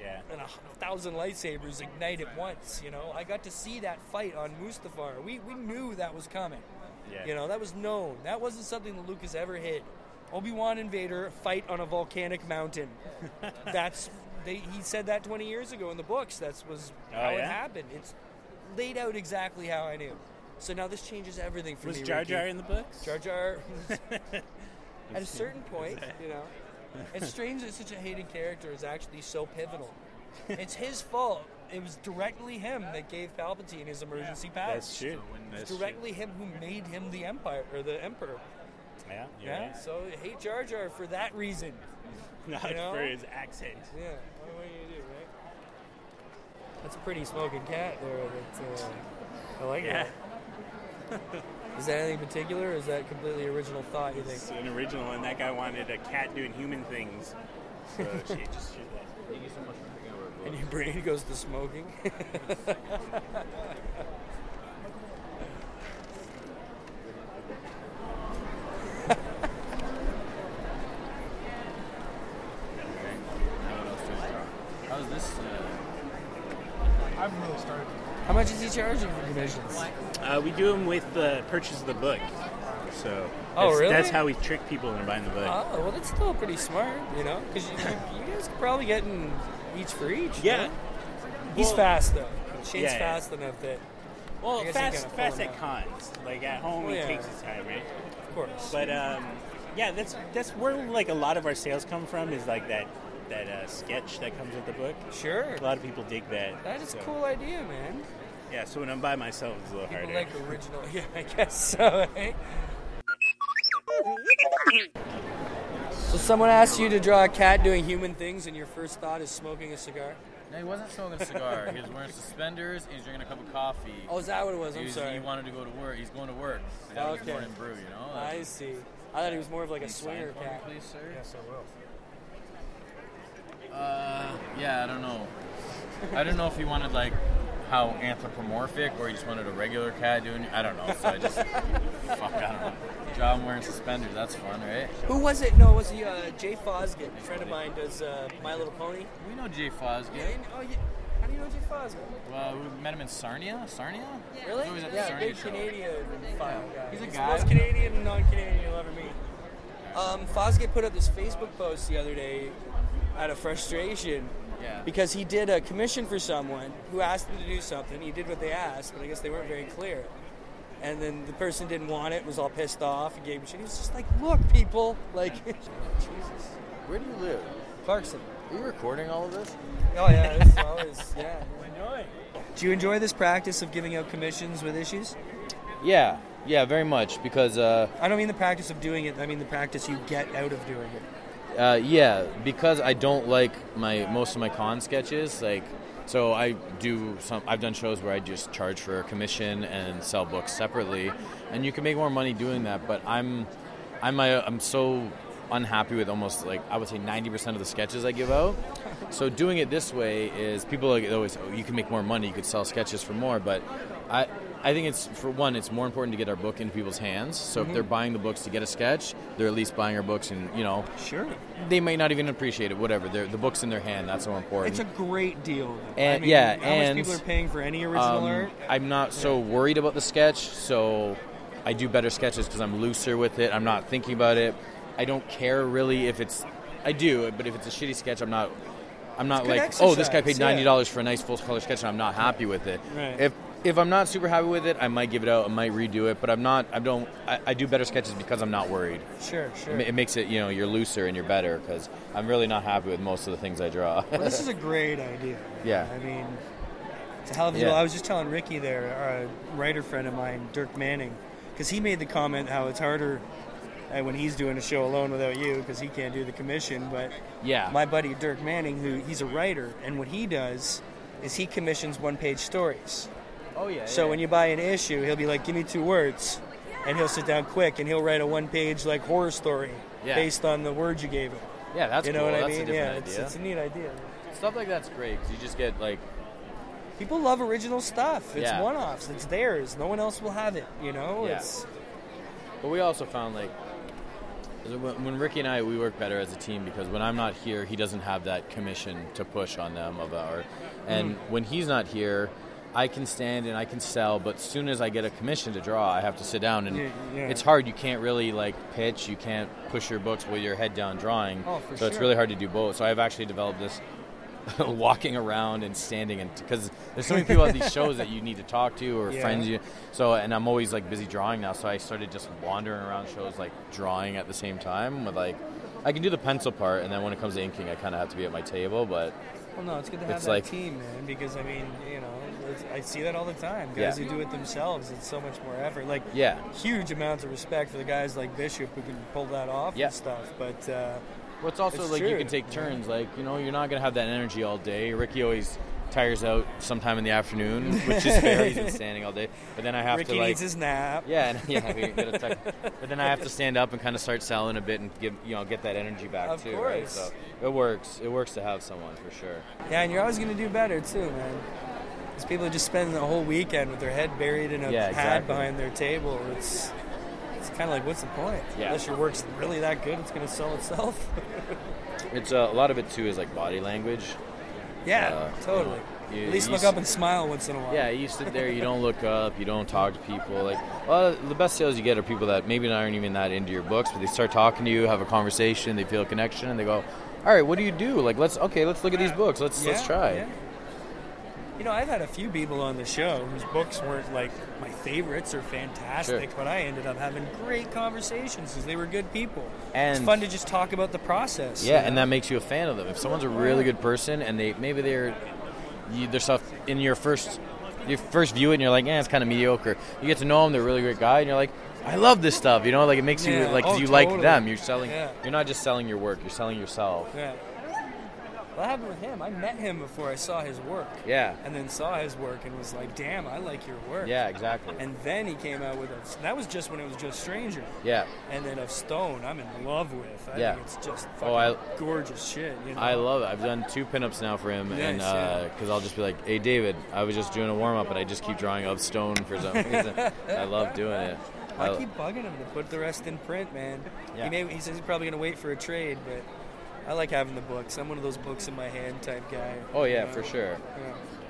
Speaker 6: Yeah.
Speaker 7: and a h- thousand lightsabers ignite at once. You know, I got to see that fight on Mustafar. We we knew that was coming.
Speaker 6: Yeah.
Speaker 7: You know, that was known. That wasn't something that Lucas ever hid. Obi Wan and Vader fight on a volcanic mountain. That's they. He said that 20 years ago in the books. That was
Speaker 6: Oh,
Speaker 7: how it
Speaker 6: yeah?
Speaker 7: happened. It's laid out exactly how I knew. So now this changes everything for
Speaker 6: Was
Speaker 7: me.
Speaker 6: Jar
Speaker 7: Ricky.
Speaker 6: Jar in the books?
Speaker 7: Jar Jar. at a certain point, you know, it's strange that such a hated character is actually so pivotal. It's his fault. It was directly him that gave Palpatine his emergency powers.
Speaker 6: That's true.
Speaker 7: It's
Speaker 6: That's
Speaker 7: directly him who made him the empire or the emperor.
Speaker 6: Yeah. you're
Speaker 7: Yeah.
Speaker 6: right.
Speaker 7: So hate Jar Jar for that reason.
Speaker 6: Not
Speaker 7: You know?
Speaker 6: for his accent.
Speaker 7: Yeah. What, what are you gonna do, right? That's a pretty smoking cat there. That, uh, I like
Speaker 6: Yeah.
Speaker 7: that. is that anything particular, or is that completely original thought? You
Speaker 6: It's
Speaker 7: think?
Speaker 6: an original, and that guy wanted a cat doing human things. So she just did that.
Speaker 15: Thank you so much for picking up our
Speaker 7: And your brain goes to smoking.
Speaker 15: How's this?
Speaker 13: I've really started.
Speaker 7: How much is he charging for commissions?
Speaker 6: Uh, we do them with the purchase of the book. So
Speaker 7: Oh,
Speaker 6: that's,
Speaker 7: really?
Speaker 6: that's how we trick people into buying the book.
Speaker 7: Oh, well, that's still pretty smart, you know, because you, you guys are probably getting each for each.
Speaker 6: Yeah.
Speaker 7: no? He's
Speaker 6: Well-
Speaker 7: fast though. Shane's
Speaker 6: Yeah, yeah.
Speaker 7: fast enough that. I
Speaker 6: Well,
Speaker 7: guess you
Speaker 6: fast,
Speaker 7: gotta
Speaker 6: fast
Speaker 7: pull
Speaker 6: at
Speaker 7: him out.
Speaker 6: cons. Like at home,
Speaker 7: Well,
Speaker 6: it
Speaker 7: Oh, yeah.
Speaker 6: takes its time, right?
Speaker 7: Of course.
Speaker 6: But um, yeah, that's that's where like a lot of our sales come from is like that that uh, sketch that comes with the book.
Speaker 7: Sure.
Speaker 6: uh, A lot of people dig that.
Speaker 7: That is
Speaker 6: so-
Speaker 7: a cool idea, man.
Speaker 6: Yeah. So when I'm by myself, it's a little
Speaker 7: People
Speaker 6: harder.
Speaker 7: like original. Yeah, I guess so. Eh? So someone asked you to draw a cat doing human things, and your first thought is smoking a cigar.
Speaker 15: No, he wasn't smoking a cigar. he was wearing suspenders. He was drinking a cup of coffee.
Speaker 7: Oh, is that what it was?
Speaker 15: He
Speaker 7: I'm
Speaker 15: was-
Speaker 7: sorry.
Speaker 15: He wanted to go to work. He's going to work. And that was
Speaker 7: Okay.
Speaker 15: morning brew, you know.
Speaker 7: I see. I thought he was more of like a swinger cat.
Speaker 15: please, sir.
Speaker 13: Yes, I will.
Speaker 15: Uh, yeah, I don't know. I don't know if he wanted like how anthropomorphic or he just wanted a regular cat doing. I don't know. So I just fuck. I don't know. Job I'm wearing suspenders. That's fun, right?
Speaker 7: Who was it? No, it was he uh, Jay Fosgate? A friend of mine does uh, My Little Pony.
Speaker 15: We know Jay Fosgate.
Speaker 7: Yeah, and- oh, yeah. How do you know Jay Fosgate?
Speaker 15: Well, we met him in Sarnia. Sarnia?
Speaker 7: Really?
Speaker 15: He was at the
Speaker 7: yeah,
Speaker 15: Sarnia
Speaker 7: big
Speaker 15: show.
Speaker 7: Canadian file guy.
Speaker 15: He's a
Speaker 7: He's
Speaker 15: guy.
Speaker 7: the most Canadian and non-Canadian you'll ever meet. Um, Fosgate put up this Facebook post the other day out of frustration
Speaker 15: Yeah.
Speaker 7: Because he did a commission for someone who asked him to do something. He did what they asked, but I guess they weren't very clear. And then the person didn't want it, was all pissed off, and gave him shit. He was just like, look, people, like. Jesus.
Speaker 15: Where do you live?
Speaker 7: Clarkson.
Speaker 15: Are you recording all of this?
Speaker 7: Oh, yeah, it's always, yeah. Do you enjoy this practice of giving out commissions with issues?
Speaker 15: Yeah, yeah, very much because uh,
Speaker 7: I don't mean the practice of doing it, I mean the practice you get out of doing it.
Speaker 15: uh, yeah, because I don't like my most of my con sketches. Like, so I do some. I've done shows where I just charge for a commission and sell books separately, and you can make more money doing that. But I'm, I'm, I, I'm so unhappy with almost like I would say 90% of the sketches I give out. So doing it this way is people are always oh, you can make more money, you could sell sketches for more, but I. I think it's for one. It's more important to get our book into people's hands. So
Speaker 7: Mhm.
Speaker 15: if they're buying the books to get a sketch, they're at least buying our books, and you know,
Speaker 7: Sure.
Speaker 15: they might not even appreciate it. Whatever, They're, the book's in their hand. That's more important.
Speaker 7: It's a great deal. though.
Speaker 15: and
Speaker 7: I mean,
Speaker 15: yeah,
Speaker 7: how
Speaker 15: and
Speaker 7: much people are paying for any original
Speaker 15: um,
Speaker 7: art?
Speaker 15: I'm not so worried about the sketch, so I do better sketches because I'm looser with it. I'm not thinking about it. I don't care really if it's. I do, but if it's a shitty sketch, I'm not. I'm not
Speaker 7: It's good
Speaker 15: like, oh, this guy
Speaker 7: exercise,
Speaker 15: paid
Speaker 7: yeah.
Speaker 15: ninety dollars for a nice full color sketch, and I'm not happy with it.
Speaker 7: Right.
Speaker 15: If if I'm not super happy with it, I might give it out. I might redo it, but I'm not. I don't. I, I do better sketches because I'm not worried.
Speaker 7: Sure, sure.
Speaker 15: It ma- It makes it, you know, you're looser and you're better because I'm really not happy with most of the things I draw.
Speaker 7: Well, this is a great idea.
Speaker 15: Yeah.
Speaker 7: I mean, it's a hell of a
Speaker 15: Yeah.
Speaker 7: deal. I was just telling Ricky there, a writer friend of mine, Dirk Manning, because he made the comment how it's harder uh, when he's doing a show alone without you because he can't do the commission. But
Speaker 15: Yeah.
Speaker 7: my buddy Dirk Manning, who he's a writer, and what he does is he commissions one-page stories.
Speaker 4: Oh, yeah,
Speaker 7: So
Speaker 4: yeah.
Speaker 7: when you buy an issue, he'll be like, "Give me two words," and he'll sit down quick and he'll write a one-page like horror story
Speaker 15: Yeah.
Speaker 7: based on the words you gave him.
Speaker 15: Yeah, that's
Speaker 7: you know
Speaker 15: cool.
Speaker 7: what I
Speaker 15: That's a
Speaker 7: mean. yeah,
Speaker 15: different
Speaker 7: It's,
Speaker 15: idea.
Speaker 7: it's a neat idea.
Speaker 15: Stuff like that's great because you just get like
Speaker 7: People love original stuff. It's
Speaker 15: Yeah.
Speaker 7: one-offs. It's theirs. No one else will have it. You know.
Speaker 15: Yeah.
Speaker 7: It's
Speaker 15: But we also found like is it when when Ricky and I we work better as a team because when I'm not here, he doesn't have that commission to push on them of our, and
Speaker 7: Mm.
Speaker 15: when he's not here. I can stand and I can sell, but as soon as I get a commission to draw, I have to sit down, and
Speaker 7: Yeah, yeah.
Speaker 15: it's hard. You can't really like pitch, you can't push your books with your head down drawing.
Speaker 7: Oh, for
Speaker 15: so it's
Speaker 7: sure.
Speaker 15: really hard to do both. So I've actually developed this walking around and standing, and because there's so many people at these shows that you need to talk to or
Speaker 7: Yeah.
Speaker 15: friends you. So, and I'm always like busy drawing now, so I started just wandering around shows like drawing at the same time with like. I can do the pencil part, and then when it comes to inking, I kind of have to be at my table. But
Speaker 7: well, no, it's good to have
Speaker 15: It's
Speaker 7: that
Speaker 15: like-
Speaker 7: team, man. Because I mean, you know, it's, I see that all the time.
Speaker 15: Yeah.
Speaker 7: Guys who do it themselves, it's so much more effort. Like,
Speaker 15: Yeah.
Speaker 7: huge amounts of respect for the guys like Bishop who can pull that off
Speaker 15: Yeah.
Speaker 7: and stuff. But uh,
Speaker 15: Well, it's also like you
Speaker 7: true,
Speaker 15: can take
Speaker 7: know?
Speaker 15: turns. Like you know, you're not gonna have that energy all day. Ricky always tires out sometime in the afternoon, which is fair. He's been standing all day, but then I have
Speaker 7: Ricky
Speaker 15: to like
Speaker 7: needs his nap.
Speaker 15: Yeah, and, yeah. We get a tech- but then I have to stand up and kind of start selling a bit and give you know get that energy back
Speaker 7: Of
Speaker 15: too. Right?
Speaker 7: course.
Speaker 15: So it works. It works to have someone for sure.
Speaker 7: Yeah, and you're always going to do better too, man. Because people just spend the whole weekend with their head buried in a
Speaker 15: Yeah,
Speaker 7: pad
Speaker 15: exactly.
Speaker 7: behind their table. It's it's kind of like, what's the point?
Speaker 15: Yeah.
Speaker 7: Unless your work's really that good, it's going to sell itself.
Speaker 15: It's uh, a lot of it too is like body language.
Speaker 7: yeah,
Speaker 15: Uh,
Speaker 7: totally.
Speaker 15: you-
Speaker 7: At least
Speaker 15: you
Speaker 7: look
Speaker 15: s-
Speaker 7: up and smile once in a while.
Speaker 15: Yeah, you sit there, you don't look up, you don't talk to people. Like, well, the best sales you get are people that maybe aren't even that into your books, but they start talking to you, have a conversation, they feel a connection, and they go, "All right, what do you do? Like, let's okay, let's look at these books. Let's let's
Speaker 7: Yeah,
Speaker 15: try."
Speaker 7: yeah. You know, I've had a few people on the show whose books weren't like my favorites or
Speaker 15: Sure.
Speaker 7: fantastic, but I ended up having great conversations because they were good people. it's
Speaker 15: And-
Speaker 7: fun to just talk about the process.
Speaker 15: Yeah,
Speaker 7: you
Speaker 15: and
Speaker 7: know?
Speaker 15: that makes you a fan of them. If someone's a really good person and they maybe they're you, their stuff in your first your first view it and you're like, yeah, it's kind of mediocre. You get to know them; they're a really great guy, and you're like, I love this stuff. You know, like it makes you
Speaker 7: Yeah.
Speaker 15: like 'cause
Speaker 7: Oh,
Speaker 15: you like
Speaker 7: totally.
Speaker 15: them. You're selling.
Speaker 7: Yeah.
Speaker 15: You're not just selling your work; you're selling yourself.
Speaker 7: Yeah. What happened with him? I met him before I saw his work.
Speaker 15: Yeah.
Speaker 7: And then saw his work and was like, damn, I like your work.
Speaker 15: Yeah, exactly.
Speaker 7: And then he came out with a. That was just when it was just Stranger.
Speaker 15: Yeah.
Speaker 7: And then of Stone, I'm in love with. I
Speaker 15: Yeah.
Speaker 7: think it's just fucking
Speaker 15: Oh, I-
Speaker 7: gorgeous shit. You know?
Speaker 15: I love it. I've done two pinups now for him, and uh,
Speaker 7: Nice, yeah.
Speaker 15: because I'll just be like, "Hey, David, I was just doing a warm up, and I just keep drawing up stone for some reason. I love doing it.
Speaker 7: I
Speaker 15: I-
Speaker 7: keep bugging him to put the rest in print, man.
Speaker 15: Yeah.
Speaker 7: He, may, he says he's probably going to wait for a trade, but I like having the books. I'm one of those books in my hand type guy.
Speaker 15: Oh
Speaker 7: you
Speaker 15: yeah,
Speaker 7: know?
Speaker 15: for sure.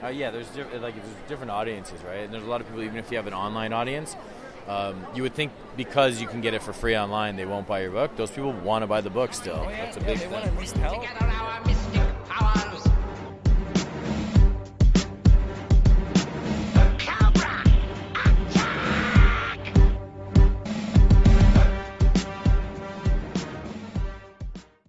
Speaker 7: Yeah.
Speaker 15: Uh, yeah, there's diff- like there's different audiences, right? And there's a lot of people. Even if you have an online audience, um, you would think because you can get it for free online, they won't buy your book. Those people want to buy the book still. That's a big
Speaker 7: they
Speaker 15: thing.
Speaker 7: want to at least help.
Speaker 18: Together our mystery.